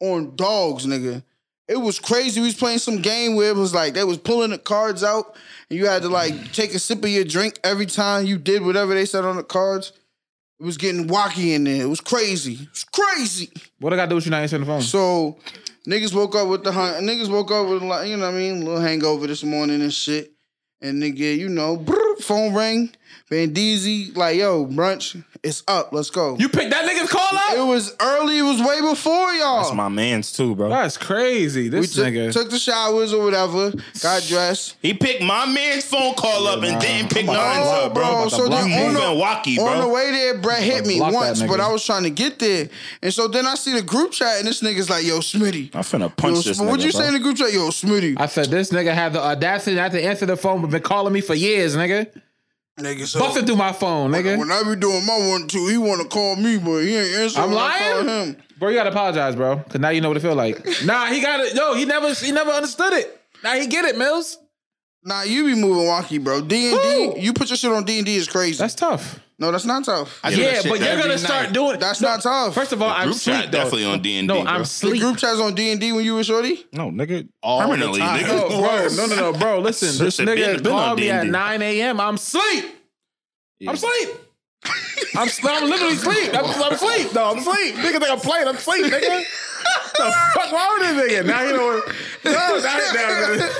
Speaker 3: On dogs, nigga. It was crazy. We was playing some game where it was like they was pulling the cards out, and you had to like take a sip of your drink every time you did whatever they said on the cards. It was getting wacky in there. It was crazy. It was crazy.
Speaker 2: What I gotta do with you not answering the phone?
Speaker 3: So niggas woke up with the hunt. Niggas woke up with like you know what I mean, little hangover this morning and shit. And nigga, you know, brrr, phone ring, Bandeezy, like yo, brunch, it's up, let's go.
Speaker 2: you picked that nigga's call
Speaker 3: it
Speaker 2: up?
Speaker 3: was early. It was way before y'all.
Speaker 5: That's my man's too, bro.
Speaker 2: That's crazy.
Speaker 3: we
Speaker 2: This
Speaker 3: took,
Speaker 2: nigga.
Speaker 3: took the showers or whatever, got dressed.
Speaker 5: He picked my man's phone call up and didn't pick
Speaker 2: I'm
Speaker 5: nothing
Speaker 2: about-
Speaker 5: up, bro.
Speaker 2: I'm about to
Speaker 3: So
Speaker 2: block
Speaker 3: then
Speaker 5: you
Speaker 2: him.
Speaker 3: on
Speaker 5: moving
Speaker 3: the-
Speaker 5: wacky,
Speaker 3: On the
Speaker 5: bro.
Speaker 3: way there, Brett hit me
Speaker 2: Block that
Speaker 3: once,
Speaker 2: nigga.
Speaker 3: but I was trying to get there. And so then I see the group chat, and this nigga's like, yo, Smitty.
Speaker 5: I'm finna
Speaker 3: Yo,
Speaker 5: punch this
Speaker 3: Sm-
Speaker 5: nigga,
Speaker 3: what'd you
Speaker 5: bro.
Speaker 3: say in the group chat? Yo, Smitty.
Speaker 2: I said this nigga had the audacity not to answer the phone, but been calling me for years, nigga.
Speaker 3: nigga, so-
Speaker 2: Busted through my phone, nigga.
Speaker 3: When I be doing my one two, he want to call me, but he ain't answering.
Speaker 2: I'm
Speaker 3: when
Speaker 2: lying?
Speaker 3: I call him.
Speaker 2: Bro, you gotta apologize, bro. Cause now you know what it
Speaker 3: (laughs)
Speaker 2: feel like. Nah, he got it. No, he never he never understood it. Now he get it, Mills.
Speaker 3: Nah, you be moving wonky, bro. D and
Speaker 2: Who?
Speaker 3: D, you put your shit on D and D is crazy.
Speaker 2: That's tough.
Speaker 3: no, that's not tough.
Speaker 4: I do that
Speaker 2: Yeah,
Speaker 4: shit
Speaker 2: but you're
Speaker 4: every
Speaker 2: gonna
Speaker 4: night.
Speaker 2: start doing
Speaker 3: that's
Speaker 2: No,
Speaker 3: not tough.
Speaker 2: First of all, I'm
Speaker 5: Group
Speaker 2: sleep
Speaker 5: chat
Speaker 2: though.
Speaker 5: definitely on D and D,
Speaker 2: No,
Speaker 5: bro.
Speaker 2: I'm
Speaker 3: the
Speaker 2: sleep.
Speaker 3: group chats on D and D when you were shorty.
Speaker 5: No, nigga,
Speaker 4: All the
Speaker 5: permanently,
Speaker 4: time.
Speaker 5: nigga. (laughs)
Speaker 2: No, bro, no, no, no, bro. Listen, this
Speaker 5: Listen, been-
Speaker 2: nigga
Speaker 5: been on
Speaker 2: called me at
Speaker 5: D&D.
Speaker 2: 9 a.m. I'm sleep.
Speaker 5: Yeah.
Speaker 2: I'm sleep. I'm, sl- I'm literally sleep. I'm, I'm sleep. No, I'm sleep. Nigga think I'm playing. I'm sleep, nigga. the fuck wrong with this nigga? Now you know what? No, now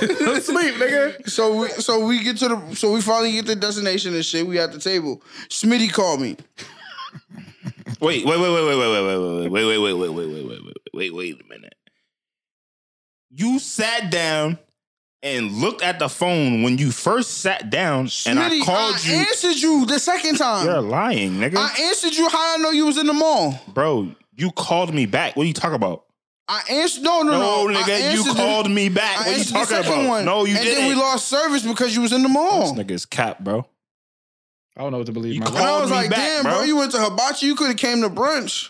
Speaker 2: you (laughs) know. I'm sleep, nigga.
Speaker 3: So we, so we get to the, so we finally get to destination and shit. We at the table. Smitty called me.
Speaker 5: Wait, wait, wait, wait, wait, wait, wait, wait, wait, wait, wait, wait, wait, wait, wait, wait, wait, wait, wait a minute. You sat down and looked at the phone when you first sat down, and I
Speaker 3: Smitty,
Speaker 5: called you.
Speaker 3: answered you the second time.
Speaker 5: You're lying, nigga,
Speaker 3: I answered you. How I know you was in the mall?
Speaker 5: bro. You called me back. What are you talking about?
Speaker 3: I answered. No, no,
Speaker 5: No,
Speaker 3: no. I
Speaker 5: nigga, you
Speaker 3: answered the-
Speaker 5: called me
Speaker 3: I
Speaker 5: back. What are you
Speaker 3: answered the
Speaker 5: talking
Speaker 3: second
Speaker 5: about?
Speaker 3: one.
Speaker 5: No, you
Speaker 3: and
Speaker 5: didn't.
Speaker 3: then we lost service because you was in the mall.
Speaker 5: This nigga's cap, bro.
Speaker 2: I don't know what to believe.
Speaker 5: You
Speaker 2: My
Speaker 5: call-
Speaker 3: And I
Speaker 5: called
Speaker 3: was
Speaker 5: me
Speaker 3: like,
Speaker 5: back,
Speaker 3: damn, bro.
Speaker 5: bro.
Speaker 3: you went to hibachi. You could have came to brunch.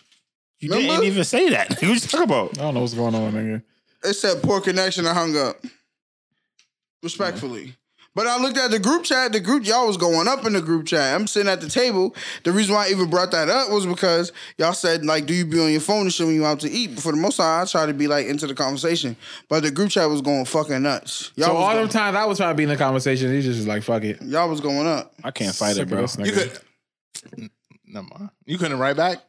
Speaker 5: You
Speaker 3: Remember?
Speaker 5: didn't even say that. (laughs) What you talking about?
Speaker 2: I don't know what's going on, nigga.
Speaker 3: It said poor connection. I hung up. Respectfully. But I looked at the group chat. The group y'all was going up in the group chat. I'm sitting at the table. The reason why I even brought that up was because y'all said like, do you be on your phone and shit when you out to eat? But for the most part, I try to be like into the conversation. But the group chat was going fucking nuts. Y'all,
Speaker 2: So
Speaker 3: was,
Speaker 2: all
Speaker 3: going,
Speaker 2: them times I was trying to be in the conversation, he just was like, fuck it.
Speaker 3: y'all was going up,
Speaker 5: I can't fight
Speaker 2: Sick
Speaker 5: it,
Speaker 2: of
Speaker 5: bro.
Speaker 2: this nigga.
Speaker 4: You could. Never mind. You couldn't write back.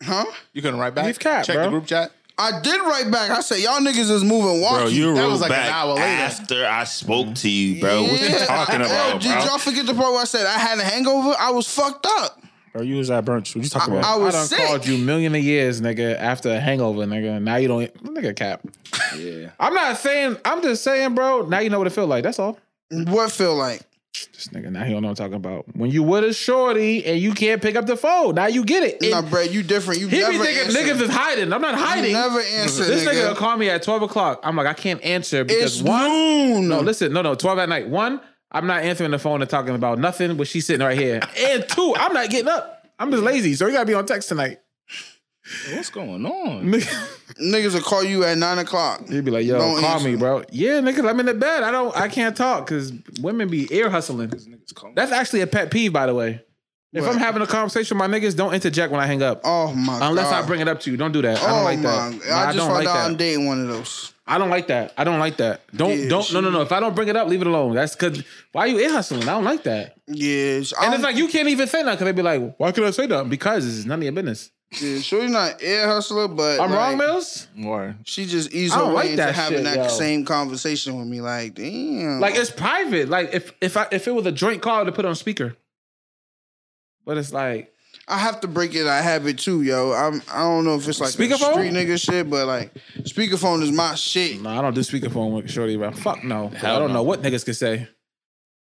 Speaker 3: huh?
Speaker 4: You couldn't write back.
Speaker 2: Leave cap,
Speaker 4: Check
Speaker 2: bro.
Speaker 4: the group chat.
Speaker 1: I did write back. I said, y'all niggas is moving wonky.
Speaker 5: Bro, you
Speaker 4: That
Speaker 5: wrote
Speaker 4: was like an
Speaker 5: back
Speaker 4: hour later.
Speaker 5: after I spoke to you, bro. What you
Speaker 1: Yeah.
Speaker 5: talking
Speaker 1: Yo,
Speaker 5: about,
Speaker 1: Did y'all
Speaker 5: bro?
Speaker 1: forget the part where I said I had a hangover? I was fucked up.
Speaker 5: Bro, you was at brunch. What you talking
Speaker 1: I
Speaker 5: about?
Speaker 2: I
Speaker 1: was
Speaker 2: done
Speaker 1: sick.
Speaker 2: called you a million of years, nigga, after a hangover, nigga. Now you don't, nigga, cap.
Speaker 5: yeah.
Speaker 2: I'm not saying, I'm just saying, bro, now you know what it feel like. That's all.
Speaker 1: What feel like?
Speaker 2: This nigga, now he don't know what I'm talking about. When you with a shorty and you can't pick up the phone, now you get it.
Speaker 1: nah,
Speaker 2: And
Speaker 1: bro, you different. You
Speaker 2: he
Speaker 1: never
Speaker 2: be thinking
Speaker 1: answer.
Speaker 2: niggas is hiding. I'm not hiding.
Speaker 1: You never answer,
Speaker 2: this nigga
Speaker 1: nigga.
Speaker 2: will call me at 12 o'clock. I'm like, I can't answer because
Speaker 1: it's
Speaker 2: one,
Speaker 1: noon.
Speaker 2: No, listen, no, no, 12 at night. One, I'm not answering the phone and talking about nothing, but she's sitting right here. And two, I'm not getting up. I'm just lazy, so you gotta be on text tonight. (laughs)
Speaker 5: What's going on?
Speaker 2: He'd
Speaker 1: Niggas will call you at nine o'clock.
Speaker 2: be like, yo,
Speaker 1: Don't
Speaker 2: call
Speaker 1: answer.
Speaker 2: me, bro. Yeah, nigga, I'm in the bed. I don't I can't talk because women be ear hustling. That's actually a pet peeve, by the way. If
Speaker 1: What?
Speaker 2: I'm having a conversation with my niggas, don't interject when I hang up.
Speaker 1: Oh my god.
Speaker 2: Unless I bring it up to you. Don't do that.
Speaker 1: Oh
Speaker 2: I don't like
Speaker 1: my.
Speaker 2: that. No,
Speaker 1: I
Speaker 2: I,
Speaker 1: just
Speaker 2: don't
Speaker 1: found
Speaker 2: like
Speaker 1: out I'm
Speaker 2: that.
Speaker 1: dating one of those.
Speaker 2: I don't like that. I don't like that. Don't
Speaker 1: Yeah,
Speaker 2: don't no no no. If I don't bring it up, leave it alone. That's cause why you ear hustling? I don't like that.
Speaker 1: Yes.
Speaker 2: And it's like you can't even say nothing because they be like, "Why could I say that?" Because it's none of your business.
Speaker 1: yeah, sure you're not air hustler, but
Speaker 2: I'm
Speaker 1: like,
Speaker 2: wrong, Mills.
Speaker 4: More.
Speaker 1: She just eased
Speaker 2: I
Speaker 1: her
Speaker 2: don't
Speaker 1: way
Speaker 2: like
Speaker 1: into
Speaker 2: that
Speaker 1: having
Speaker 2: shit,
Speaker 1: that
Speaker 2: yo.
Speaker 1: same conversation with me. Like, damn.
Speaker 2: Like it's private. Like if if I if it was a joint call to put on speaker, but it's like
Speaker 1: I have to break it. I have it too, yo. I'm. I don't know if it's like a
Speaker 2: Speakerphone?
Speaker 1: street nigga shit, but like
Speaker 2: (laughs)
Speaker 1: speakerphone is my shit.
Speaker 2: no, I don't do speakerphone with Shorty. But fuck no,
Speaker 4: Hell
Speaker 2: I don't
Speaker 4: no.
Speaker 2: know what niggas could say.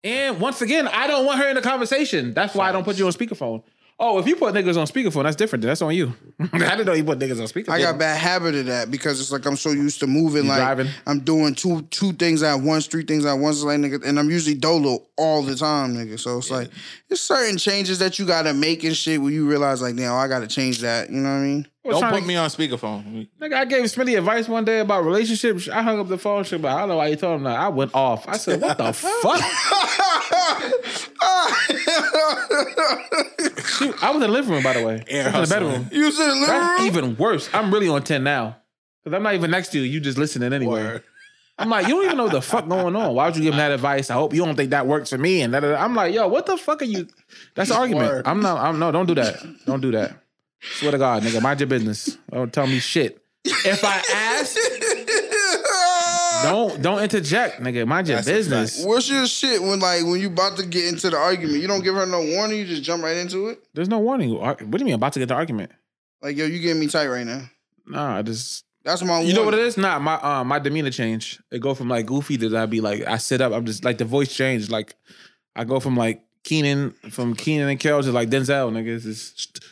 Speaker 2: And once again, I don't want her in the conversation. That's why I don't put you on speakerphone. Oh, if you put niggas on speakerphone, that's different. That's on you. (laughs) I didn't know you put niggas on speakerphone.
Speaker 1: I got bad habit of that because it's like I'm so used to moving.
Speaker 2: You
Speaker 1: like
Speaker 2: driving?
Speaker 1: I'm doing two two things at once, three things at once, like nigga, and I'm usually dolo all the time, nigga. So it's like there's certain changes that you gotta make and shit where you realize like, damn, I gotta change that. You know what I mean?
Speaker 2: I was
Speaker 4: Don't
Speaker 2: trying
Speaker 4: put
Speaker 2: to-
Speaker 4: me on speakerphone.
Speaker 2: Nigga, I gave Smitty advice one day about relationships. I hung up the phone, shit, but I don't know why you told him that. I went off. I said, "What the fuck?" She- I was in the living room, by the way.
Speaker 4: Air
Speaker 2: I was in the
Speaker 4: hustling.
Speaker 2: bedroom.
Speaker 1: you said in the living
Speaker 2: That's
Speaker 1: room?
Speaker 2: even worse. I'm really on ten now because I'm not even next to you. You just listening anyway.
Speaker 4: Word.
Speaker 2: (laughs) I'm like, you don't even know what the fuck going on. Why would you give him that advice? I hope you don't think that works for me. And da, da, da. I'm like, yo, what the fuck are you? That's an argument.
Speaker 4: Word.
Speaker 2: I'm not. I'm no. Don't do that. Don't do that. Swear to God, nigga, mind your business. Don't tell me shit. If I ask, (laughs) don't don't interject, nigga. Mind your
Speaker 4: That's a
Speaker 2: business.
Speaker 1: What's your shit when like when you about to get into the argument? You don't give her no warning, you just jump right into it.
Speaker 2: There's no warning. Ar- What do you mean? About to get the argument?
Speaker 1: Like, yo, you getting me tight right now.
Speaker 2: Nah, I just
Speaker 1: That's my
Speaker 2: you know what it is. Nah, my uh, my demeanor changed. It go from like goofy to I be like I sit up. I'm just like the voice changed. Like I go from like Keenan from Keenan and Kel to like Denzel. Nigga, it's just,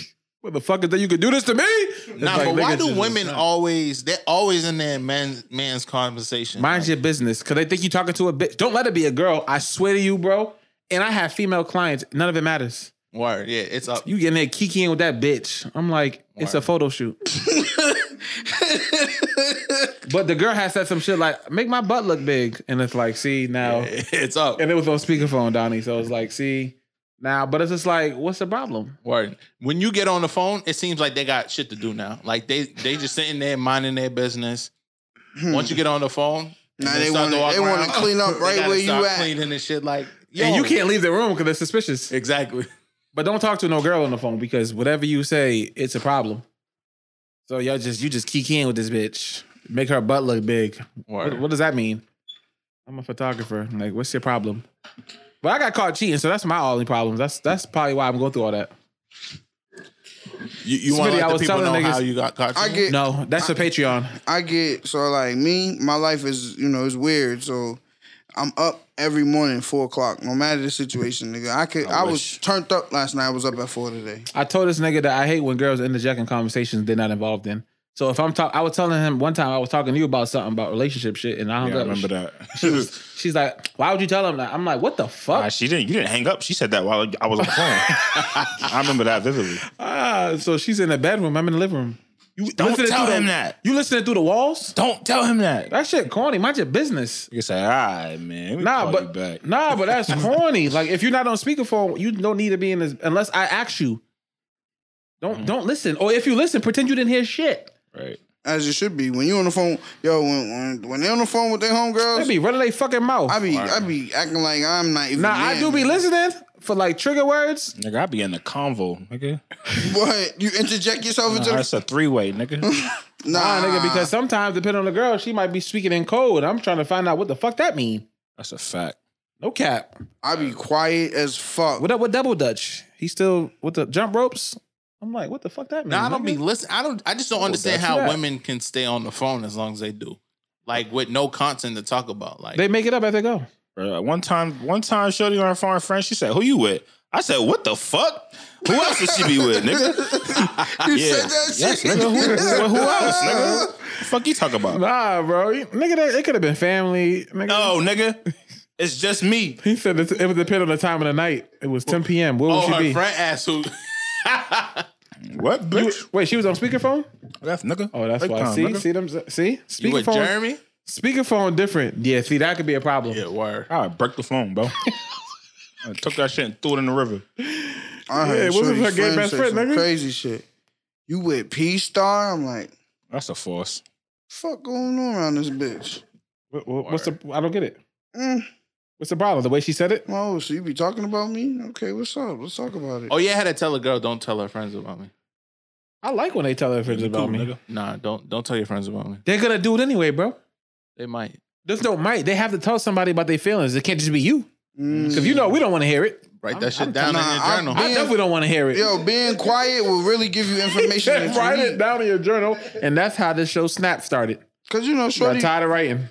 Speaker 2: (laughs) what the fuck is that? You could do this to me? It's
Speaker 4: Nah,
Speaker 2: like,
Speaker 4: but why
Speaker 2: nigga,
Speaker 4: do
Speaker 2: just-
Speaker 4: women always? They're always in their man's man's conversation.
Speaker 2: Mind your business, cause they think you talking to a bitch. Don't let it be a girl. I swear to you, bro. And I have female clients. None of it matters.
Speaker 4: Word. Yeah, it's up.
Speaker 2: You getting there kikiing with that bitch? I'm like, it's a photo shoot. But the girl has said some shit like, make my butt look big. And it's like, see, now.
Speaker 4: (laughs) It's up.
Speaker 2: And it was on speakerphone, Donnie. So it's like, see, now. But it's just like, what's the problem?
Speaker 4: Word. When you get on the phone, it seems like they got shit to do now. Like they they just sitting there minding their business. Once you get on the phone,
Speaker 1: Hmm. Nah,
Speaker 4: and
Speaker 1: they
Speaker 4: start
Speaker 1: wanna-
Speaker 4: walk
Speaker 1: they wanna
Speaker 4: around,
Speaker 1: clean up
Speaker 4: (laughs) they
Speaker 1: right
Speaker 4: gotta
Speaker 1: where you
Speaker 4: start
Speaker 1: at.
Speaker 4: Cleaning and shit like yo.
Speaker 2: And you can't leave the room because it's suspicious. (laughs)
Speaker 4: exactly.
Speaker 2: But don't talk to no girl on the phone because whatever you say, it's a problem. So y'all just you just kiki in with this bitch. Make her butt look big. What,
Speaker 4: Word.
Speaker 2: what does that mean? I'm a photographer. Like, what's your problem? But I got caught cheating, so that's my only problem. That's that's probably why I'm going through all that.
Speaker 4: You, you want
Speaker 2: Smitty,
Speaker 4: to
Speaker 2: I
Speaker 4: let the
Speaker 2: was
Speaker 4: people know
Speaker 2: telling
Speaker 4: how
Speaker 2: niggas-
Speaker 4: you got caught?
Speaker 1: I
Speaker 4: cheating?
Speaker 1: get
Speaker 2: No, that's for Patreon.
Speaker 1: I get so like me, my life is you know it's weird. So I'm up every morning four o'clock, no matter the situation, nigga. I could I, was
Speaker 5: wish.
Speaker 1: turned up last night. I was up at four today.
Speaker 2: I told this nigga that I hate when girls interjecting conversations they're not involved in. So if I'm talking, I was telling him one time I was talking to you about something about relationship shit, and I hung
Speaker 5: Yeah, I
Speaker 2: up.
Speaker 5: remember that.
Speaker 2: She's like, "Why would you tell him that?" I'm like, "What the
Speaker 5: Nah,
Speaker 2: fuck?"
Speaker 5: she didn't. You didn't hang up. She said that while I was on the phone. I remember that vividly.
Speaker 2: Ah, so she's in the bedroom. I'm in the living room. You
Speaker 5: Don't
Speaker 2: listening
Speaker 5: tell
Speaker 2: through the-
Speaker 5: him that.
Speaker 2: You listening through the walls?
Speaker 5: Don't tell him that.
Speaker 2: That shit corny. Mind your business.
Speaker 5: You can say, all right, man. let me
Speaker 2: Nah,
Speaker 5: call
Speaker 2: but
Speaker 5: you back.
Speaker 2: nah, but
Speaker 5: (laughs)
Speaker 2: that's corny. Like if you're not on speakerphone, you don't need to be in this unless I ask you. Don't
Speaker 5: Mm.
Speaker 2: don't listen. Or if you listen, pretend you didn't hear shit.
Speaker 5: Right.
Speaker 1: As it should be. When you on the phone, yo, when when, when they on the phone with their
Speaker 2: They
Speaker 1: homegirls,
Speaker 2: be running their fucking mouth.
Speaker 1: I be I be acting like I'm not even.
Speaker 2: Now
Speaker 1: there,
Speaker 2: I do be
Speaker 1: nigga.
Speaker 2: listening for like trigger words.
Speaker 5: Nigga, I be in the convo, nigga.
Speaker 1: What you interject yourself into?
Speaker 5: Nah, it's a three way, nigga.
Speaker 2: Nah, nigga, because sometimes depending on the girl, she might be speaking in code. I'm trying to find out what the fuck that mean.
Speaker 5: That's a fact.
Speaker 2: No cap.
Speaker 1: I be quiet as fuck.
Speaker 2: What up with Double Dutch? He still with the jump ropes. I'm like, what the fuck that mean?
Speaker 4: No, I don't
Speaker 2: nigga?
Speaker 4: be listen. I don't. I just don't understand
Speaker 2: that's
Speaker 4: how
Speaker 2: that.
Speaker 4: women can stay on the phone as long as they do, like with no content to talk about. Like
Speaker 2: They make it up as they go.
Speaker 5: Bro, one time, one time, Shorty on her foreign friend, she said, "Who you with?" I said, "What the fuck? Who else would she be with, (laughs) nigga?"
Speaker 1: You
Speaker 5: Yeah.
Speaker 1: said that
Speaker 5: Yes,
Speaker 1: shit.
Speaker 5: nigga. Who, who, who else, nigga? The fuck you talk about?
Speaker 2: Nah, bro. You- Nigga, that, it could have been family. Nigga.
Speaker 4: Oh.
Speaker 5: No, nigga. It's just me.
Speaker 2: He said it, it would depend on the time of the night. It was 10 p.m. Where would
Speaker 4: oh,
Speaker 2: she
Speaker 4: her
Speaker 2: be?
Speaker 4: friend asked who.
Speaker 5: What, bitch?
Speaker 2: Wait, she was on speakerphone?
Speaker 5: Left, nigga.
Speaker 2: Oh, that's
Speaker 5: Big
Speaker 2: why.
Speaker 5: time,
Speaker 2: see,
Speaker 5: nigga.
Speaker 2: see them. See,
Speaker 4: You with
Speaker 2: speakerphone.
Speaker 4: Jeremy?
Speaker 2: Speakerphone different. Yeah, see, that could be a problem.
Speaker 4: Yeah, word.
Speaker 5: I broke the phone, (laughs) bro. I took that shit and threw it in the river.
Speaker 1: I heard
Speaker 2: Yeah, what was
Speaker 1: Shorty's
Speaker 2: her gay
Speaker 1: friend
Speaker 2: best
Speaker 1: say
Speaker 2: friend,
Speaker 1: some
Speaker 2: nigga?
Speaker 1: Crazy shit. You with P Star? I'm like,
Speaker 5: That's a force.
Speaker 1: fuck going on around this bitch.
Speaker 2: What- what- what's the? I don't get it.
Speaker 1: Mm.
Speaker 2: What's the problem? The way she said it.
Speaker 1: Oh, so you be talking about me? Okay, what's up? Let's talk about it.
Speaker 4: Oh yeah, I had to tell a girl, don't tell her friends about me.
Speaker 2: I like when they tell their friends
Speaker 5: You
Speaker 2: about
Speaker 5: cool,
Speaker 2: me.
Speaker 5: nigga.
Speaker 4: Nah, don't don't tell your friends about me.
Speaker 2: They're gonna do it anyway, bro.
Speaker 4: They might.
Speaker 2: There's no might. They have to tell somebody about their feelings. It can't just be you.
Speaker 1: Mm.
Speaker 2: Because you know we don't want to hear it.
Speaker 4: Write
Speaker 2: I'm-
Speaker 4: that shit
Speaker 2: I'm
Speaker 4: down
Speaker 1: telling-
Speaker 4: in
Speaker 1: Nah,
Speaker 4: your journal.
Speaker 2: I
Speaker 1: Being-
Speaker 2: definitely don't want to hear it.
Speaker 1: Yo, being quiet will really give you
Speaker 2: He (laughs)
Speaker 1: information.
Speaker 2: said,
Speaker 1: that you
Speaker 2: write it
Speaker 1: need.
Speaker 2: down in your journal, and that's how this show Snap started.
Speaker 1: Cause you know,
Speaker 2: Got
Speaker 1: shorty,
Speaker 2: tired of writing.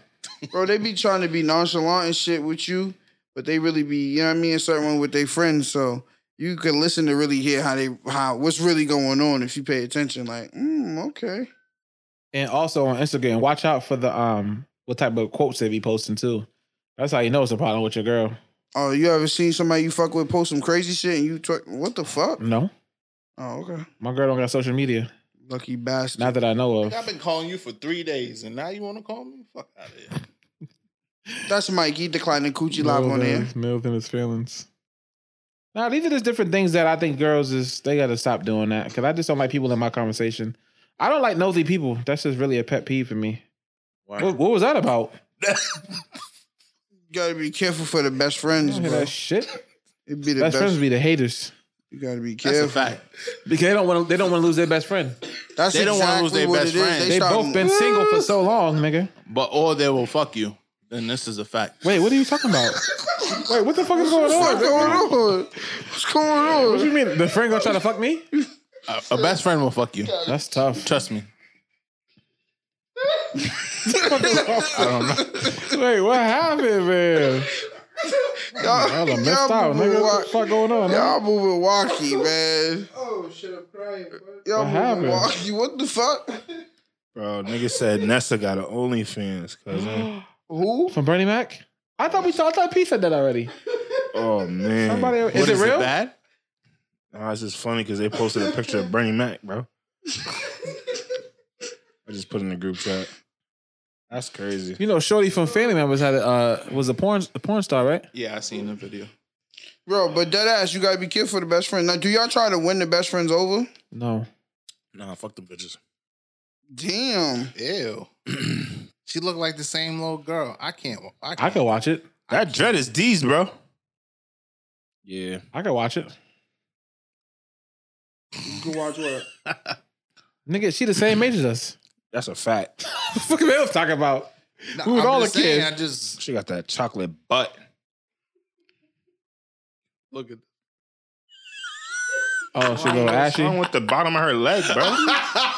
Speaker 1: bro, they be trying to be nonchalant and shit with you, but they really be, you know what I mean, certain with their friends. So you can listen to really hear how they, how what's really going on if you pay attention. Like, mm, okay,
Speaker 2: And also on Instagram, watch out for the um what type of quotes they be posting too. That's how you know it's a problem with your girl.
Speaker 1: Oh, you ever seen somebody you fuck with post some crazy shit and you tw- what the fuck?
Speaker 2: No,
Speaker 1: Oh, okay.
Speaker 2: my girl don't got social media.
Speaker 1: Lucky bastard.
Speaker 2: Not that I know of.
Speaker 4: I've been calling you for three days, and now you want to call me? Fuck out of here.
Speaker 1: That's Mike. He declined the coochie live on there.
Speaker 2: Milton is feelings. Now these are just different things that I think girls is they gotta stop doing that because I just don't like people in my conversation. I don't like nosy people. That's just really a pet peeve for me. What, what was that about?
Speaker 1: You gotta be careful for the best friends,
Speaker 2: Don't hear
Speaker 1: bro.
Speaker 2: that shit.
Speaker 1: It'd be the
Speaker 2: Best
Speaker 1: best.
Speaker 2: friends be the haters
Speaker 1: You gotta be
Speaker 4: That's a
Speaker 1: careful.
Speaker 4: fact.
Speaker 2: because they don't want they don't want to lose their best friend.
Speaker 1: That's
Speaker 4: They don't wanna lose their
Speaker 1: what
Speaker 4: best
Speaker 1: it is.
Speaker 4: friend.
Speaker 2: They
Speaker 1: start-
Speaker 2: both been single for so long, nigga.
Speaker 4: But or they will fuck you. Then this is a fact.
Speaker 2: Wait, what are you talking about? Wait, what the fuck is going on?
Speaker 1: What's going
Speaker 2: (laughs)
Speaker 1: on? What's
Speaker 2: What
Speaker 1: going
Speaker 2: you
Speaker 1: on?
Speaker 2: mean? The friend gonna try to fuck me?
Speaker 4: A, a best friend will fuck you.
Speaker 2: That's
Speaker 1: (laughs)
Speaker 2: tough.
Speaker 4: Trust me.
Speaker 2: I don't know. Wait, what happened, man? I
Speaker 1: Y'all,
Speaker 2: done missed
Speaker 1: y'all,
Speaker 2: out,
Speaker 1: moving,
Speaker 2: nigga. What
Speaker 1: wa-
Speaker 2: the fuck going on? nigga?
Speaker 1: y'all moving walkie, man. Oh shit, I'm crying. Y'all
Speaker 2: What
Speaker 1: moving
Speaker 2: happened?
Speaker 1: walkie. What the fuck?
Speaker 5: Bro, nigga said Nessa got an OnlyFans, (gasps) cousin.
Speaker 1: Who?
Speaker 2: From Bernie Mac? I thought we saw. I thought P said that already.
Speaker 5: oh man.
Speaker 2: Somebody, is
Speaker 4: What
Speaker 2: it real?
Speaker 4: bad?
Speaker 5: Nah, it's just funny because they posted a picture of Bernie Mac, (laughs) bro. I just put in the group chat. That's crazy.
Speaker 2: you know, Shorty from Family Man was had a, uh, was a porn a porn star, right?
Speaker 4: Yeah, I seen the video.
Speaker 1: Bro, but dead ass, you gotta be careful for the best friend. Now, do y'all try to win the best friends over?
Speaker 2: No,
Speaker 5: Nah, fuck them bitches.
Speaker 1: Damn.
Speaker 4: Ew. (clears throat) she looked like the same little girl. I can't. I,
Speaker 2: I
Speaker 4: (laughs) can't.
Speaker 2: could watch it.
Speaker 5: That dread is D's, bro. Yeah.
Speaker 2: I could watch it.
Speaker 1: Good watch what?
Speaker 2: Nigga, she the same age as us. (laughs)
Speaker 5: That's a fact.
Speaker 2: What the fuck am I talking about?
Speaker 4: Nah,
Speaker 2: We was
Speaker 4: I'm
Speaker 2: all
Speaker 4: just
Speaker 2: a kid.
Speaker 4: saying, I just
Speaker 5: She got that chocolate butt.
Speaker 4: look at.
Speaker 2: Oh, she a little
Speaker 5: What's
Speaker 2: ashy.
Speaker 5: wrong with the bottom of her leg, (laughs) bro?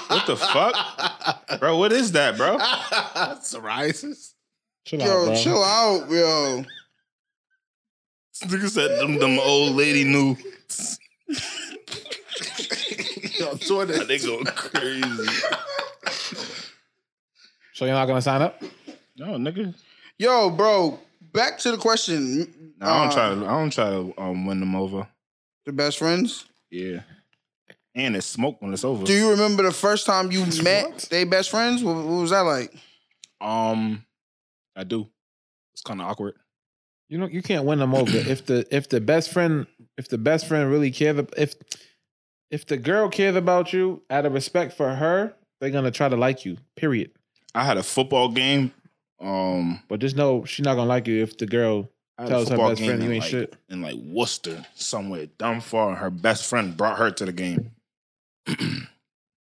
Speaker 5: what the fuck? Bro, what is that, bro?
Speaker 4: Psoriasis.
Speaker 2: Chill out,
Speaker 1: Yo,
Speaker 2: bro.
Speaker 1: chill out, yo.
Speaker 5: This nigga said them, them old lady
Speaker 4: (laughs)
Speaker 5: knew.
Speaker 4: Yo, Twitter.
Speaker 5: They go crazy.
Speaker 2: So you're not gonna sign up?
Speaker 5: No, nigga.
Speaker 1: Yo, bro, back to the question.
Speaker 5: Nah, I
Speaker 1: Uh,
Speaker 5: don't try to I don't try to um, win them over.
Speaker 1: The best friends?
Speaker 5: Yeah. And it's smoke when it's over.
Speaker 1: Do you remember the first time
Speaker 2: (laughs)
Speaker 1: you met they best friends? What, what was that like?
Speaker 5: Um, I do. It's kind of awkward.
Speaker 2: You know, you can't win them over if the if the best friend if the best friend really cares ab- if if the girl cares about you out of respect for her, they're gonna try to like you. Period.
Speaker 5: I had a football game. Um,
Speaker 2: But just know she's not gonna like you if the girl
Speaker 5: I had
Speaker 2: tells
Speaker 5: a
Speaker 2: her
Speaker 5: football
Speaker 2: best friend
Speaker 5: in
Speaker 2: you ain't
Speaker 5: like,
Speaker 2: shit.
Speaker 5: in like Worcester somewhere, dumb far. and Her best friend brought her to the game.
Speaker 1: And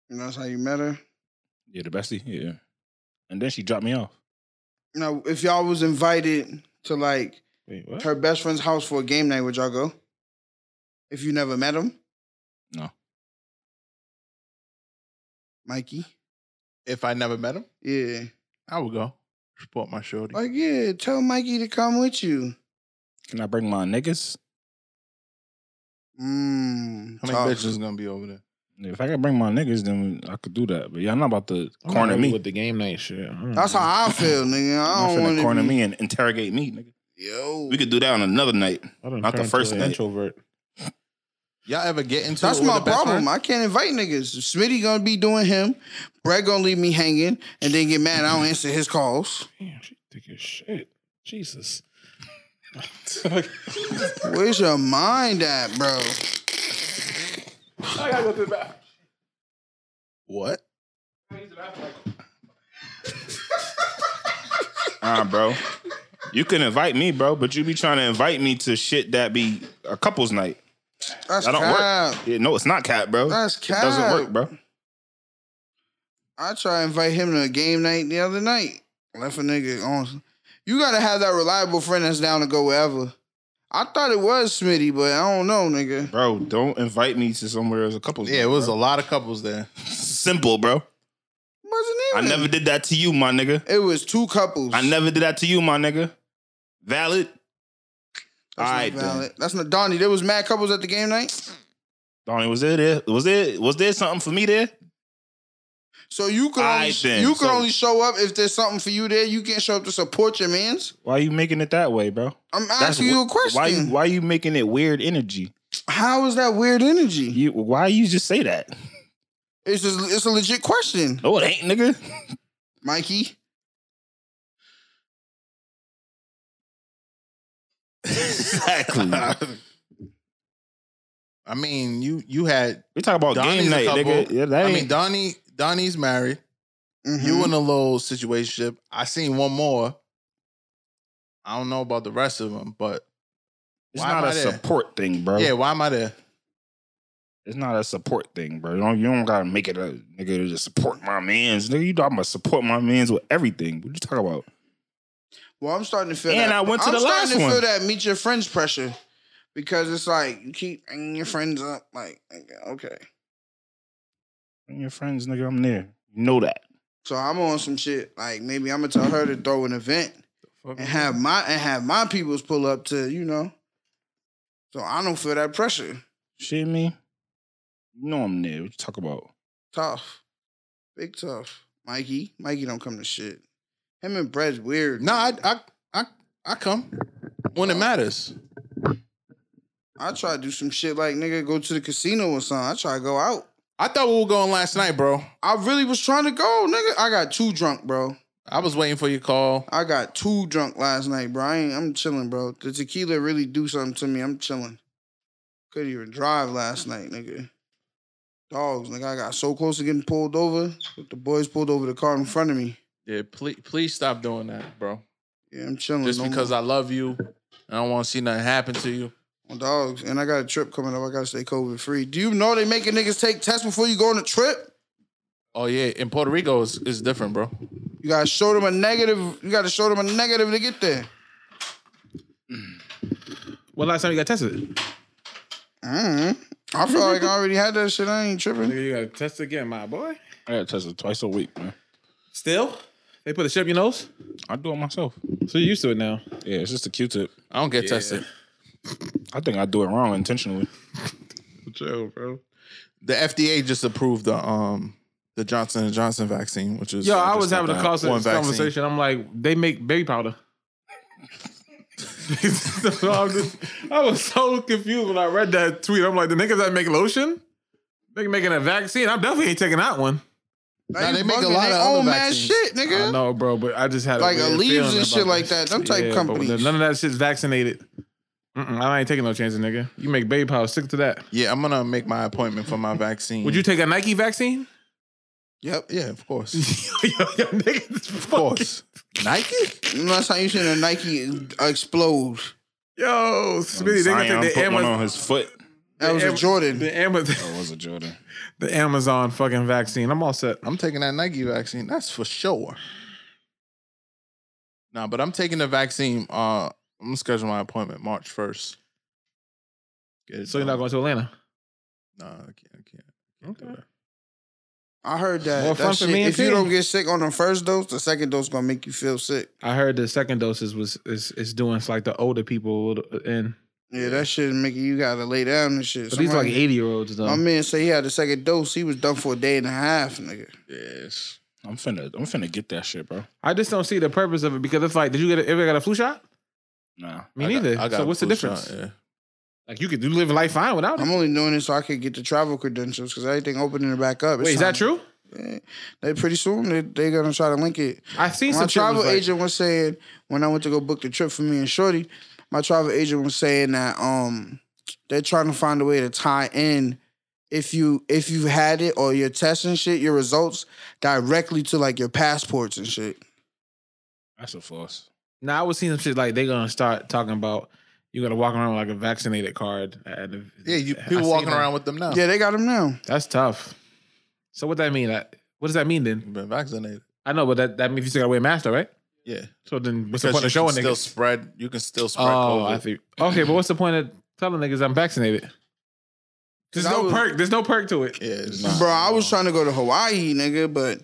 Speaker 1: that's how you met her?
Speaker 5: Yeah, the bestie. Yeah. And then she dropped me off.
Speaker 1: Now, if y'all was invited to like
Speaker 2: Wait, what?
Speaker 1: her best friend's house for a game night, would y'all go? If you never met him?
Speaker 5: No.
Speaker 1: Mikey?
Speaker 4: If I never met him,
Speaker 1: Yeah.
Speaker 4: I would go support my shorty.
Speaker 1: Like, yeah, tell Mikey to come with you.
Speaker 5: Can I bring my niggas?
Speaker 1: Mmm. Mm,
Speaker 4: How many bitches is gonna be over there?
Speaker 5: If I could bring my niggas, then I could do that. But y'all not about to corner me.
Speaker 2: with the game night shit. I don't
Speaker 1: That's
Speaker 2: know.
Speaker 1: how I feel, nigga.
Speaker 5: Y'all
Speaker 1: I don't want
Speaker 5: finna
Speaker 1: to
Speaker 5: corner
Speaker 1: be,
Speaker 5: me and interrogate me. Nigga.
Speaker 1: Yo.
Speaker 5: We could do that on another night.
Speaker 2: I done
Speaker 5: Not the
Speaker 2: turned to
Speaker 5: first
Speaker 2: an
Speaker 5: night.
Speaker 2: introvert.
Speaker 4: Y'all ever get into
Speaker 1: That's
Speaker 4: it with
Speaker 1: my
Speaker 4: the (laughs) best
Speaker 1: problem.
Speaker 4: friend?
Speaker 1: I can't invite niggas. Smitty gonna be doing him. Brett gonna leave me hanging and then get mad. I don't answer his calls.
Speaker 2: Damn, she thick as shit. Jesus.
Speaker 1: Where's your mind at, bro?
Speaker 4: What?
Speaker 5: All right, bro. You can invite me, bro, but you be trying to invite me to shit that be a couple's night.
Speaker 1: That's
Speaker 5: That don't
Speaker 1: cap.
Speaker 5: work. Yeah, no, it's not cat, bro.
Speaker 1: That's
Speaker 5: It doesn't
Speaker 1: cap.
Speaker 5: work, bro.
Speaker 1: I try to invite him to a game night the other night. Left a nigga on. You gotta have that reliable friend that's down to go wherever. I thought it was Smitty, but I don't know, nigga.
Speaker 5: Bro, don't invite me to somewhere as a couple's
Speaker 4: Yeah, it was a lot of couples there.
Speaker 5: Simple, bro.
Speaker 1: Wasn't
Speaker 5: I
Speaker 1: even.
Speaker 5: never did that to you, my nigga.
Speaker 1: It was two couples.
Speaker 5: I never did that to you, my nigga. Valid.
Speaker 1: That's not
Speaker 5: Alright, then.
Speaker 1: valid. That's not Donnie. There was mad couples at the game night.
Speaker 5: Donnie, was there, there was there was there something for me there?
Speaker 1: So you could only,
Speaker 5: Alright, then.
Speaker 1: you could
Speaker 5: So-
Speaker 1: only show up if there's something for you there. You can't show up to support your man's.
Speaker 5: Why you making it that way, bro?
Speaker 1: I'm
Speaker 5: That's
Speaker 1: asking you a
Speaker 5: wh- Why you
Speaker 1: question.
Speaker 5: why you making it weird energy?
Speaker 1: How is that weird energy?
Speaker 5: You why you just say that?
Speaker 1: It's just, it's a legit question,
Speaker 5: No, it ain't, nigga.
Speaker 1: Mikey.
Speaker 5: exactly.
Speaker 4: (laughs) I mean, you you had
Speaker 5: We talk about
Speaker 4: Donnie's
Speaker 5: game
Speaker 4: a
Speaker 5: night,
Speaker 4: couple.
Speaker 5: nigga. Yeah, that
Speaker 4: I
Speaker 5: ain't.
Speaker 4: mean Donnie Donnie's married.
Speaker 1: Mhm.
Speaker 4: You in a little situation. I seen one more. I don't know about the rest of them, but
Speaker 5: it's
Speaker 4: why
Speaker 5: not
Speaker 4: am
Speaker 5: a
Speaker 4: I there?
Speaker 5: support thing, bro.
Speaker 4: yeah, why am I there?
Speaker 5: It's not a support thing, bro. You don't, you don't gotta make it a nigga to just support my man's. Nigga, you talking about support my man's with everything. What you talking about?
Speaker 1: Well, I'm starting to feel.
Speaker 5: And
Speaker 1: that.
Speaker 5: I went to
Speaker 1: I'm
Speaker 5: the
Speaker 1: starting
Speaker 5: last
Speaker 1: to feel
Speaker 5: one.
Speaker 1: that meet your friends pressure because it's like you keep bringing your friends up. Like, nigga, okay,
Speaker 5: Bring your friends, nigga. I'm there. You know that.
Speaker 1: so I'm on some shit. Like, maybe I'm gonna tell her to throw an event and have my and have my peoples pull up to you know. So I don't feel that pressure.
Speaker 5: Shit me. You know I'm there. What you talk about?
Speaker 1: Tough, big tough. Mikey, Mikey don't come to shit. Him and Brett's weird.
Speaker 4: No, I I I, I come when it matters.
Speaker 1: I try to do some shit like nigga go to the casino or something. I try to go out.
Speaker 4: I thought we were going last night, bro.
Speaker 1: I really was trying to go, nigga. I got too drunk, bro.
Speaker 4: I was waiting for your call.
Speaker 1: I got too drunk last night, bro. I ain't, I'm chilling, bro. The tequila really do something to me. I'm chilling. Couldn't even drive last night, nigga. Dogs, nigga. I got so close to getting pulled over, but the boys pulled over the car in front of me.
Speaker 4: Yeah, please please stop doing that, bro.
Speaker 1: Yeah, I'm chilling.
Speaker 4: Just
Speaker 1: no
Speaker 4: because
Speaker 1: more.
Speaker 4: I love you and I don't want to see nothing happen to you.
Speaker 1: On dogs, and I got a trip coming up. I gotta stay COVID free. Do you know they making niggas take tests before you go on a trip?
Speaker 4: Oh yeah, in Puerto Rico it's, it's different, bro.
Speaker 1: You gotta show them a negative. You gotta show them a negative to get there.
Speaker 2: When last time you got tested?
Speaker 1: mm I feel like I already had that shit. I ain't tripping.
Speaker 2: Nigga, you got tested again, my boy.
Speaker 5: I got tested twice a week, man.
Speaker 2: Still? They put a chip in your nose?
Speaker 5: I do it myself.
Speaker 2: So you're used to it now.
Speaker 5: Yeah, it's just a Q-tip.
Speaker 4: I don't get tested.
Speaker 5: I think I do it wrong intentionally.
Speaker 4: Chill, bro. The FDA just approved the um the Johnson and Johnson vaccine, which is
Speaker 2: Yo, I
Speaker 4: just
Speaker 2: was having a
Speaker 4: that
Speaker 2: conversation.
Speaker 4: one vaccine.
Speaker 2: conversation. (laughs) I'm like, they make baby powder. So I'm just- I was so confused when I read that tweet. I'm like, the niggas that make lotion, they making a vaccine. I definitely ain't taking that one.
Speaker 1: Now
Speaker 4: Nah,
Speaker 1: you
Speaker 4: they make a
Speaker 1: bugging.
Speaker 4: lot
Speaker 1: They
Speaker 4: of other
Speaker 1: own mad
Speaker 4: vaccines.
Speaker 1: shit,
Speaker 2: I
Speaker 1: nigga.
Speaker 2: know, bro, but I just had
Speaker 1: Like
Speaker 2: a
Speaker 1: a
Speaker 2: weird
Speaker 1: leaves
Speaker 2: feeling
Speaker 1: and shit
Speaker 2: about
Speaker 1: like
Speaker 2: that.
Speaker 1: that. Them type
Speaker 2: Yeah, but when
Speaker 1: companies.
Speaker 2: None of that shit's vaccinated. Mm-mm, I ain't taking no chances, nigga. You make baby powder. Stick to that.
Speaker 4: Yeah, I'm gonna make my appointment for my
Speaker 2: (laughs)
Speaker 4: vaccine.
Speaker 2: Would you take a Nike vaccine? (laughs)
Speaker 4: Yep, yeah, of course.
Speaker 2: yo, (laughs)
Speaker 4: Of
Speaker 2: yo, nigga, this fucking-
Speaker 4: course. Nike?
Speaker 1: Last time you seen a Nike explode.
Speaker 2: Yo, Smitty, they
Speaker 5: Zion
Speaker 2: gonna take
Speaker 5: put
Speaker 2: the
Speaker 5: one
Speaker 2: Amazon.
Speaker 5: on his foot.
Speaker 1: That was a
Speaker 2: Am-
Speaker 1: Jordan.
Speaker 2: The, Ama- (laughs)
Speaker 5: Oh, was it Jordan?
Speaker 2: the Amazon fucking vaccine. I'm all set.
Speaker 4: I'm taking that Nike vaccine. That's for sure. Nah, but I'm taking the vaccine. Uh, I'm gonna schedule my appointment March first. Get it
Speaker 2: So you're not
Speaker 4: done.
Speaker 2: going to Atlanta?
Speaker 4: Nah, I can't. I can't. I can't do
Speaker 2: Okay.
Speaker 4: that.
Speaker 1: I heard that.
Speaker 2: More
Speaker 1: that
Speaker 2: fun for
Speaker 1: shit-
Speaker 2: me and
Speaker 1: if you
Speaker 2: T.
Speaker 1: don't get sick on the first dose, the second dose gonna make you feel sick.
Speaker 2: I heard the second doses was is is doing it's like the older people and
Speaker 1: Yeah, that shit making you gotta lay down and shit.
Speaker 2: but these are like
Speaker 1: Somebody-
Speaker 2: eighty year olds though.
Speaker 1: My man say he had the second dose. He was done for a day and a half, nigga.
Speaker 4: Yes.
Speaker 5: I'm finna, I'm finna get that shit, bro.
Speaker 2: I just don't see the purpose of it because it's like, did you get a, ever got a flu shot?
Speaker 5: Nah,
Speaker 2: Me
Speaker 4: I got-
Speaker 2: neither.
Speaker 4: I got
Speaker 2: so what's the
Speaker 4: flu shot,
Speaker 2: difference?
Speaker 4: yeah.
Speaker 2: Like you could you live life fine without it.
Speaker 1: I'm only doing this so I could get the travel credentials because everything opening it back up. It's
Speaker 2: Wait, is that
Speaker 1: time-
Speaker 2: true?
Speaker 1: Yeah. They pretty soon they they gonna try to link it.
Speaker 2: I've seen
Speaker 1: My
Speaker 2: some shit was
Speaker 1: travel
Speaker 2: like-
Speaker 1: agent was saying when I went to go book the trip for me and Shorty, my travel agent was saying that um they're trying to find a way to tie in if you if you had it or your tests and shit, your results directly to like your passports and shit.
Speaker 5: that's a false.
Speaker 2: Now I was seeing some shit like they gonna start talking about you gotta walk around with like a vaccinated card. At the,
Speaker 4: Yeah, you
Speaker 2: I
Speaker 4: people
Speaker 2: seen
Speaker 4: walking
Speaker 2: that.
Speaker 4: around with them now.
Speaker 1: Yeah, they got them now.
Speaker 2: That's tough. So what that mean? That what does that mean then?
Speaker 4: You've been vaccinated.
Speaker 2: I know, but that that means you still gotta wear a mask, though, right?
Speaker 4: Yeah.
Speaker 2: So then what's
Speaker 4: Because
Speaker 2: the point
Speaker 4: you
Speaker 2: of showing
Speaker 4: can still
Speaker 2: niggas?
Speaker 4: spread. You can still spread
Speaker 2: Oh, I
Speaker 4: COVID.
Speaker 2: see. Okay, but what's the point of telling niggas I'm vaccinated? There's
Speaker 1: I
Speaker 2: no
Speaker 1: was-
Speaker 2: perk. There's no perk to it.
Speaker 4: Yeah, it's
Speaker 5: Nah.
Speaker 4: not.
Speaker 1: Bro, I was trying to go to Hawaii, nigga, but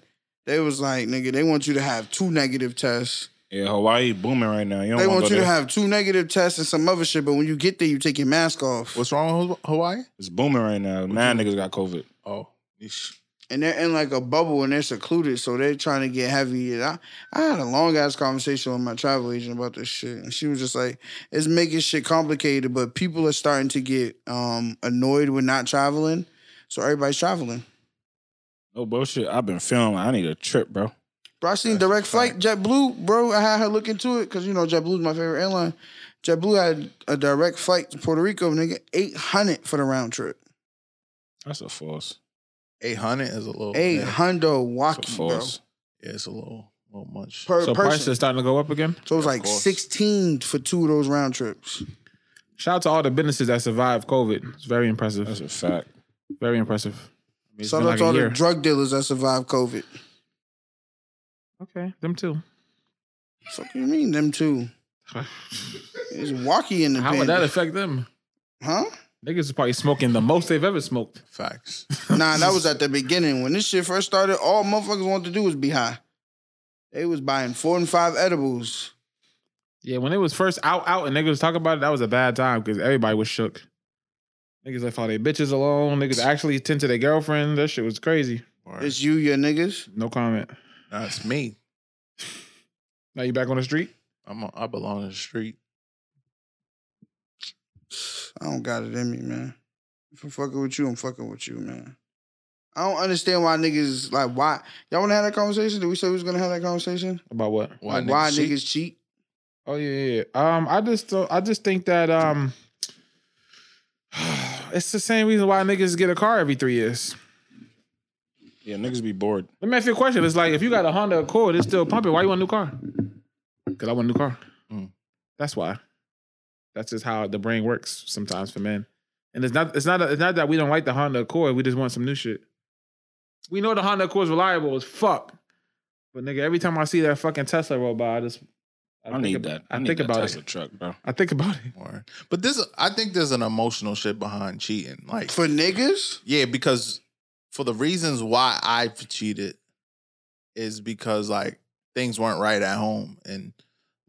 Speaker 1: they was like, nigga, they want you to have two negative tests.
Speaker 5: Yeah, Hawaii booming right now. You don't
Speaker 1: They
Speaker 5: wanna
Speaker 1: want
Speaker 5: go
Speaker 1: you to
Speaker 5: there.
Speaker 1: have two negative tests and some other shit, but when you get there, you take your mask off.
Speaker 4: What's wrong with Hawaii?
Speaker 5: It's booming right now. Man, niggas got COVID.
Speaker 4: Oh, yeesh.
Speaker 1: And they're in like a bubble and they're secluded, so they're trying to get heavy. And I, I had a long ass conversation with my travel agent about this shit. And she was just like, it's making shit complicated, but people are starting to get um, annoyed with not traveling. So everybody's traveling.
Speaker 5: No Oh, bullshit. I've been feeling like I need a trip, bro.
Speaker 1: Bro, I seen direct flight JetBlue, bro. I had her look into it because you know JetBlue's my favorite airline. JetBlue had a direct flight to Puerto Rico, nigga, eight hundred for the round trip.
Speaker 5: That's a false.
Speaker 4: 800 is a little.
Speaker 1: Eight
Speaker 4: yeah,
Speaker 1: hundo
Speaker 5: That's a
Speaker 1: walkie, bro,
Speaker 5: false.
Speaker 4: Yeah, it's a little, little much.
Speaker 1: per
Speaker 2: So prices
Speaker 1: person.
Speaker 2: are starting to go up again.
Speaker 1: So it was
Speaker 4: Of
Speaker 1: like
Speaker 4: course.
Speaker 1: sixteen for two of those round trips.
Speaker 2: Shout out to all the businesses that survived COVID. It's very impressive.
Speaker 5: That's a fact.
Speaker 2: very impressive. I mean, it's
Speaker 1: Shout
Speaker 2: been
Speaker 1: out
Speaker 2: like
Speaker 1: to
Speaker 2: a
Speaker 1: all
Speaker 2: year.
Speaker 1: the drug dealers that survived COVID.
Speaker 2: okay, them too.
Speaker 1: Fuck you mean them too? It's walkie in the
Speaker 2: How would that
Speaker 1: pandemic,
Speaker 2: affect them?
Speaker 1: huh?
Speaker 2: Niggas is probably smoking the most they've ever smoked.
Speaker 4: Facts.
Speaker 1: Nah, that was at the beginning. When this shit first started, all motherfuckers wanted to do was be high. They was buying four and five edibles.
Speaker 2: Yeah, when it was first out, out, and niggas was talking about it, that was a bad time because everybody was shook. Niggas left all their bitches alone. Niggas actually tend to their girlfriend. That shit was crazy.
Speaker 4: Word.
Speaker 1: It's you, your niggas.
Speaker 2: No comment.
Speaker 4: Nah, it's me.
Speaker 2: Now you back on the street?
Speaker 4: I'm a, I belong in the street.
Speaker 1: I don't got it in me, man. If I'm fucking with you, I'm fucking with you, man. I don't understand why niggas like why y'all want to have that conversation. Did we say we was gonna have that conversation?
Speaker 2: About what?
Speaker 4: Why,
Speaker 1: like, why
Speaker 4: cheat?
Speaker 1: niggas cheat?
Speaker 2: Oh yeah, yeah, yeah. Um, I just, don't- I just think that um, (sighs) it's the same reason why niggas get a car every three years.
Speaker 5: Yeah, niggas be bored.
Speaker 2: Let me ask you a question. It's like if you got a Honda Accord, it's still pumping. Why you want a new car? Because I want a new car.
Speaker 4: Mm.
Speaker 2: That's why. That's just how the brain works sometimes for men. And it's not. It's not. It's not that we don't like the Honda Accord. We just want some new shit. We know the Honda Accord is reliable as fuck. But nigga, every time I see that fucking Tesla roll by, I just.
Speaker 5: I,
Speaker 2: think
Speaker 5: need
Speaker 2: ab-
Speaker 5: that.
Speaker 2: I,
Speaker 5: need
Speaker 2: think
Speaker 5: that
Speaker 2: about
Speaker 5: Tesla
Speaker 2: it.
Speaker 5: truck, bro.
Speaker 2: I think about it.
Speaker 4: Word. But this, I think there's an emotional shit behind cheating. Like,
Speaker 1: For niggas?
Speaker 4: yeah, because for the reasons why I've cheated is because like things weren't right at home and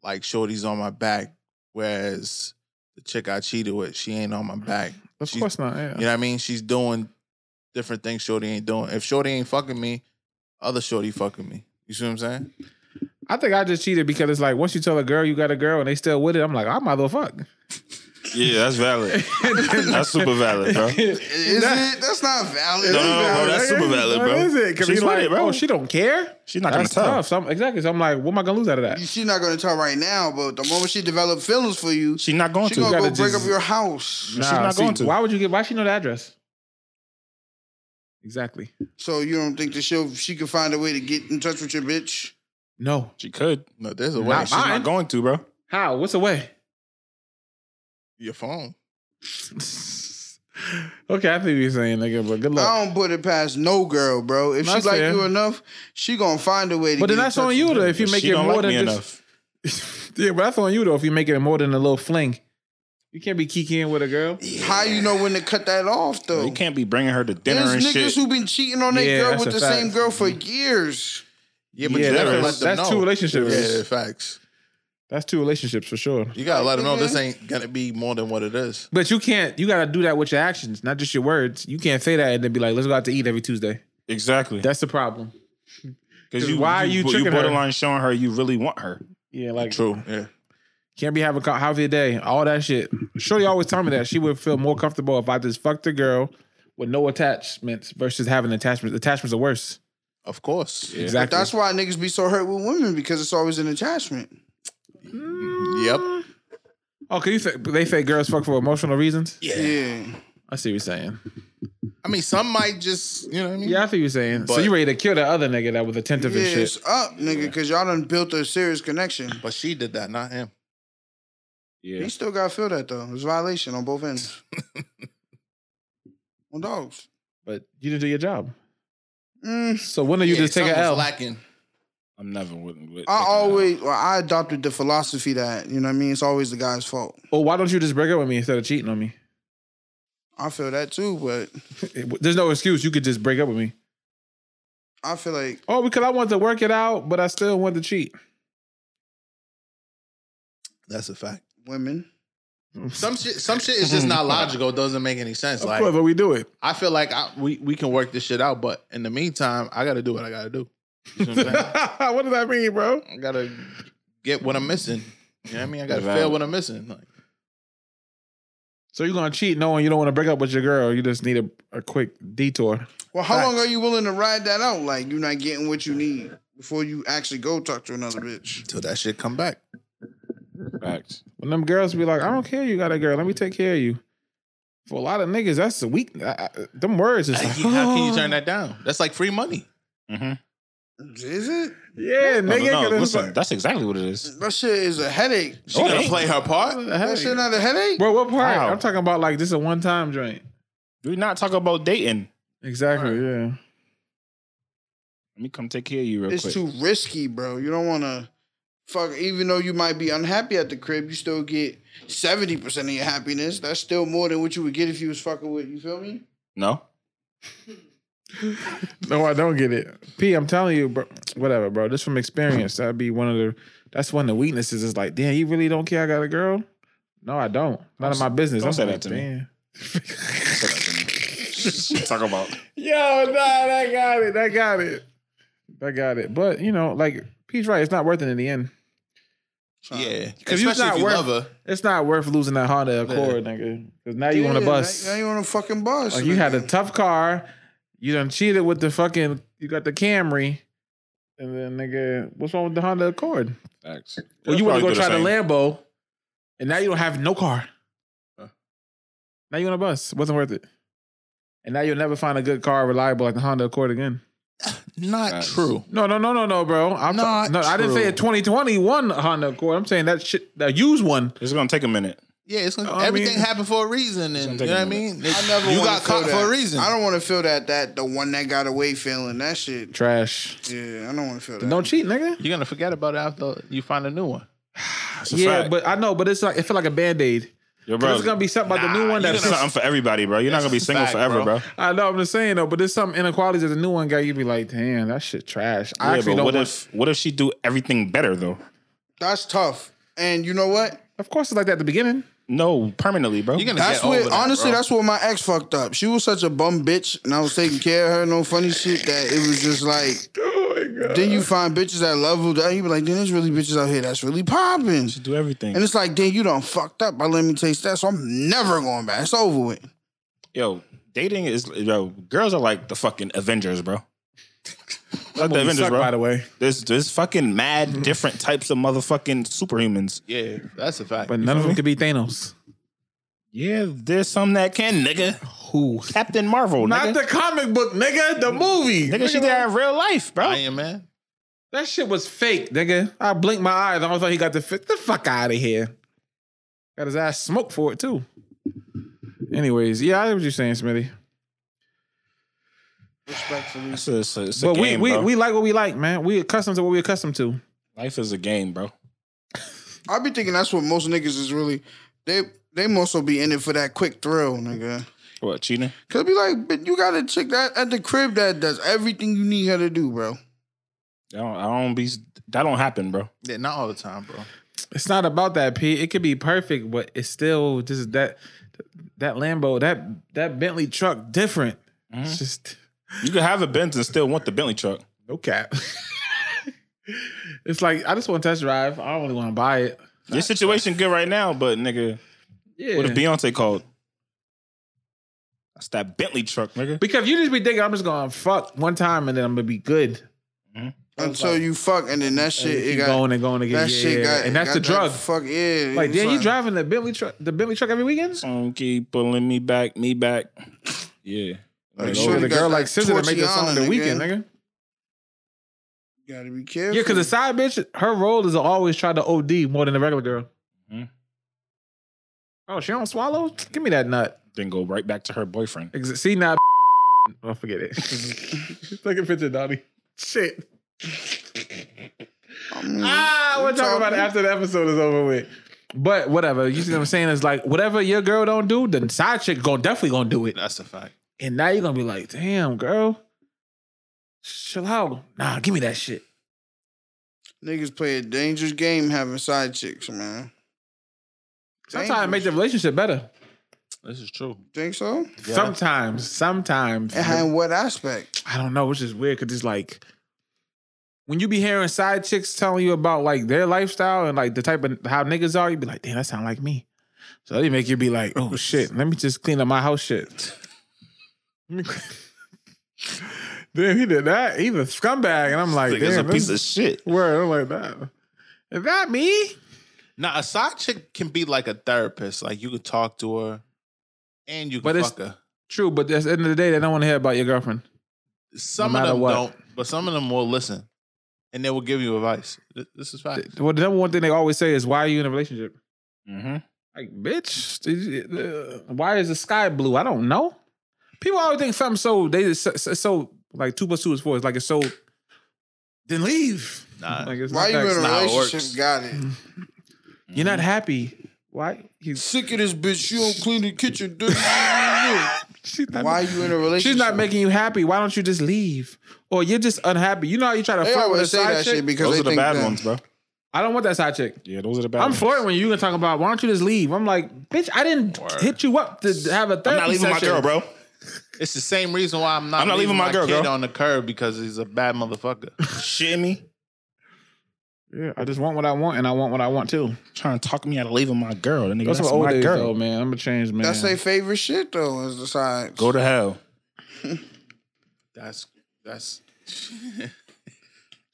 Speaker 4: like Shorty's on my back, whereas the chick I cheated with, she ain't on my back.
Speaker 2: Of
Speaker 4: She's-
Speaker 2: course not. Yeah.
Speaker 4: You know what I mean? She's doing different things Shorty ain't doing. If Shorty ain't fucking me, other Shorty fucking me. You see what I'm saying?
Speaker 2: I think I just cheated because it's like once you tell a girl you got a girl and they still with it, I'm like, I might as well fuck.
Speaker 5: (laughs) Yeah, that's (laughs) valid. that's super valid, (laughs) bro.
Speaker 1: Is it? That's not valid.
Speaker 5: No, no, no, bro, that's super valid, bro.
Speaker 2: What is it? 'Cause
Speaker 5: She's
Speaker 2: he's like,
Speaker 5: with it, bro.
Speaker 2: oh, she don't care.
Speaker 5: She's not
Speaker 2: That's
Speaker 5: gonna tell.
Speaker 2: tough. So I'm, exactly. So I'm like, what am I gonna lose out of that?
Speaker 1: She's not gonna tell right now, but the moment she develop feelings for you, she,
Speaker 5: She's not going to.
Speaker 1: gonna go
Speaker 2: gotta
Speaker 1: break
Speaker 2: just-
Speaker 1: up your house.
Speaker 5: she's not going to.
Speaker 2: Why would you get? Why she know the address? Exactly.
Speaker 1: So you don't think that she she could find a way to get in touch with your bitch?
Speaker 2: No.
Speaker 5: She could.
Speaker 4: No, there's a way.
Speaker 5: Wait, she's
Speaker 2: mine.
Speaker 5: not going to, bro.
Speaker 2: How? What's the way?
Speaker 4: Your phone.
Speaker 2: (laughs) Okay, I think you're saying nigga, but good luck.
Speaker 1: I don't put it past no girl, bro. If
Speaker 2: That's
Speaker 1: she like
Speaker 2: fair.
Speaker 1: you enough, she gonna find a way to.
Speaker 2: But then
Speaker 1: get in
Speaker 2: that's
Speaker 1: touch
Speaker 2: on
Speaker 1: with
Speaker 2: you though. If you make
Speaker 5: she
Speaker 2: it
Speaker 5: don't
Speaker 2: more
Speaker 5: like
Speaker 2: than
Speaker 5: me
Speaker 2: just,
Speaker 5: enough.
Speaker 2: (laughs) yeah, but that's on you though. If you make it more than a little fling, you can't be kikiing with a girl.
Speaker 1: How you know when to cut that off though?
Speaker 5: You can't be bringing her to dinner
Speaker 1: There's
Speaker 5: and
Speaker 1: niggas
Speaker 5: shit.
Speaker 1: who been cheating on their
Speaker 2: Yeah,
Speaker 1: girl
Speaker 2: that's
Speaker 1: with
Speaker 2: a
Speaker 1: the
Speaker 2: fact. Mm-hmm.
Speaker 1: same girl for years.
Speaker 4: Yeah, but
Speaker 2: Yeah,
Speaker 4: you gotta
Speaker 2: that's-
Speaker 4: let them
Speaker 2: that's
Speaker 4: know.
Speaker 2: two relationships.
Speaker 4: Yeah, facts.
Speaker 2: That's two relationships for sure.
Speaker 4: You gotta let them know this ain't gonna be more than what it is.
Speaker 2: But you can't. You got to do that with your actions, not just your words. You can't say that and then be like, "Let's go out to eat every Tuesday."
Speaker 5: exactly.
Speaker 2: That's the problem.
Speaker 5: Because
Speaker 2: 'cause
Speaker 5: you,
Speaker 2: why are you
Speaker 5: you, you
Speaker 2: tricking her?
Speaker 5: borderline showing her you really want her.
Speaker 2: Yeah, like
Speaker 4: True. Yeah.
Speaker 2: Can't be having co- half your day, all that shit. Shorty always tell me that she would feel more comfortable if I just fucked a girl with no attachments versus having attachments. Attachments are worse.
Speaker 4: Of course.
Speaker 2: Exactly.
Speaker 1: That's why niggas be so hurt with women because it's always an attachment.
Speaker 4: Yep.
Speaker 2: oh, can you say they say girls fuck for emotional reasons?
Speaker 1: Yeah.
Speaker 2: I see what you're saying.
Speaker 4: I mean, some might just, you know what I mean?
Speaker 2: Yeah, I see what you're saying. so
Speaker 4: But-
Speaker 2: you ready to kill that other nigga that was attentive
Speaker 1: Yeah,
Speaker 2: and shit?
Speaker 1: it's up, nigga, because y'all done built a serious connection.
Speaker 4: But she did that, not him.
Speaker 5: Yeah.
Speaker 1: He still gotta feel that though. It's violation on both ends. on dogs.
Speaker 2: But you didn't do your job.
Speaker 1: Mm,
Speaker 2: So when are you
Speaker 4: Yeah,
Speaker 2: just take an
Speaker 4: something's
Speaker 2: L?
Speaker 4: lacking.
Speaker 5: I'm never with. with
Speaker 1: I
Speaker 5: taking her.
Speaker 1: always, well, I adopted the philosophy that you know what I mean. It's always the guy's fault.
Speaker 2: Or why don't you just break up with me instead of cheating on me? (laughs)
Speaker 1: I feel that too, but
Speaker 2: There's no excuse. You could just break up with me.
Speaker 1: I feel like
Speaker 2: Oh, because I wanted to work it out, but I still wanted to cheat.
Speaker 4: That's
Speaker 2: (laughs)
Speaker 4: a fact.
Speaker 1: women.
Speaker 4: Some shit, some shit is just not logical. It doesn't make any sense.
Speaker 2: Of
Speaker 4: like
Speaker 2: course, but we do it.
Speaker 4: I feel like I, we we can work this shit out, but in the meantime, I gotta do what I gotta do. You see what I'm
Speaker 2: (laughs)
Speaker 4: saying?
Speaker 2: what does that mean, bro?
Speaker 4: I gotta get what I'm missing. You know what I mean? I gotta
Speaker 5: Valid.
Speaker 4: feel what I'm missing. Like,
Speaker 2: So you're gonna cheat knowing you don't want to break up with your girl. You just need a, a quick detour.
Speaker 1: Well, how long
Speaker 4: Facts.
Speaker 1: are you willing to ride that out? Like you're not getting what you need before you actually go talk to another bitch.
Speaker 4: till that shit
Speaker 2: (sighs)
Speaker 4: come back.
Speaker 5: Facts.
Speaker 2: When them girls be like, I don't care you got a girl, let me take care of you. For a lot of niggas, that's the weak. I, I, them words is like,
Speaker 4: How
Speaker 2: (laughs)
Speaker 4: can you turn that down? That's like free money.
Speaker 5: Mm-hmm.
Speaker 1: Is it?
Speaker 2: Yeah,
Speaker 5: No,
Speaker 2: nigga.
Speaker 5: no,
Speaker 2: 'cause it's
Speaker 5: listen,
Speaker 2: like-
Speaker 5: that's exactly what it is.
Speaker 1: That shit is a headache.
Speaker 4: She
Speaker 5: Oh,
Speaker 4: gotta
Speaker 5: hey.
Speaker 4: play her part.
Speaker 2: Hey.
Speaker 1: That shit not a headache.
Speaker 2: Bro, what part?
Speaker 5: Wow.
Speaker 2: I'm talking about like this is a one time joint.
Speaker 5: Do we not talk about dating?
Speaker 2: Exactly. Yeah.
Speaker 5: Let me come take care of you real
Speaker 1: It's
Speaker 5: quick.
Speaker 1: too risky, bro. You don't want to fuck. Even though you might be unhappy at the crib, you still get seventy percent of your happiness. That's still more than what you would get if you was fucking with. You feel me?
Speaker 5: no.
Speaker 2: No, I don't get it. P, I'm telling you, bro. Whatever, bro. Just from experience, that'd be one of the. That's one of the weaknesses. Is like, damn, you really don't care. I got a girl. No, I don't. Not in my business.
Speaker 5: Don't
Speaker 2: I'm
Speaker 5: say
Speaker 2: like,
Speaker 5: that to me.
Speaker 2: "Damn."
Speaker 5: talk about.
Speaker 2: Yo, nah, that got it. That got it. That got it. But you know, like P's right. It's not worth it in the end.
Speaker 4: Yeah,
Speaker 2: 'Cause you
Speaker 4: especially
Speaker 2: not
Speaker 4: if you
Speaker 2: worth-
Speaker 4: love her.
Speaker 2: It's not worth losing that Honda Accord, nigga. Because now you on a
Speaker 1: Yeah,
Speaker 2: bus.
Speaker 1: Now, now you on a fucking bus.
Speaker 2: Like you had a
Speaker 1: nigga.
Speaker 2: tough car, you done cheated with the fucking, you got the Camry, and then nigga, what's wrong with the Honda Accord?
Speaker 5: Facts.
Speaker 2: Well, you want to go try the Lambo, and now you don't have no car.
Speaker 4: Huh.
Speaker 2: Now you on a bus. Wasn't worth it. And now you'll never find a good car reliable like the Honda Accord again.
Speaker 4: Not
Speaker 5: Facts.
Speaker 4: true.
Speaker 2: No, no, no, no, no, bro. I'm
Speaker 4: Not
Speaker 2: no, I didn't say a
Speaker 4: true.
Speaker 2: 2021 Honda Accord. I'm saying that shit, that used one.
Speaker 5: It's gonna take a minute.
Speaker 4: Yeah, it's gonna,
Speaker 2: I mean-
Speaker 4: everything happened for a reason, and
Speaker 5: gonna
Speaker 4: you
Speaker 5: take
Speaker 4: know
Speaker 5: a
Speaker 4: what I
Speaker 5: minute.
Speaker 4: mean.
Speaker 1: I never
Speaker 4: you
Speaker 1: wanna
Speaker 4: got
Speaker 1: feel
Speaker 4: caught
Speaker 1: that.
Speaker 4: for a reason.
Speaker 1: I don't want to feel that that the one that got away feeling that shit.
Speaker 2: Trash.
Speaker 1: Yeah, I don't want to feel that.
Speaker 2: Then Don't cheat, nigga.
Speaker 4: You're gonna forget about it after you find a new one.
Speaker 5: That's a
Speaker 2: Yeah,
Speaker 5: fact.
Speaker 2: but I know, but it's like it feel like a band aid.
Speaker 5: Yo,
Speaker 2: There's gonna be something about the new
Speaker 5: nah,
Speaker 2: one
Speaker 5: you
Speaker 2: that's
Speaker 5: gonna- something for everybody, bro. You're not gonna be
Speaker 4: That's a
Speaker 5: single
Speaker 4: fact,
Speaker 5: forever, bro.
Speaker 4: bro.
Speaker 2: I know I'm just saying though, but there's some inequalities that the new one got you be like, damn, that shit trash. I
Speaker 5: Yeah,
Speaker 2: actually
Speaker 5: but
Speaker 2: don't
Speaker 5: what
Speaker 2: want.
Speaker 5: if what if she do everything better though?
Speaker 1: That's tough. And you know what?
Speaker 2: of course, it's like that at the beginning.
Speaker 5: No, permanently, bro.
Speaker 4: You're gonna
Speaker 1: That's
Speaker 4: get over
Speaker 1: what
Speaker 4: that,
Speaker 1: honestly,
Speaker 4: bro.
Speaker 1: that's what my ex fucked up. She was such a bum bitch, and I was taking care of her, no funny shit. That it was just like, then you find bitches that level that you be like, then there's really bitches out here that's really popping,
Speaker 5: do everything.
Speaker 1: and it's like, then you done fucked up. I let me taste that, so I'm never going back. It's over with.
Speaker 5: yo, dating is yo. Girls are like the fucking Avengers, bro. like the
Speaker 2: Movie
Speaker 5: Avengers,
Speaker 2: suck, by
Speaker 5: bro.
Speaker 2: the way.
Speaker 5: There's there's fucking mad different types of motherfucking superhumans.
Speaker 4: yeah, that's a fact.
Speaker 2: But none of them could be Thanos.
Speaker 5: Yeah, there's some that can, nigga.
Speaker 2: Who?
Speaker 5: Captain Marvel,
Speaker 2: Not
Speaker 5: nigga.
Speaker 2: the comic book, nigga. The movie.
Speaker 5: nigga, she did that in real life, bro.
Speaker 4: Iron Man.
Speaker 2: That shit was fake, nigga. I blinked my eyes. I was like, he got the fit the fuck out of here. Got his ass smoked for it too. And Anyways, yeah, I hear what you're saying, Smitty.
Speaker 1: Respectfully.
Speaker 5: It's a, it's a, it's a
Speaker 2: But we
Speaker 5: game,
Speaker 2: we
Speaker 5: bro.
Speaker 2: we like what we like, man. We accustomed to what we accustomed to.
Speaker 5: Life is a game, bro.
Speaker 1: I be thinking that's what most niggas is really. They they must also be in it for that quick thrill, nigga.
Speaker 5: What cheating?
Speaker 1: Cause be like, but you got a chick that at the crib that does everything you need her to do, bro.
Speaker 5: I don't, I don't be. That don't happen, bro.
Speaker 4: Yeah, not all the time, bro.
Speaker 2: It's not about that, P. It could be perfect, but it's still just that that Lambo, that that Bentley truck, different.
Speaker 5: Mm-hmm.
Speaker 2: It's just
Speaker 5: You could have a Benz and still want the Bentley truck.
Speaker 2: no cap. (laughs) it's like I just want to test drive. I don't really want to buy it.
Speaker 5: Your situation good right now, but nigga,
Speaker 2: Yeah.
Speaker 5: what if Beyonce called? That's that Bentley truck, nigga.
Speaker 2: because you just be thinking I'm just gonna fuck one time and then I'm gonna be good.
Speaker 1: Until you fuck, and then that shit
Speaker 2: and it
Speaker 1: it
Speaker 2: keep
Speaker 1: got
Speaker 2: going and going again.
Speaker 1: that
Speaker 2: yeah,
Speaker 1: shit
Speaker 2: yeah.
Speaker 1: got
Speaker 2: and that's
Speaker 1: got
Speaker 2: the
Speaker 1: that
Speaker 2: drug.
Speaker 1: Fuck yeah,
Speaker 2: like,
Speaker 1: It's
Speaker 2: then you driving the Bentley truck, the Bentley truck every weekend.
Speaker 5: Song keep pulling me back, me back. Yeah.
Speaker 1: Like,
Speaker 5: Nigga,
Speaker 1: sure
Speaker 2: the
Speaker 5: over
Speaker 1: you
Speaker 5: the-
Speaker 1: got
Speaker 2: girl
Speaker 1: that
Speaker 2: like SZA to make this song
Speaker 1: Torchiana,
Speaker 2: the weekend,
Speaker 1: nigga.
Speaker 2: nigga.
Speaker 1: You gotta be careful.
Speaker 2: Yeah, because the side bitch, her role is to always try to OD more than the regular girl.
Speaker 5: Mhm.
Speaker 2: Oh, she don't swallow? Give me that nut.
Speaker 5: then go right back to her boyfriend.
Speaker 2: Ex- See now, (laughs) oh forget it. (laughs) Take a picture, Donnie. Shit.
Speaker 4: Mm-hmm.
Speaker 2: Ah, we'll talk about it after the episode is over with. But whatever, you see what I'm saying is like whatever your girl don't do, the side chick going definitely gonna do it.
Speaker 4: That's a fact.
Speaker 2: And now you're gonna be like, damn, girl, chill out. Nah, give me that shit.
Speaker 1: niggas play a dangerous game having side chicks, man.
Speaker 2: Sometimes it make the relationship better.
Speaker 5: This is true.
Speaker 1: Think so?
Speaker 2: Sometimes, sometimes.
Speaker 1: And in what aspect?
Speaker 2: I don't know, which is weird because it's like when you be hearing side chicks telling you about like their lifestyle and like the type of how niggas are, you be like, damn, that sound like me. So they make you be like, oh shit, let me just clean up my house shit. (laughs) Let me clean- Damn, he did that. He's a scumbag, and I'm like,
Speaker 5: Like, it's a
Speaker 2: damn,
Speaker 5: piece
Speaker 2: this
Speaker 5: of
Speaker 2: (laughs)
Speaker 5: shit.
Speaker 2: word. I'm like that. Is that me?
Speaker 4: Now a side chick can be like a therapist. Like you could talk to her, and you
Speaker 2: But
Speaker 4: can
Speaker 2: it's-
Speaker 4: fuck her.
Speaker 2: True, but at the end of the day, they don't want to hear about your girlfriend.
Speaker 4: Some
Speaker 2: no
Speaker 4: of
Speaker 2: matter
Speaker 4: them
Speaker 2: what.
Speaker 4: don't, but some of them will listen, and they will give you advice. Th- This is fact.
Speaker 2: Well, the number one thing they always say is, "Why are you in a relationship?"
Speaker 5: Mm-hmm.
Speaker 2: Like, bitch, did you- uh, why is the sky blue? I don't know. People always think something so they just so, so- so like two plus two is four. It's like it's so. Then leave.
Speaker 4: Nah.
Speaker 2: Like it's
Speaker 1: Why
Speaker 2: not
Speaker 1: you
Speaker 2: that-
Speaker 1: in a
Speaker 4: not how it
Speaker 1: relationship?
Speaker 4: works.
Speaker 1: Got
Speaker 2: (laughs)
Speaker 1: it.
Speaker 2: You're not happy. Why? He's,
Speaker 1: Sick of this bitch. You don't clean the kitchen. Dirty.
Speaker 2: (laughs)
Speaker 1: Why
Speaker 2: she's not,
Speaker 1: you in a relationship?
Speaker 2: She's not making you happy. Why don't you just leave? Or you're just unhappy. You know how you try to
Speaker 1: They
Speaker 2: flirt with a
Speaker 1: always say
Speaker 2: side
Speaker 1: that
Speaker 2: chick.
Speaker 1: shit because
Speaker 5: Those
Speaker 1: they
Speaker 5: are the
Speaker 1: think
Speaker 5: bad
Speaker 1: that-
Speaker 5: ones, bro.
Speaker 2: I don't want that side chick.
Speaker 5: Yeah, those are the bad
Speaker 2: I'm
Speaker 5: ones.
Speaker 2: flirting when you can talk about. Why don't you just leave? I'm like, bitch, I didn't hit you up to have a therapy
Speaker 5: I'm not leaving my
Speaker 2: session.
Speaker 5: girl, bro.
Speaker 4: It's the same reason why I'm not.
Speaker 5: I'm not leaving my girl,
Speaker 4: kid
Speaker 5: girl.
Speaker 4: on the curb because he's a bad motherfucker.
Speaker 5: Shitting me.
Speaker 2: Yeah, I just want what I want, and I want what I want too.
Speaker 5: Trying to talk me out of leaving my girl. The nigga,
Speaker 2: That's,
Speaker 5: that's,
Speaker 2: my old
Speaker 5: my
Speaker 2: days,
Speaker 5: girl.
Speaker 2: though, man. I'm a change, man.
Speaker 1: That's their favorite shit though. Is the side.
Speaker 5: Go to hell.
Speaker 4: That's that's.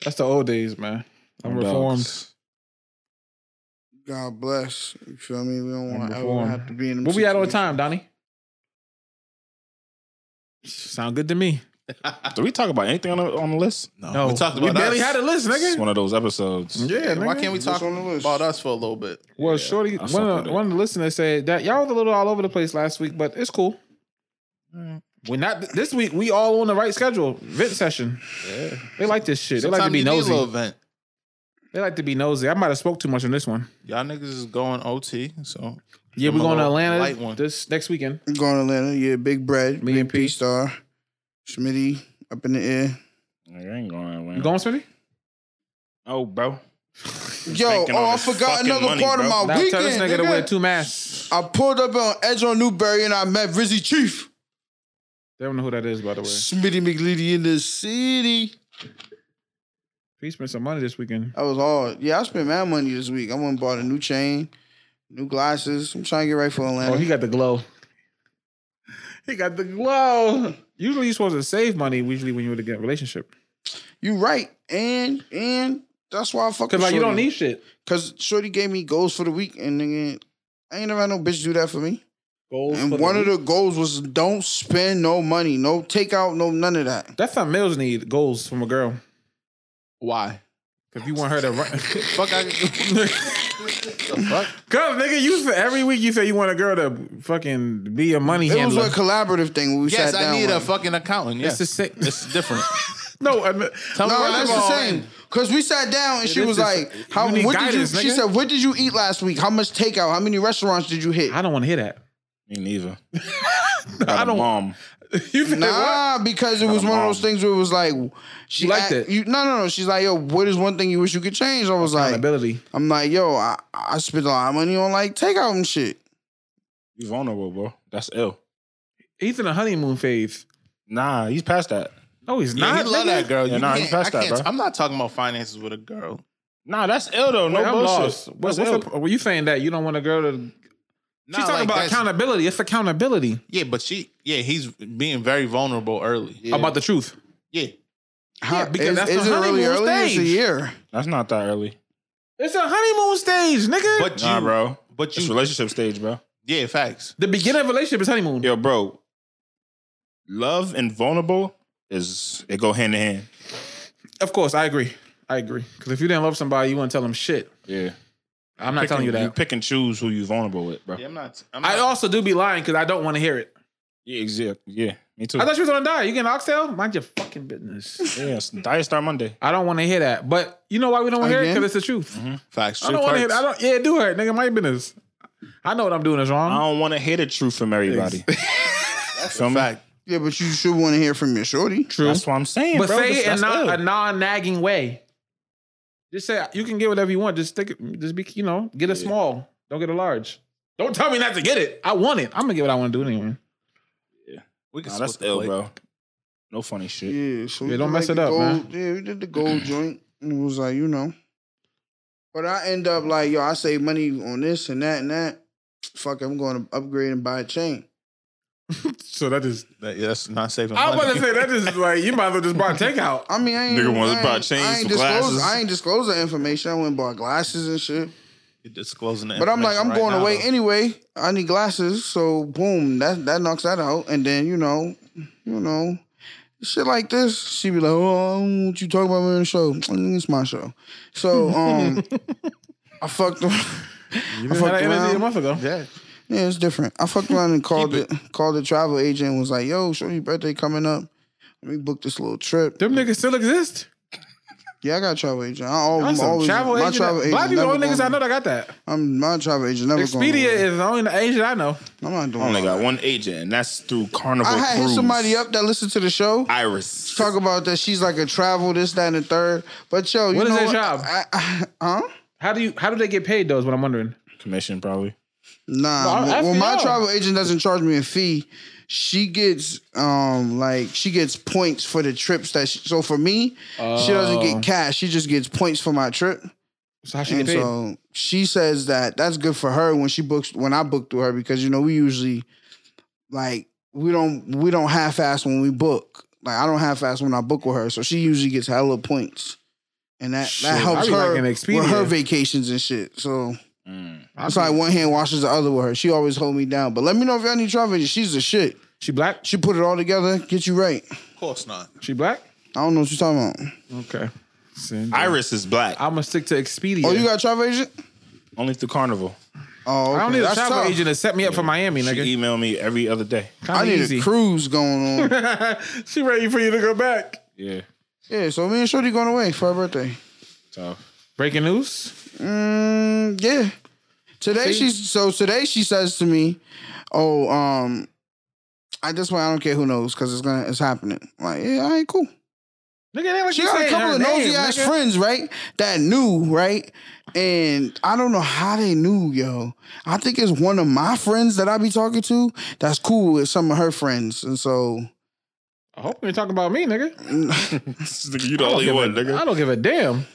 Speaker 2: That's the old days, man. I'm
Speaker 5: Dogs.
Speaker 2: reformed.
Speaker 1: God bless. You feel me? We don't want
Speaker 2: Number
Speaker 1: to
Speaker 2: four.
Speaker 1: ever have to be in. them
Speaker 2: Where we at on
Speaker 1: situations.
Speaker 2: time, Donnie? Sound good to me.
Speaker 5: Did we talk about anything on the, on the list?
Speaker 2: No,
Speaker 4: we talked about
Speaker 2: Oh, barely
Speaker 4: us.
Speaker 2: had a list,
Speaker 5: It's
Speaker 2: nigga.
Speaker 5: one of those episodes.
Speaker 2: Yeah,
Speaker 1: Why
Speaker 2: nigga.
Speaker 4: Why can't we
Speaker 1: What's
Speaker 4: talk
Speaker 1: on the list?
Speaker 4: about us for a little bit?
Speaker 2: Well, shorty, one
Speaker 5: fuck
Speaker 2: of,
Speaker 5: with
Speaker 2: the,
Speaker 5: it.
Speaker 2: one of the listeners said that y'all was a little all over the place last week, but it's cool. We're not this week. We all on the right schedule. Vent session.
Speaker 4: Yeah.
Speaker 2: They like this shit. They like to
Speaker 4: Sometimes
Speaker 2: be
Speaker 4: you need a little
Speaker 2: nosy.
Speaker 4: vent.
Speaker 2: They like to be nosy. I might have spoke too much on this one.
Speaker 4: Y'all niggas is going OT, so
Speaker 2: Yeah,
Speaker 4: Give
Speaker 2: we're
Speaker 4: them a
Speaker 2: going to
Speaker 4: little light
Speaker 2: Atlanta
Speaker 4: one.
Speaker 2: this next weekend.
Speaker 1: I'm going to Atlanta. Yeah, Big Bread.
Speaker 2: Me
Speaker 1: Big
Speaker 2: and P.
Speaker 1: P Star. Schmitty up in the air.
Speaker 5: Nigga, I ain't going anywhere.
Speaker 2: You going, Smitty?
Speaker 5: Oh, bro.
Speaker 1: Yo,
Speaker 5: Banking
Speaker 1: oh,
Speaker 5: on
Speaker 1: I
Speaker 5: this
Speaker 1: forgot
Speaker 5: fucking
Speaker 1: another
Speaker 5: money,
Speaker 1: part
Speaker 5: bro.
Speaker 1: of my
Speaker 2: Now tell this
Speaker 1: weekend.
Speaker 2: nigga to
Speaker 1: nigga.
Speaker 2: wear two masks.
Speaker 1: I pulled up on Edge on Newberry and I met Rizzy Chief.
Speaker 2: They don't know who that is, by the way.
Speaker 1: Smitty McLeady in the city.
Speaker 2: He spent some money this weekend.
Speaker 1: That was hard. Yeah, I spent mad money this week. I went and bought a new chain, new glasses. I'm trying to get right for Atlanta.
Speaker 2: Oh, he got the glow. He got the glow. Usually, you're supposed to save money. Usually, when you're in a relationship,
Speaker 1: you right. And and that's why I fucking
Speaker 2: because like you don't
Speaker 1: Shorty.
Speaker 2: need shit.
Speaker 1: Cause Shorty gave me goals for the week, and nigga, I ain't never had no bitch do that for me.
Speaker 2: (laughs) Goals
Speaker 1: and one of the goals was don't spend no money, no takeout, no none of that.
Speaker 2: that's how males need goals from a girl.
Speaker 4: why?
Speaker 2: Cause you want her to run. (laughs)
Speaker 4: Fuck, I (laughs) the fuck.
Speaker 2: Cause nigga, you for every week you say you want a girl to fucking be a money
Speaker 1: It was
Speaker 2: handler.
Speaker 1: a collaborative thing. When we
Speaker 4: Yes,
Speaker 1: sat down.
Speaker 4: I need a
Speaker 1: with-
Speaker 4: fucking accountant. Yes,
Speaker 2: it's the
Speaker 1: (laughs)
Speaker 2: same.
Speaker 4: it's different. (laughs)
Speaker 2: No, I mean,
Speaker 4: Tell me
Speaker 1: No,
Speaker 4: where
Speaker 1: that's
Speaker 4: I'm
Speaker 1: the
Speaker 4: going.
Speaker 1: same. Cause we sat down and she
Speaker 2: is
Speaker 1: was
Speaker 2: the-
Speaker 1: like, "How?
Speaker 2: you need
Speaker 1: What did you?"
Speaker 2: guidance,
Speaker 1: She
Speaker 2: nigga.
Speaker 1: said, "What did you eat last week? How much takeout? How many restaurants did you hit?"
Speaker 2: I don't want to hear that. (laughs)
Speaker 5: Me neither. Got a
Speaker 2: don't-
Speaker 5: mom.
Speaker 2: You said what?
Speaker 1: Nah, because it was
Speaker 5: a
Speaker 1: one of
Speaker 5: mom.
Speaker 1: those things where it was like she
Speaker 2: You liked
Speaker 1: act-
Speaker 2: it.
Speaker 1: You, no, no, no. She's like, "Yo, what is one thing you wish you could change?" I was like,
Speaker 2: Accountability.
Speaker 1: "I'm like, yo, I, I spent a lot of money on like takeout and shit."
Speaker 5: You vulnerable, bro. That's ill.
Speaker 2: He's in a honeymoon phase.
Speaker 5: Nah, he's past that.
Speaker 2: No, he's
Speaker 4: Yeah,
Speaker 2: not.
Speaker 4: he love
Speaker 2: nigga.
Speaker 4: that girl.
Speaker 5: Yeah,
Speaker 4: You
Speaker 5: nah, he
Speaker 4: can't-
Speaker 5: passed
Speaker 4: I
Speaker 5: that,
Speaker 4: can't-
Speaker 5: bro.
Speaker 4: I'm not talking about finances with a girl.
Speaker 5: Nah, that's ill though. No
Speaker 2: Wait, I'm lost.
Speaker 5: bullshit.
Speaker 2: What-
Speaker 5: That's
Speaker 2: what's
Speaker 5: ill.
Speaker 2: the, were you saying that you don't want a girl to?
Speaker 4: Not
Speaker 2: She's talking
Speaker 4: like
Speaker 2: about
Speaker 4: that's-
Speaker 2: accountability. It's accountability
Speaker 4: Yeah, but she, yeah, he's being very vulnerable early. Yeah,
Speaker 2: about the truth.
Speaker 1: How-
Speaker 2: because that's the
Speaker 1: it
Speaker 2: honeymoon
Speaker 1: It's a
Speaker 2: stage.
Speaker 1: year.
Speaker 5: That's not that early.
Speaker 2: It's a honeymoon stage, nigga.
Speaker 4: but you,
Speaker 5: Nah, bro.
Speaker 4: but
Speaker 5: It's
Speaker 4: you,
Speaker 5: relationship stage, bro.
Speaker 4: yeah, facts.
Speaker 2: the beginning of a relationship is honeymoon.
Speaker 5: Yo, bro. Love and vulnerable is it go hand in hand.
Speaker 2: Of course, I agree. I agree. Because if you didn't love somebody, you wouldn't tell them shit.
Speaker 5: Yeah.
Speaker 2: I'm not
Speaker 5: Pick
Speaker 2: telling
Speaker 5: and-
Speaker 2: you that.
Speaker 5: You pick and choose who you vulnerable with, bro.
Speaker 4: Yeah, I'm not. I'm
Speaker 2: I
Speaker 4: not-
Speaker 2: also do be lying because I don't want to hear it.
Speaker 5: Yeah, exactly. Yeah, me too.
Speaker 2: I thought she was gonna die. You getting oxtail? Mind your fucking business.
Speaker 5: yeah, it's Diet Star Monday.
Speaker 2: I don't want to hear that. But you know why we don't want to hear it?
Speaker 1: Again?
Speaker 2: Because it's the truth.
Speaker 4: facts.
Speaker 2: I don't want to hear. I don't. Yeah, it do hurt, nigga. Mind your business. I know what I'm doing is
Speaker 5: I
Speaker 2: wrong.
Speaker 5: don't want to hear the truth from everybody. (laughs) That's a fact.
Speaker 1: Yeah, but you should want to hear from your shorty.
Speaker 2: True.
Speaker 5: That's what I'm saying,
Speaker 2: but
Speaker 5: (laughs) bro.
Speaker 2: say
Speaker 5: That's-
Speaker 2: it in
Speaker 5: that's
Speaker 2: not, a
Speaker 5: ill.
Speaker 2: non nagging way. Just say you can get whatever you want. Just stick it. Just be you know get a small. Don't get a large. Don't tell me not to get it. I want it. I'm gonna get what I want to do anyway.
Speaker 4: We can
Speaker 5: Nah, that's
Speaker 4: split the
Speaker 5: ill,
Speaker 4: plate.
Speaker 5: bro. No funny shit.
Speaker 1: Yeah, so we
Speaker 2: Yeah, don't
Speaker 1: did, like,
Speaker 2: mess it
Speaker 1: the
Speaker 2: up,
Speaker 1: gold,
Speaker 2: man.
Speaker 1: Yeah, we did the gold
Speaker 2: (clears throat)
Speaker 1: joint, and it was like you know. But I end up like yo, I save money on this and that and that. Fuck, I'm going to upgrade and buy a chain.
Speaker 2: So that is.
Speaker 4: That- yeah, that's not saving.
Speaker 2: I was about
Speaker 4: money. (laughs)
Speaker 2: to say that is like you might as well just
Speaker 1: (laughs)
Speaker 2: buy takeout.
Speaker 1: I mean, I ain't
Speaker 5: Nigga wanna
Speaker 1: I ain't-
Speaker 5: buy a chain,
Speaker 1: I ain't
Speaker 5: some
Speaker 1: disclose.
Speaker 5: glasses.
Speaker 1: I ain't disclose that information. I went and bought glasses and shit.
Speaker 4: You're disclosing the
Speaker 1: But I'm like,
Speaker 4: information
Speaker 1: I'm
Speaker 4: right
Speaker 1: going
Speaker 4: now,
Speaker 1: away
Speaker 4: though.
Speaker 1: anyway. I need glasses, so boom, that that knocks that out. And then you know, you know, shit like this, she be like, "Oh, I don't want you talking about me on the show. It's my show." So
Speaker 2: (laughs)
Speaker 1: um, I fucked.
Speaker 2: You
Speaker 1: I
Speaker 2: didn't have
Speaker 1: fucked
Speaker 2: that energy a
Speaker 1: around.
Speaker 2: month ago.
Speaker 4: Yeah,
Speaker 1: Yeah, it's different. I fucked around and called it. called the travel agent and was like, "Yo, show your birthday coming up. Let me book this little trip."
Speaker 2: Them niggas still exist.
Speaker 1: Yeah, I got a travel agent. I always,
Speaker 2: I'm some
Speaker 1: always
Speaker 2: travel
Speaker 1: my
Speaker 2: agent.
Speaker 1: travel agent.
Speaker 2: Black people, the
Speaker 1: never
Speaker 2: only niggas I
Speaker 1: gonna-
Speaker 2: know that got that.
Speaker 1: I'm my travel agent. Never gonna-
Speaker 2: Expedia is the only agent I know.
Speaker 1: I'm not doing.
Speaker 5: I only
Speaker 1: all
Speaker 5: got
Speaker 1: that.
Speaker 5: one agent, and that's through Carnival
Speaker 1: I had hit
Speaker 5: Cruise.
Speaker 1: somebody up that listened to the show.
Speaker 5: Iris.
Speaker 1: talk about that she's like a travel this that and the third but yo you
Speaker 2: What is
Speaker 1: know
Speaker 2: her
Speaker 1: what?
Speaker 2: job?
Speaker 1: I, I, huh
Speaker 2: How do you? How do they get paid? Though is what I'm wondering.
Speaker 5: Commission, probably.
Speaker 1: nah
Speaker 2: No,
Speaker 1: well, well, my
Speaker 2: FBO.
Speaker 1: travel agent doesn't charge me a fee she gets um like she gets points for the trips that she, so for me she doesn't
Speaker 2: Oh.
Speaker 1: get cash she just gets points for my trip
Speaker 2: So how she get
Speaker 1: and
Speaker 2: paid?
Speaker 1: so she says that that's good for her when she books when I book through her because you know we usually like we don't we don't half ass when we book. Like I don't half ass when I book with her, so she usually gets hella points, and that
Speaker 2: Shit, I
Speaker 1: that helps
Speaker 2: be
Speaker 1: her
Speaker 2: liking
Speaker 1: with
Speaker 2: Expedia.
Speaker 1: her vacations and shit. So
Speaker 5: Mm.
Speaker 1: it's like one hand washes the other with her. She always hold me down, but let me know if y'all need travel. agent. She's the shit.
Speaker 2: she black?
Speaker 1: She put it all together, get you right.
Speaker 4: of course not.
Speaker 2: She black?
Speaker 1: I don't know what you're talking about.
Speaker 2: Okay.
Speaker 5: Iris is black.
Speaker 2: I'm gonna stick to Expedia.
Speaker 1: Oh, you got a travel agent?
Speaker 5: Only through Carnival.
Speaker 1: Oh, okay.
Speaker 2: I don't need a
Speaker 1: That's
Speaker 2: travel
Speaker 1: tough.
Speaker 2: agent to set me up for Miami,
Speaker 5: She
Speaker 2: nigga.
Speaker 5: email me every other day.
Speaker 2: Kinda
Speaker 1: I need
Speaker 2: easy.
Speaker 1: a cruise going on.
Speaker 2: she ready for you to go back.
Speaker 5: Yeah.
Speaker 1: yeah, so me and Shorty going away for her birthday.
Speaker 5: So
Speaker 2: Breaking news.
Speaker 1: Mm, yeah. Today
Speaker 2: See?
Speaker 1: she's so today she says to me, "Oh, um, at this point I don't care who knows because it's gonna it's happening." like, yeah, I ain't cool.
Speaker 2: Nigga, that like
Speaker 1: She
Speaker 2: you
Speaker 1: got a
Speaker 2: saying
Speaker 1: couple
Speaker 2: her
Speaker 1: of
Speaker 2: name,
Speaker 1: nosy ass
Speaker 2: nigga.
Speaker 1: friends, right? That knew, right? And I don't know how they knew, yo. I think it's one of my friends that I be talking to that's cool with some of her friends, and so
Speaker 2: I hope you're talking about me, nigga.
Speaker 5: you the
Speaker 2: I don't
Speaker 5: only
Speaker 2: give
Speaker 5: one,
Speaker 2: a- I
Speaker 5: nigga.
Speaker 2: don't give
Speaker 1: (laughs)
Speaker 2: a damn.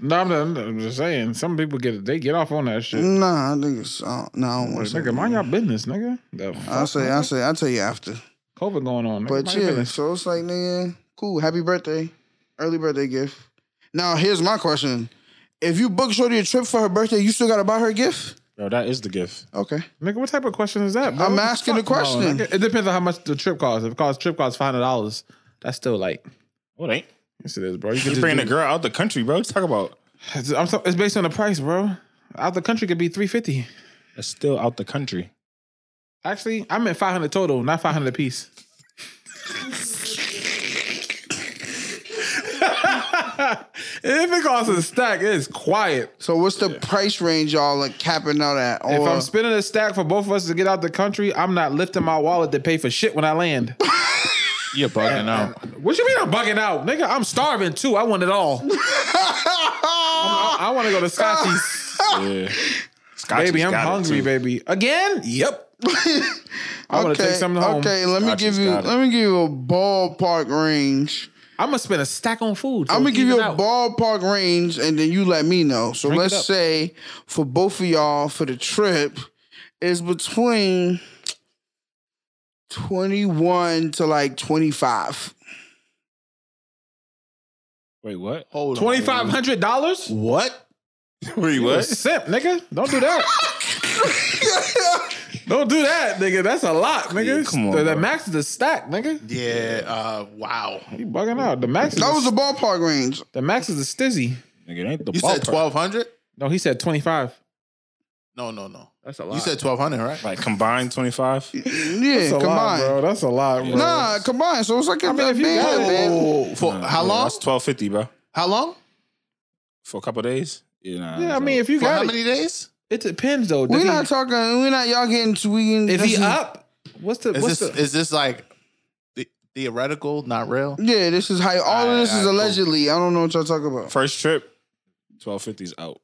Speaker 2: no, I'm, not, I'm just saying. Some people get they get off on that shit.
Speaker 1: nah, I think it's uh, no, I don't want
Speaker 2: nigga,
Speaker 1: to.
Speaker 2: mind your business, nigga. The
Speaker 1: I
Speaker 2: fuck,
Speaker 1: say, I say, I will tell you after.
Speaker 2: COVID going on. Nigga.
Speaker 1: But
Speaker 2: Mind your
Speaker 1: yeah,
Speaker 2: business.
Speaker 1: so it's like, nigga, cool. Happy birthday. Early birthday gift. Now, here's my question. If you book Shorty a trip for her birthday, you still gotta buy her a gift?
Speaker 5: Bro, that is the gift.
Speaker 1: Okay.
Speaker 2: Nigga, what type of question is that? bro?
Speaker 1: I'm
Speaker 2: What
Speaker 1: asking the
Speaker 2: fuck? No,
Speaker 1: question.
Speaker 2: nigga, it depends on how much the trip costs. If it costs trip costs five hundred dollars, that's still like
Speaker 5: What Oh, ain't?
Speaker 2: Yes, it is, bro. You can
Speaker 5: You
Speaker 2: just
Speaker 5: bringing
Speaker 2: do-
Speaker 5: a girl out the country, bro. Talk about
Speaker 2: It's, I'm so, it's based on the price, bro. Out the country could be three fifty.
Speaker 5: that's still out the country.
Speaker 2: Actually, I meant five hundred total, not five hundred apiece. (laughs) if it costs a stack, it's quiet.
Speaker 1: So what's the price range y'all like capping out at? Or
Speaker 2: If I'm spending a stack for both of us to get out the country, I'm not lifting my wallet to pay for shit when I land.
Speaker 1: (laughs)
Speaker 4: You're bugging out.
Speaker 2: What you mean I'm bugging out, nigga? I'm starving too. I want
Speaker 1: (laughs)
Speaker 2: it all. I'm- I, I want to go to Scotchy's,
Speaker 5: Yeah. Scotchy's
Speaker 2: baby. I'm
Speaker 5: got it,
Speaker 2: hungry,
Speaker 5: too.
Speaker 2: baby. Again?
Speaker 1: (laughs)
Speaker 2: Yep. I want to take something home.
Speaker 1: Okay, let me
Speaker 5: Scotch
Speaker 1: give
Speaker 5: has
Speaker 1: you
Speaker 5: got it.
Speaker 1: let me give you a ballpark range.
Speaker 2: I'm gonna spend a stack on food.
Speaker 1: I'm gonna give you a
Speaker 2: ball.
Speaker 1: ballpark range, and then you let me know. So
Speaker 2: Drink it up.
Speaker 1: let's say for both of y'all for the trip is between twenty one to like twenty five.
Speaker 5: Wait, what?
Speaker 4: Hold on.
Speaker 2: Twenty five hundred dollars?
Speaker 4: What?
Speaker 5: Wait, what?
Speaker 2: Simp, nigga. Don't do
Speaker 5: (laughs)
Speaker 2: that. Don't do that, nigga. That's a lot, nigga.
Speaker 5: Yeah, come on,
Speaker 2: the, the
Speaker 5: bro.
Speaker 2: max is the stack, nigga.
Speaker 4: Yeah. Uh, wow.
Speaker 2: You bugging out. The max. Is
Speaker 1: That was
Speaker 2: the,
Speaker 1: the ballpark range.
Speaker 2: the max is the stizzy.
Speaker 5: Nigga, it ain't the
Speaker 4: You
Speaker 5: ballpark.
Speaker 4: said twelve hundred?
Speaker 2: No, he said twenty five.
Speaker 4: No, no, no.
Speaker 2: That's a
Speaker 4: You said twelve hundred, right?
Speaker 5: Like combined twenty five.
Speaker 1: Yeah,
Speaker 2: That's a lot,
Speaker 1: combined.
Speaker 2: bro. That's a lot, bro.
Speaker 1: Nah, combined. So it's like a
Speaker 2: I mean, if you
Speaker 1: band,
Speaker 2: got it,
Speaker 1: man.
Speaker 4: Oh, for how long?
Speaker 5: That's twelve fifty, bro.
Speaker 4: How long?
Speaker 5: For a couple days. Yeah, nah,
Speaker 2: Yeah, I
Speaker 5: that's
Speaker 2: mean,
Speaker 5: all.
Speaker 2: if you
Speaker 4: For how
Speaker 2: got it,
Speaker 4: many days?
Speaker 2: it depends though. Did
Speaker 1: We're
Speaker 2: he-
Speaker 1: not talking. We're not y'all getting to. We can,
Speaker 2: Is
Speaker 1: this
Speaker 2: he up? What's the?
Speaker 4: Is
Speaker 2: What's
Speaker 4: this
Speaker 2: the?
Speaker 4: is this like the, theoretical, not real?
Speaker 1: Yeah, this is how. All of
Speaker 4: Alright,
Speaker 1: this
Speaker 4: alright,
Speaker 1: is
Speaker 4: cool.
Speaker 1: allegedly. I don't know what y'all talking about.
Speaker 5: first trip, twelve fifty's out.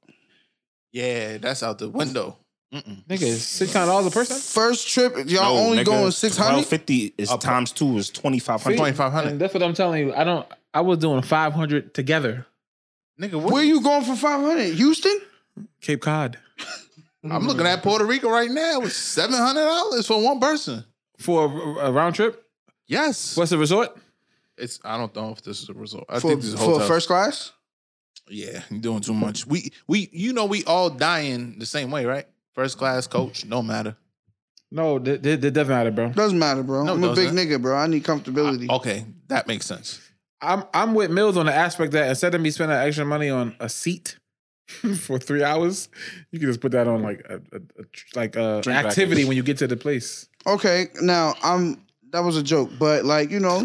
Speaker 4: Yeah, that's out the window. Mm-mm.
Speaker 2: Nigga, is six hundred dollars a person.
Speaker 1: First trip, y'all only going six
Speaker 5: Twelve
Speaker 1: hundred.
Speaker 5: fifty is times two is twenty five
Speaker 2: See?
Speaker 5: hundred.
Speaker 2: And
Speaker 4: 2500.
Speaker 2: that's what I'm telling you. I don't. I was doing five hundred together.
Speaker 4: Nigga, what?
Speaker 1: Where you going for five hundred? Houston?
Speaker 2: Cape Cod
Speaker 4: I'm looking at Puerto Rico right now. It's seven hundred dollars for one person.
Speaker 2: for a, a round trip.
Speaker 4: Yes,
Speaker 2: What's the resort?
Speaker 4: it's. I don't know if this is a result. I
Speaker 1: for,
Speaker 4: think this is
Speaker 1: for
Speaker 4: hotel.
Speaker 1: first class?
Speaker 4: yeah, you're doing too much. We we you know we all dying the same way, right? First class coach, no matter.
Speaker 2: No, that that- that doesn't matter, bro.
Speaker 1: Doesn't matter, bro.
Speaker 4: No,
Speaker 1: I'm a big
Speaker 4: doesn't.
Speaker 1: nigga, bro. I need comfortability.
Speaker 4: Okay, that makes sense.
Speaker 2: I'm I'm with Mills on the aspect that instead of me spending extra money on a seat (laughs) for three hours, you can just put that on like a, a, a tr- like a
Speaker 5: Drink
Speaker 2: activity
Speaker 5: package.
Speaker 2: when you get to the place.
Speaker 4: oh.
Speaker 1: okay, now I'm that was a joke, but like, you know,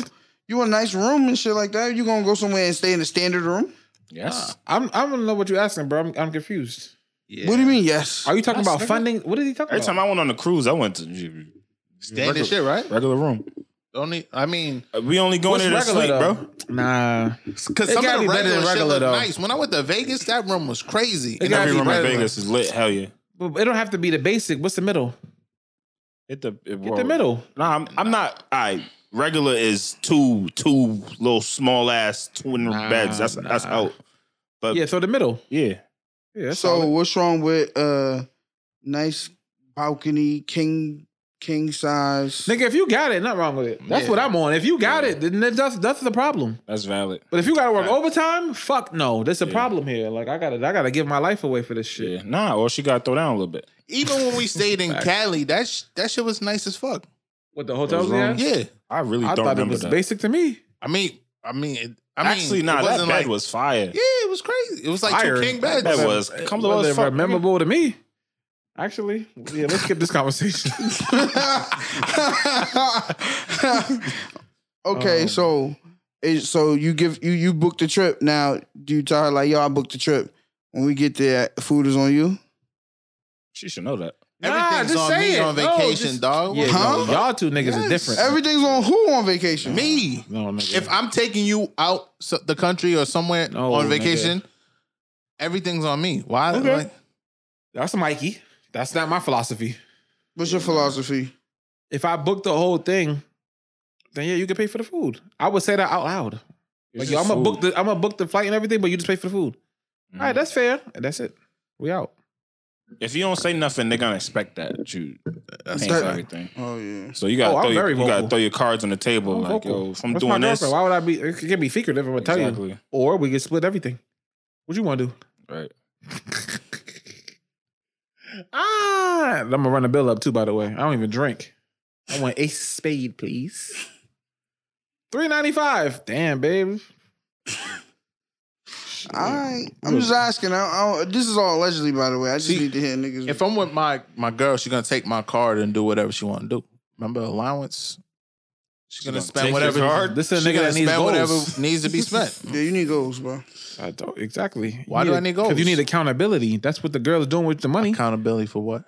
Speaker 1: you a nice room and shit like that. You gonna go somewhere and stay in a standard room?
Speaker 5: Yes.
Speaker 2: I'm I don't know what you're asking, bro. I'm, I'm confused.
Speaker 4: Yeah.
Speaker 1: What do you mean, yes?
Speaker 2: Are you talking
Speaker 5: Yes,
Speaker 2: about
Speaker 5: nigga.
Speaker 2: funding? What did he talk
Speaker 5: Every time
Speaker 2: about?
Speaker 5: I went on a cruise, I went to
Speaker 4: Standard shit, right?
Speaker 5: regular room.
Speaker 4: Only I mean,
Speaker 5: Uh, We only going
Speaker 2: What's
Speaker 5: there to
Speaker 2: regular,
Speaker 5: sleep,
Speaker 2: though?
Speaker 5: bro.
Speaker 2: Nah,
Speaker 4: because
Speaker 2: It
Speaker 4: some of
Speaker 2: gotta
Speaker 4: the
Speaker 2: be better
Speaker 4: regular,
Speaker 2: than
Speaker 4: shit
Speaker 2: regular,
Speaker 4: look
Speaker 2: though.
Speaker 4: nice. When I went to Vegas, that room was crazy.
Speaker 2: It
Speaker 4: And
Speaker 2: gotta
Speaker 5: Every
Speaker 2: be
Speaker 5: room in
Speaker 2: regular.
Speaker 5: Vegas is lit. Hell yeah.
Speaker 2: but it don't have to be the basic. What's the middle?
Speaker 5: Hit the, it,
Speaker 2: Get the middle.
Speaker 5: Nah, I'm, I'm not. I regular is two two little small ass twin
Speaker 2: Nah,
Speaker 5: beds. That's that's
Speaker 2: nah.
Speaker 5: out. But
Speaker 2: Yeah,
Speaker 5: yeah,
Speaker 2: so the middle.
Speaker 5: yeah.
Speaker 2: Yeah. that's
Speaker 1: so
Speaker 2: solid.
Speaker 1: what's wrong with uh nice balcony, king king size?
Speaker 2: nigga, if you got it, nothing wrong with it. That's
Speaker 4: Yeah.
Speaker 2: what I'm on. If you got it, then that- that's that's the problem.
Speaker 5: that's valid.
Speaker 2: But if you gotta work
Speaker 5: Right.
Speaker 2: overtime, fuck no. There's a
Speaker 5: Yeah.
Speaker 2: problem here. Like I gotta I gotta give my life away for this shit.
Speaker 5: Yeah, nah. Or she got to throw down a little bit.
Speaker 4: Even when we stayed in
Speaker 2: Facts.
Speaker 4: Cali, that sh- that shit was nice as fuck.
Speaker 2: What the hotels
Speaker 5: Those
Speaker 2: we
Speaker 5: rooms?
Speaker 2: had?
Speaker 4: Yeah,
Speaker 5: I really
Speaker 2: I
Speaker 5: don't
Speaker 2: thought it
Speaker 5: remember
Speaker 2: was
Speaker 5: that.
Speaker 2: basic to me.
Speaker 4: I mean, I mean, it, I mean,
Speaker 5: Actually,
Speaker 4: it
Speaker 5: nah. That bed
Speaker 4: wasn't like,
Speaker 5: was fire.
Speaker 4: Yeah, it was crazy. It was like
Speaker 2: Fire.
Speaker 4: two king beds.
Speaker 5: That bed
Speaker 2: It
Speaker 4: (laughs)
Speaker 5: was
Speaker 2: wasn't-
Speaker 5: comfortable as
Speaker 2: wasn't
Speaker 5: fuck. nigga.
Speaker 2: memorable to me. Actually, yeah. Let's skip this conversation.
Speaker 1: okay,
Speaker 2: Um,
Speaker 1: so it- so you give you you book the trip. Now do you tell her like yo, I booked the trip. When we get there, food is on you.
Speaker 5: She should know that.
Speaker 4: Everything's
Speaker 2: just
Speaker 4: on
Speaker 2: say
Speaker 4: me
Speaker 2: it.
Speaker 4: on
Speaker 2: No,
Speaker 4: vacation,
Speaker 2: just-
Speaker 4: dog.
Speaker 2: Yeah,
Speaker 1: Huh?
Speaker 2: no, y'all two niggas is
Speaker 4: Yes.
Speaker 2: different.
Speaker 1: Everything's on who on vacation?
Speaker 4: Me,
Speaker 2: no, nigga.
Speaker 4: if I'm taking you out so- the country or somewhere
Speaker 2: No,
Speaker 4: on
Speaker 2: nigga.
Speaker 4: vacation, everything's on me. Why?
Speaker 2: Okay.
Speaker 4: Like,
Speaker 2: that's Mikey. That's not my philosophy.
Speaker 1: What's your philosophy?
Speaker 2: if I book the whole thing, then yeah, you can pay for the food. I would say that out loud. Like,
Speaker 5: It's
Speaker 2: yo, I'm
Speaker 5: just
Speaker 2: gonna book
Speaker 5: food.
Speaker 2: the I'm gonna book the flight and everything, but you just pay for the food.
Speaker 5: Mhm.
Speaker 2: All right, that's fair. And that's it. We out.
Speaker 5: If you don't say nothing, they're gonna expect that you
Speaker 4: that's
Speaker 5: pay for
Speaker 4: fact.
Speaker 5: everything.
Speaker 1: Oh yeah.
Speaker 5: So you gotta
Speaker 2: Oh, I'm
Speaker 5: throw your,
Speaker 2: very
Speaker 5: you gotta
Speaker 2: vocal.
Speaker 5: throw your cards on the table.
Speaker 2: I'm
Speaker 5: like,
Speaker 2: vocal.
Speaker 5: yo, if I'm
Speaker 2: That's my
Speaker 5: doing this,
Speaker 2: girlfriend. Why would I be? It can be secretive. I'm gonna tell you.
Speaker 5: exactly.
Speaker 2: Or we can split everything. What you want to do?
Speaker 5: Right.
Speaker 2: (laughs) ah, I'm gonna run the bill up too. By the way, I don't even drink. I want a spade, please. Three ninety five. Damn, babe.
Speaker 1: All right. I'm just asking. I, I, don't- this is all allegedly, by the way. I just
Speaker 4: See,
Speaker 1: need to hear niggas.
Speaker 4: If I'm with my my girl, she's gonna take my card and do whatever she want to do. Remember allowance? She's gonna spend
Speaker 5: take
Speaker 4: whatever.
Speaker 5: your card?
Speaker 2: This is a
Speaker 4: she
Speaker 2: nigga
Speaker 4: gonna
Speaker 2: that needs
Speaker 4: spend
Speaker 2: goals.
Speaker 4: whatever (laughs) needs to
Speaker 1: (laughs)
Speaker 4: be spent.
Speaker 1: yeah, you need goals, bro.
Speaker 2: I don't exactly.
Speaker 4: Why do I need goals?
Speaker 2: Because you need accountability. That's what the girl is doing with the money
Speaker 4: Accountability for what?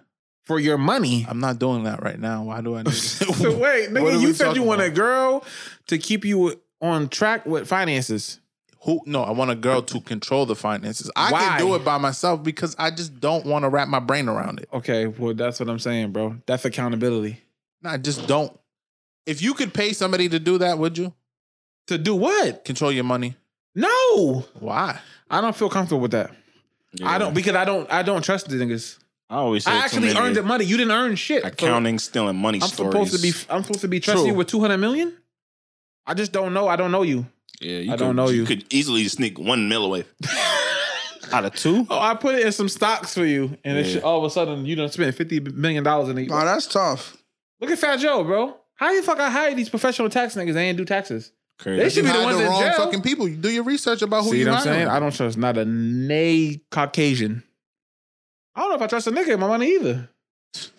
Speaker 2: for your money.
Speaker 4: I'm not doing that right now. Why do I need?
Speaker 2: (laughs) so
Speaker 4: (laughs)
Speaker 2: wait,
Speaker 4: What are
Speaker 2: nigga,
Speaker 4: we
Speaker 2: you said
Speaker 4: talking
Speaker 2: you want a
Speaker 4: about?
Speaker 2: girl to keep you on track with finances.
Speaker 4: Who? No, I want a girl to control the finances. I
Speaker 2: Why?
Speaker 4: can do it by myself because I just don't want to wrap my brain around it.
Speaker 2: Okay, well that's what I'm saying, bro. That's accountability.
Speaker 4: No, I just don't. If you could pay somebody to do that, would you
Speaker 2: To do what?
Speaker 4: control your money?
Speaker 2: No,
Speaker 4: Why?
Speaker 2: I don't feel comfortable with that. I don't because I don't I don't trust the niggas.
Speaker 5: I always.
Speaker 2: I actually earned the money. You didn't earn shit.
Speaker 5: accounting, stealing money
Speaker 2: So I'm
Speaker 5: stories.
Speaker 2: supposed to be I'm supposed to be trusting
Speaker 4: True.
Speaker 2: you with 200 million. I just don't know. I don't know you.
Speaker 5: Yeah, you
Speaker 2: I
Speaker 5: could-
Speaker 2: don't know you.
Speaker 5: could easily sneak one mil (laughs) away out of two.
Speaker 2: Oh, I put it in some stocks for you, and it's
Speaker 5: Yeah.
Speaker 2: all of a sudden you done spent fifty million dollars in a
Speaker 1: Oh, that's tough.
Speaker 2: Look at Fat Joe, bro. How the fuck I hire these professional tax niggas? They ain't do taxes.
Speaker 5: Crazy.
Speaker 2: They should be the
Speaker 4: Hire
Speaker 2: ones
Speaker 4: the
Speaker 2: in
Speaker 4: wrong
Speaker 2: jail.
Speaker 4: fucking people. You do your research about who
Speaker 2: See
Speaker 4: you
Speaker 2: what I'm
Speaker 4: hiring.
Speaker 2: saying? I don't trust not a nay Caucasian. I don't know if I trust a nigga with my money either.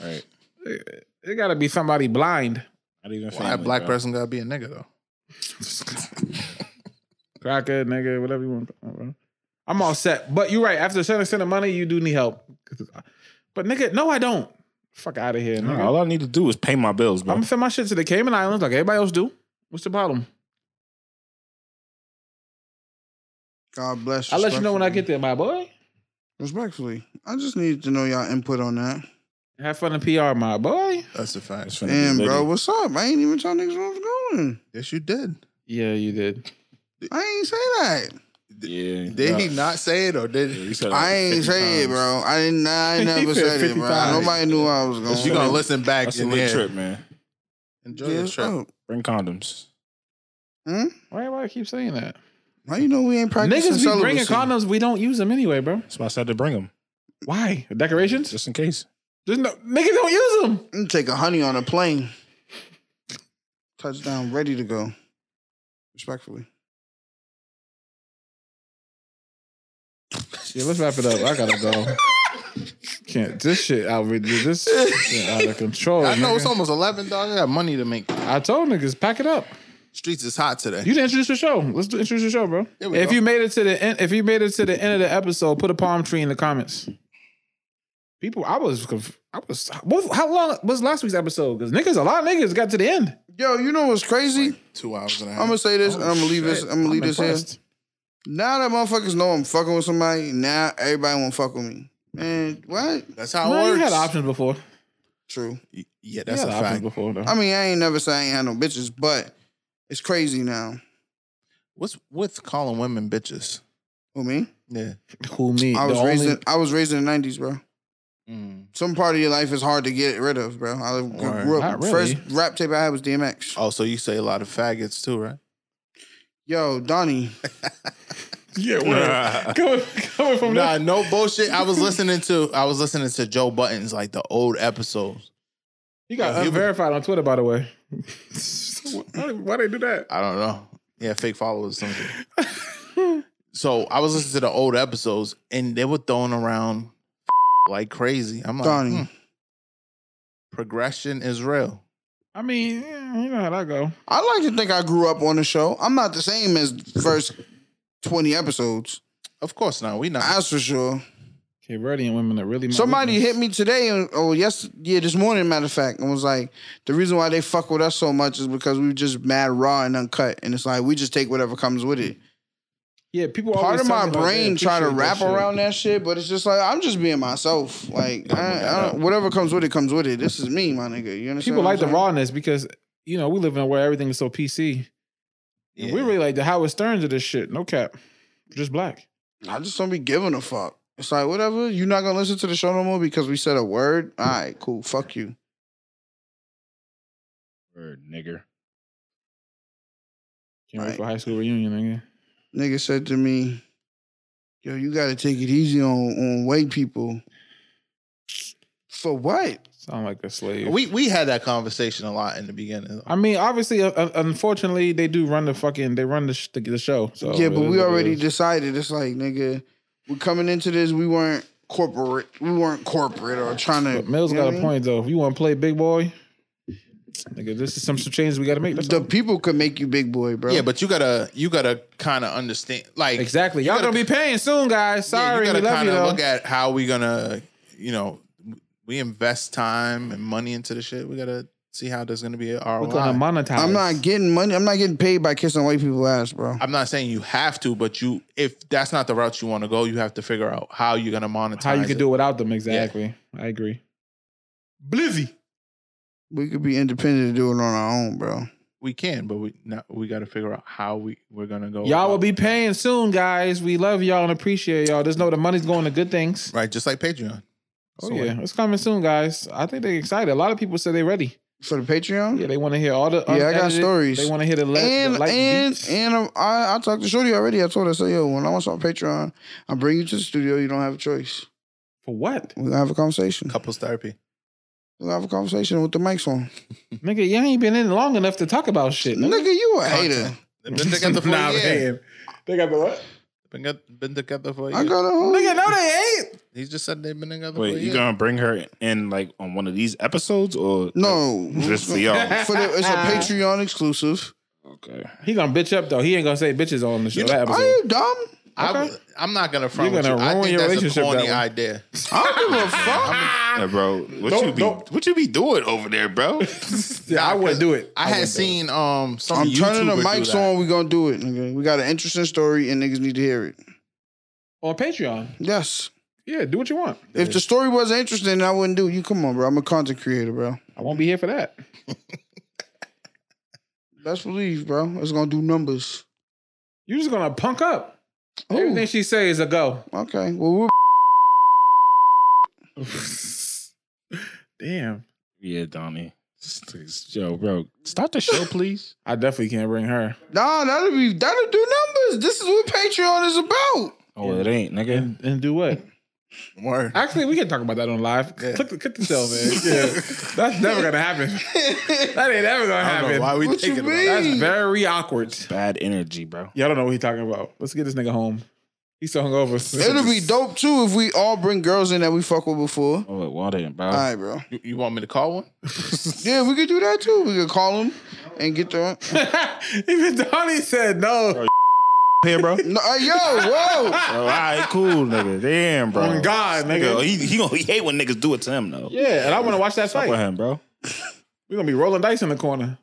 Speaker 5: Right.
Speaker 2: It, it gotta be somebody blind.
Speaker 5: Not even
Speaker 4: Why a
Speaker 5: family,
Speaker 4: black
Speaker 5: bro.
Speaker 4: person gotta be a nigga (laughs) though?
Speaker 2: Cracker, nigga, whatever you want. bro. I'm all set. But you're right. After a certain extent of money, you do need help. But nigga, no, I don't. Fuck out of here, nigga.
Speaker 5: Nah, all I need to do is pay my bills,
Speaker 2: I'm
Speaker 5: bro.
Speaker 2: gonna send my shit to the Cayman Islands like everybody else do. What's the problem?
Speaker 1: God bless.
Speaker 2: I'll let you know when I get
Speaker 1: respectfully.
Speaker 2: there, my boy.
Speaker 1: Respectfully, I just need to know y'all input on that.
Speaker 2: Have fun in PR, my boy.
Speaker 4: That's a fact.
Speaker 5: It's finna be
Speaker 1: Damn,
Speaker 5: litty.
Speaker 1: bro, what's up? I ain't even tell niggas where I was going.
Speaker 4: Yes, you did.
Speaker 2: Yeah, you did.
Speaker 1: I ain't say that.
Speaker 5: Yeah.
Speaker 4: Did
Speaker 5: nah.
Speaker 4: he not say it or did
Speaker 5: Yeah,
Speaker 4: he?
Speaker 5: you said it like
Speaker 1: I ain't
Speaker 5: 50
Speaker 1: say it,
Speaker 5: times.
Speaker 1: bro. I didn't.
Speaker 2: (laughs)
Speaker 1: I never
Speaker 2: said
Speaker 1: said it,
Speaker 2: 50
Speaker 1: bro.
Speaker 2: times.
Speaker 1: Nobody knew where I was going.
Speaker 4: you gonna listen back
Speaker 5: That's a
Speaker 4: and
Speaker 5: lit
Speaker 4: then
Speaker 5: trip, man.
Speaker 4: enjoy
Speaker 1: Yeah,
Speaker 4: your trip.
Speaker 1: oh.
Speaker 5: Bring condoms.
Speaker 1: Hmm?
Speaker 2: Why do I keep saying that?
Speaker 1: How you know we ain't practicing
Speaker 2: Niggas be bringing
Speaker 1: celibacy?
Speaker 2: condoms. We don't use them anyway, bro.
Speaker 5: That's why I said to bring them,
Speaker 2: Why? Decorations?
Speaker 5: just in case.
Speaker 2: There's no niggas don't use them.
Speaker 1: I'm gonna take a honey on a plane. Touchdown, ready to go. Respectfully.
Speaker 2: Yeah, let's wrap it up. I gotta
Speaker 4: (laughs)
Speaker 2: go. Can't this shit out this shit out of control.
Speaker 4: I know
Speaker 2: nigga.
Speaker 4: it's almost eleven dollars. I got money to make.
Speaker 2: I told niggas, pack it up.
Speaker 4: Streets is hot today.
Speaker 2: You didn't introduce the show. Let's do, introduce the show, bro.
Speaker 4: There we
Speaker 2: If
Speaker 4: go.
Speaker 2: you made it to the end, if you made it to the end of the episode, put a palm tree in the comments. People, I was, conf- I was. What, how long was last week's episode? Because niggas, a lot of niggas got to the end.
Speaker 1: Yo, you know what's crazy?
Speaker 4: Two hours and a half.
Speaker 1: I'm gonna say this.
Speaker 2: Oh,
Speaker 1: and I'm gonna leave this. I'm
Speaker 2: shit.
Speaker 1: gonna leave this here.
Speaker 2: impressed.
Speaker 1: Now that motherfuckers know I'm fucking with somebody, now everybody won't fuck with me. Man, what?
Speaker 4: That's how it
Speaker 2: No, you
Speaker 4: works.
Speaker 2: had options before.
Speaker 1: True.
Speaker 4: Y- Yeah,
Speaker 2: You
Speaker 4: that's
Speaker 2: had
Speaker 4: a
Speaker 2: options
Speaker 4: fact.
Speaker 2: before though.
Speaker 1: I mean, I ain't never say I ain't had no bitches, but it's crazy now.
Speaker 4: What's with calling women bitches?
Speaker 1: Who me?
Speaker 4: Yeah.
Speaker 2: Who me?
Speaker 1: I
Speaker 2: The
Speaker 1: was raised.
Speaker 2: only- Mm.
Speaker 1: In, I was raised in the nineties, bro. Some part of your life is hard to get rid of, bro. I
Speaker 4: Word.
Speaker 1: grew up.
Speaker 2: Not really.
Speaker 1: First rap tape I had was DMX.
Speaker 4: Oh, so you say a lot of faggots too, right?
Speaker 1: Yo, Donnie.
Speaker 2: Yeah, well, (laughs) coming, coming from
Speaker 4: Nah,
Speaker 2: that.
Speaker 4: no bullshit. (laughs) I was listening to I was listening to Joe Buttons like the old episodes.
Speaker 2: You got
Speaker 4: he was-
Speaker 2: unverified on Twitter, by the way. why, why they do that?
Speaker 4: I don't know. Yeah, fake followers. or Something.
Speaker 2: (laughs)
Speaker 4: so I was listening to the old episodes and they were throwing around (laughs) like crazy. I'm like,
Speaker 1: Donnie.
Speaker 4: hmm, progression is real.
Speaker 2: I mean, yeah, you know how that go.
Speaker 1: I like to think I grew up on the show. I'm not the same as the first 20 episodes.
Speaker 4: Of course not. We not.
Speaker 1: That's for sure.
Speaker 2: Okay, Verdian women are really. my
Speaker 1: Somebody
Speaker 2: weakness.
Speaker 1: hit me today, and- oh, yes, yeah, this morning, matter of fact, and was like, the reason why they fuck with us so much is because we just mad raw and uncut. And it's like, we just take whatever comes with it.
Speaker 2: Yeah, people.
Speaker 1: Part
Speaker 2: always
Speaker 1: of
Speaker 2: tell
Speaker 1: my
Speaker 2: me how they
Speaker 1: brain try to
Speaker 2: appreciate that
Speaker 1: wrap
Speaker 2: shit.
Speaker 1: around that shit, but it's just like, I'm just being myself. Like, I, I don't, whatever comes with it, comes with it. This is me, my nigga. You understand? what
Speaker 2: People
Speaker 1: I'm
Speaker 2: like the
Speaker 1: saying?
Speaker 2: rawness because you know we live in a where everything is so PC. And we
Speaker 4: Yeah.
Speaker 2: really like the Howard Sterns of this shit. No cap, just black.
Speaker 1: I just don't be giving a fuck. It's like whatever. You're not gonna listen to the show no more because we said a word. All right, cool. Fuck you.
Speaker 5: Word, nigger.
Speaker 2: Can't wait
Speaker 1: Right.
Speaker 2: for high school reunion again.
Speaker 1: Nigga said to me, "Yo, you gotta take it easy on on white people." For what?
Speaker 2: Sound like a slave.
Speaker 4: We we had that conversation a lot in the beginning.
Speaker 2: I mean, obviously, uh, uh, unfortunately, they do run the fucking they run the sh- the, the show. So
Speaker 1: yeah, but
Speaker 2: Oh, it is
Speaker 1: we
Speaker 2: what it
Speaker 1: already
Speaker 2: is.
Speaker 1: decided. It's like, nigga, we're coming into this. We weren't corporate. We weren't corporate or trying to.
Speaker 2: But Mills
Speaker 1: you know
Speaker 2: got
Speaker 1: what
Speaker 2: a
Speaker 1: I mean?
Speaker 2: point though. If you want to play big boy, nigga, this is some, some changes we got to make. That's
Speaker 1: The
Speaker 2: all.
Speaker 1: people could make you big boy, bro.
Speaker 4: Yeah, but you gotta you gotta kind of understand like
Speaker 2: Exactly.
Speaker 4: you
Speaker 2: Y'all
Speaker 4: gotta-
Speaker 2: gonna be paying soon, guys. Sorry,
Speaker 4: yeah,
Speaker 2: we
Speaker 4: you gotta
Speaker 2: love you
Speaker 4: kind of
Speaker 2: though.
Speaker 4: look at how we gonna you know we invest time and money into the shit. We gotta see how there's gonna be an ROI.
Speaker 2: We're gonna monetize.
Speaker 1: I'm not getting money. I'm not getting paid by kissing white people's ass, bro.
Speaker 4: I'm not saying you have to, but you if that's not the route you want to go, you have to figure out how you're gonna monetize.
Speaker 2: how you can
Speaker 4: it.
Speaker 2: do it without them. Exactly. I agree. Blizzy.
Speaker 1: We could be independent and do it on our own, bro.
Speaker 4: We can, but we not, we gotta figure out how we we're gonna go.
Speaker 2: Y'all will
Speaker 4: about-
Speaker 2: be paying soon, guys. We love y'all and appreciate y'all. Just know the money's going to good things.
Speaker 4: right, just like Patreon.
Speaker 2: Oh
Speaker 4: So,
Speaker 2: yeah, it's coming soon, guys. I think they're excited. A lot of people said they're ready.
Speaker 1: For the Patreon?
Speaker 2: Yeah, they want to hear all the.
Speaker 1: Yeah, I got
Speaker 2: unedited-
Speaker 1: stories.
Speaker 2: They want to hear the, le-
Speaker 1: and
Speaker 2: the light
Speaker 1: and
Speaker 2: beats.
Speaker 1: and um, I I talked to Shorty already. I told her, I said, yo, when I was on Patreon, I bring you to the studio. You don't have a choice.
Speaker 2: for what,
Speaker 1: We're gonna have a conversation.
Speaker 4: couples
Speaker 2: (laughs)
Speaker 4: therapy.
Speaker 1: We're gonna have a conversation with the mics on.
Speaker 2: nigga? You ain't been in long enough to talk about shit. nigga.
Speaker 1: Nigga, you a hater.
Speaker 4: They've
Speaker 2: (laughs)
Speaker 4: been together for
Speaker 2: Nah,
Speaker 4: a year.
Speaker 2: man. They got the what?
Speaker 4: Been, get- been together for a
Speaker 1: I
Speaker 4: year.
Speaker 1: got a whole
Speaker 2: Nigga, no, they ain't.
Speaker 4: He just said they've been together for
Speaker 5: Wait,
Speaker 4: a
Speaker 5: you
Speaker 4: year.
Speaker 5: gonna bring her in like on one of these episodes or
Speaker 1: No.
Speaker 5: just for y'all?
Speaker 1: For the, it's a Patreon exclusive.
Speaker 5: okay.
Speaker 2: He gonna bitch up though. He ain't gonna say bitches on the show. that
Speaker 1: Are
Speaker 2: episode.
Speaker 1: you dumb?
Speaker 4: I, w- I'm not gonna front
Speaker 2: You're
Speaker 4: with you.
Speaker 2: gonna
Speaker 4: I
Speaker 2: ruin
Speaker 4: think
Speaker 2: your
Speaker 4: that's a
Speaker 2: relationship that
Speaker 4: corny
Speaker 2: way.
Speaker 4: idea.
Speaker 1: I don't give a fuck.
Speaker 5: Yeah, bro, what
Speaker 2: Don't-
Speaker 5: you be
Speaker 2: don't-
Speaker 5: what you be doing over there, (laughs) bro?
Speaker 2: yeah, I wouldn't do it.
Speaker 4: I, had seen um some
Speaker 1: I'm turning the
Speaker 4: YouTuber do
Speaker 1: mics
Speaker 4: that.
Speaker 1: on. We gonna do it. Nigga. We got an interesting story, and niggas need to hear it.
Speaker 2: on Patreon.
Speaker 1: Yes.
Speaker 2: Yeah, do what you want.
Speaker 1: If the story wasn't interesting, I wouldn't do it. You come on, bro. I'm a content creator, bro.
Speaker 2: I won't be here for that.
Speaker 1: Best believe, bro. It's gonna do numbers.
Speaker 2: You're just gonna punk up.
Speaker 1: Ooh.
Speaker 2: Everything she say is a (laughs) go.
Speaker 1: Okay. Well, we're
Speaker 2: Damn.
Speaker 5: yeah, Donnie. Yo, bro, stop the show, please.
Speaker 2: I definitely can't bring her.
Speaker 1: nah. That'll be that'll do numbers. This is what Patreon is
Speaker 2: (laughs)
Speaker 1: about.
Speaker 5: (laughs) Oh, it ain't, nigga.
Speaker 2: And do what?
Speaker 4: Word.
Speaker 2: Actually, we can talk about that on live. Click, the- click the cell, man.
Speaker 4: (laughs)
Speaker 2: Yeah. That's never gonna happen. That ain't never gonna
Speaker 4: I don't know
Speaker 2: happen.
Speaker 4: why we
Speaker 1: What you
Speaker 4: thinking about
Speaker 1: mean?
Speaker 4: that.
Speaker 2: That's very awkward.
Speaker 5: Bad energy, bro.
Speaker 2: Y'all don't know what he's talking about. Let's get this nigga home. He's so hungover.
Speaker 1: It'll
Speaker 2: (laughs)
Speaker 1: be dope too if we all bring girls in that we fuck with before.
Speaker 5: Oh, it wasn't, bro.
Speaker 1: All right, bro.
Speaker 4: You, you want me to call one?
Speaker 1: Yeah, we could do that too. We could call them and get them.
Speaker 2: Even Donnie said no.
Speaker 5: Here, (laughs) bro.
Speaker 1: No, uh, yo, whoa.
Speaker 5: Oh, all right, cool, nigga. Damn, bro.
Speaker 2: On (laughs) God,
Speaker 5: Yo,
Speaker 2: nigga.
Speaker 5: he he, gonna, he hate when niggas do it to him though.
Speaker 2: Yeah, and I want to watch that
Speaker 5: Fuck with
Speaker 2: fight.
Speaker 5: him, bro.
Speaker 2: We're gonna be rolling dice in the corner.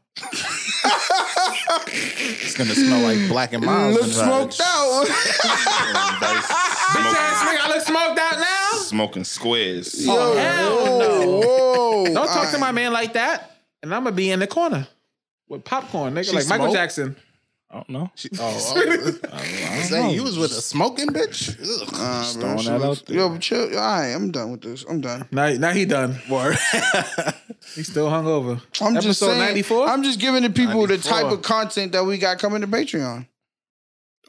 Speaker 4: It's gonna smell (laughs) like black and mild.
Speaker 1: Look smoked out. (laughs)
Speaker 2: Bitch ass nigga, I look smoked out now.
Speaker 5: Smoking squares.
Speaker 1: Yo,
Speaker 2: Oh, hell no.
Speaker 1: whoa.
Speaker 2: Don't talk to
Speaker 1: Aight.
Speaker 2: my man like that. And I'm gonna be in the corner with popcorn, nigga,
Speaker 4: She
Speaker 2: like Michael
Speaker 4: smoke?
Speaker 2: Jackson.
Speaker 5: (laughs) I don't know.
Speaker 4: She- oh, oh, say you was with a smoking bitch. Ugh.
Speaker 1: Nah, bro,
Speaker 5: throwing
Speaker 1: she
Speaker 5: that
Speaker 1: looks-
Speaker 5: out there.
Speaker 1: Yo, but chill. All right, I'm done with this. I'm done.
Speaker 2: Now, now he done. (laughs) He's still hungover.
Speaker 1: I'm
Speaker 2: Episode
Speaker 1: just saying.
Speaker 2: 94?
Speaker 1: I'm just giving the people the
Speaker 4: 94.
Speaker 1: type of content that we got coming to Patreon.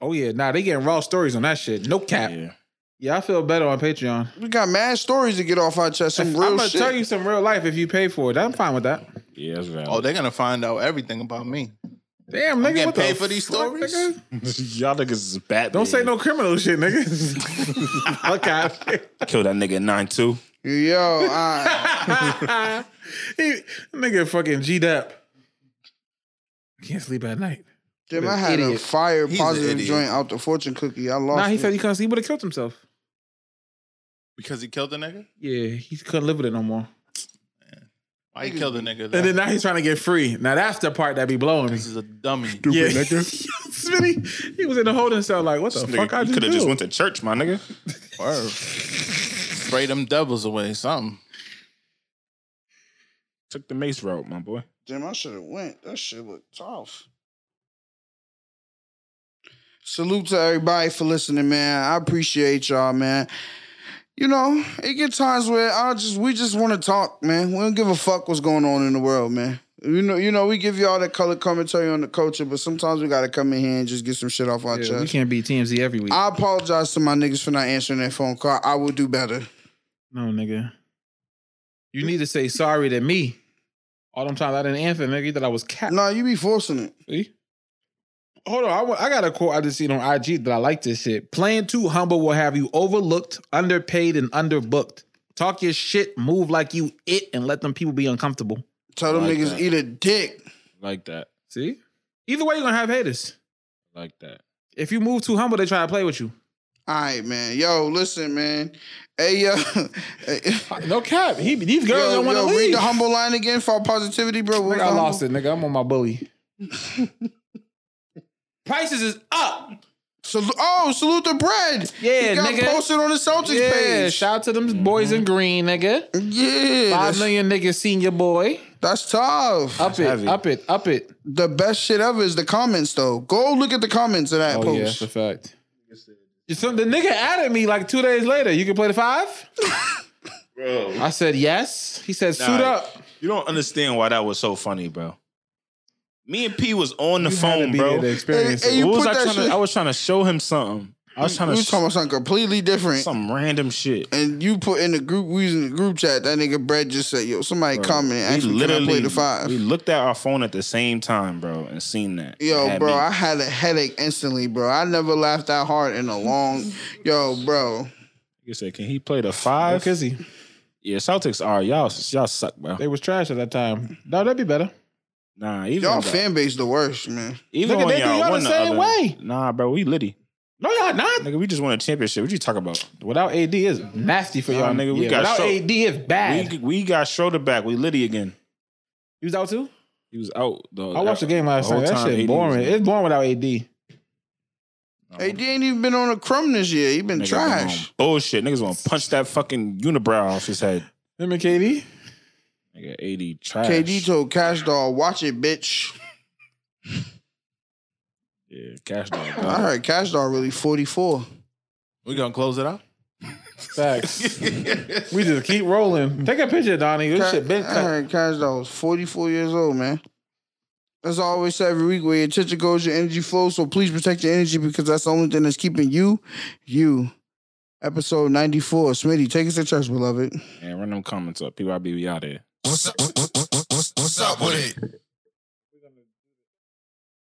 Speaker 2: oh yeah, nah, they getting raw stories on that shit. No cap. Yeah,
Speaker 5: Yeah.
Speaker 2: I feel better on Patreon.
Speaker 1: We got mad stories to get off our chest. Some
Speaker 2: I'm
Speaker 1: real
Speaker 2: gonna
Speaker 1: shit.
Speaker 2: tell you some real life if you pay for it. I'm fine with that.
Speaker 5: Yeah, that's valid.
Speaker 4: Oh, they're gonna find out everything about me.
Speaker 2: Damn, nigga,
Speaker 4: getting
Speaker 2: what the
Speaker 4: paid for these
Speaker 2: fuck,
Speaker 4: stories?
Speaker 2: nigga?
Speaker 5: (laughs) Y'all niggas is bad.
Speaker 2: Don't say no criminal shit,
Speaker 4: (laughs)
Speaker 2: nigga. fuck out.
Speaker 5: Kill that nigga nine two.
Speaker 1: Yo, all right.
Speaker 2: he, nigga fucking G'd up. Can't sleep at night.
Speaker 1: Jim, I
Speaker 2: What an
Speaker 1: had a
Speaker 2: idiot.
Speaker 1: fire
Speaker 4: He's an
Speaker 1: positive
Speaker 4: idiot.
Speaker 1: joint out the fortune cookie. I lost.
Speaker 2: Nah, he
Speaker 1: it.
Speaker 2: said he couldn't sleep, he would have killed himself.
Speaker 4: Because he killed a nigga?
Speaker 2: Yeah, he couldn't live with it no more.
Speaker 4: Why he killed a nigga?
Speaker 2: And then now he's trying to get free. Now that's the part that be blowing me.
Speaker 4: this is
Speaker 2: (laughs)
Speaker 4: a dummy.
Speaker 2: Yeah, Smitty, he was in the holding cell. Like, what the fuck? I
Speaker 5: you
Speaker 2: just
Speaker 5: could
Speaker 2: do?
Speaker 5: have just went to church, my nigga.
Speaker 4: Word. Spray them devils away, something.
Speaker 5: Took the mace route, my boy.
Speaker 1: Damn, I should have went. That shit looked tough. Salute to everybody for listening, man. I appreciate y'all, man. You know, it get times where I just we just want to talk, man. We don't give a fuck what's going on in the world, man. You know, you know, we give y'all that color commentary on the culture, but sometimes we gotta come in here and just get some shit off our
Speaker 2: Yeah, we
Speaker 1: chest.
Speaker 2: can't be TMZ every week.
Speaker 1: I apologize to my niggas for not answering that phone call. I will do better.
Speaker 2: no, nigga. You need to say sorry to me. All them times I didn't answer, nigga. You thought I was cat.
Speaker 1: Nah, you be forcing it.
Speaker 2: See? Hold on, I, wa- I got a quote I just seen on IG that I like this shit. Playing too humble will have you overlooked, underpaid, and underbooked. Talk your shit, move like you it, and let them people be uncomfortable.
Speaker 1: Tell them
Speaker 5: Like
Speaker 1: niggas
Speaker 5: that.
Speaker 1: eat a dick.
Speaker 5: Like that.
Speaker 2: See? Either way, you're gonna have haters.
Speaker 5: Like that.
Speaker 2: If you move too humble, they try to play with you.
Speaker 1: All right, man. Yo, listen, man. Hey, yo. (laughs)
Speaker 2: No cap. He, these girls
Speaker 1: yo,
Speaker 2: don't want to
Speaker 1: yo, read
Speaker 2: leave.
Speaker 1: the humble line again for positivity, bro. What was
Speaker 2: Nigga, I
Speaker 1: the
Speaker 2: lost
Speaker 1: humble-
Speaker 2: it, nigga. I'm on my bully. (laughs) Prices is up.
Speaker 1: Salu- oh, salute the bread.
Speaker 2: Yeah,
Speaker 1: he got
Speaker 2: nigga.
Speaker 1: posted on the Celtics
Speaker 2: Yeah,
Speaker 1: page.
Speaker 2: shout out to them boys in green, nigga.
Speaker 1: yeah,
Speaker 2: Five
Speaker 1: that's,
Speaker 2: million Uh, niggas senior boy.
Speaker 1: that's tough.
Speaker 2: Up it,
Speaker 5: heavy.
Speaker 2: up it, up it.
Speaker 1: the best shit ever is the comments, though. Go look at the comments of that
Speaker 2: Oh yeah,
Speaker 1: post.
Speaker 2: that's a fact. You some- the nigga added me like two days later. You can play the five? (laughs)
Speaker 4: bro.
Speaker 2: I said yes. He said suit
Speaker 5: Nah,
Speaker 2: up.
Speaker 5: You don't understand why that was so funny, bro. Me and P was on the
Speaker 2: You had to
Speaker 5: phone,
Speaker 2: be
Speaker 5: bro.
Speaker 2: there to experience
Speaker 1: Hey,
Speaker 2: it.
Speaker 1: hey, You
Speaker 5: what was
Speaker 1: put
Speaker 5: I
Speaker 1: that
Speaker 5: trying
Speaker 1: shit-
Speaker 5: to? I was trying to show him something. I was trying
Speaker 1: We
Speaker 5: to
Speaker 1: was
Speaker 5: show
Speaker 1: talking about something completely different.
Speaker 5: some random shit.
Speaker 1: And you put in the group, we was in the group chat. That nigga Brad just said, "Yo, somebody commented,
Speaker 5: We
Speaker 1: actually, can I play the five?
Speaker 5: We looked at our phone at the same time, bro, and seen that.
Speaker 1: Yo,
Speaker 5: Had
Speaker 1: bro,
Speaker 5: me-
Speaker 1: I had a headache instantly, bro. I never laughed that hard in a
Speaker 5: (laughs)
Speaker 1: long. Yo, bro,
Speaker 5: you said, can he play the five?
Speaker 2: Because he,
Speaker 5: yeah, Celtics are y'all. Y'all suck, bro.
Speaker 2: they was trash at that time. No, that'd be better.
Speaker 5: Nah, even
Speaker 1: y'all
Speaker 5: though-
Speaker 1: fan base the worst, man.
Speaker 5: even
Speaker 2: Nigga,
Speaker 5: when
Speaker 2: they do y'all the
Speaker 5: won
Speaker 2: same
Speaker 5: other-
Speaker 2: way.
Speaker 5: Nah, bro, we litty.
Speaker 2: No, y'all not.
Speaker 5: Nigga, we just won a championship. What you talk about?
Speaker 2: Without AD is nasty for
Speaker 5: Nah,
Speaker 2: y'all,
Speaker 5: nigga, we
Speaker 2: Yeah,
Speaker 5: got
Speaker 2: without
Speaker 5: so-
Speaker 2: AD is bad.
Speaker 5: We, we got Schroeder back. We litty again.
Speaker 2: he was out too.
Speaker 5: He was out. Though.
Speaker 2: I watched the game last
Speaker 5: The whole
Speaker 2: night. That
Speaker 5: time AD
Speaker 2: shit
Speaker 5: was
Speaker 2: boring. Um,
Speaker 5: in.
Speaker 2: It's boring without AD.
Speaker 1: AD ain't even been on a crumb this year. He been
Speaker 5: Oh. Nigga been
Speaker 1: trash.
Speaker 5: on Bullshit. Niggas want to punch that fucking unibrow off his head.
Speaker 2: Him and KD.
Speaker 5: Nigga, eighty trash.
Speaker 1: KD told Cash Doll, "Watch it, bitch."
Speaker 5: yeah, cash dog. dog.
Speaker 1: I heard Cash Doll really forty four.
Speaker 4: We gonna close it out.
Speaker 2: (laughs) Facts. we just keep rolling. Take a picture, Donnie. This shit been
Speaker 1: I
Speaker 2: cut.
Speaker 1: heard Cash Doll was forty four years old, man. As I always say every week, where your attention goes, your energy flows. So please protect your energy because that's the only thing that's keeping you, you. Episode ninety four. Smitty, take us to church, beloved.
Speaker 5: And run them comments up. People, I be we out here.
Speaker 6: What's up? What's up with it?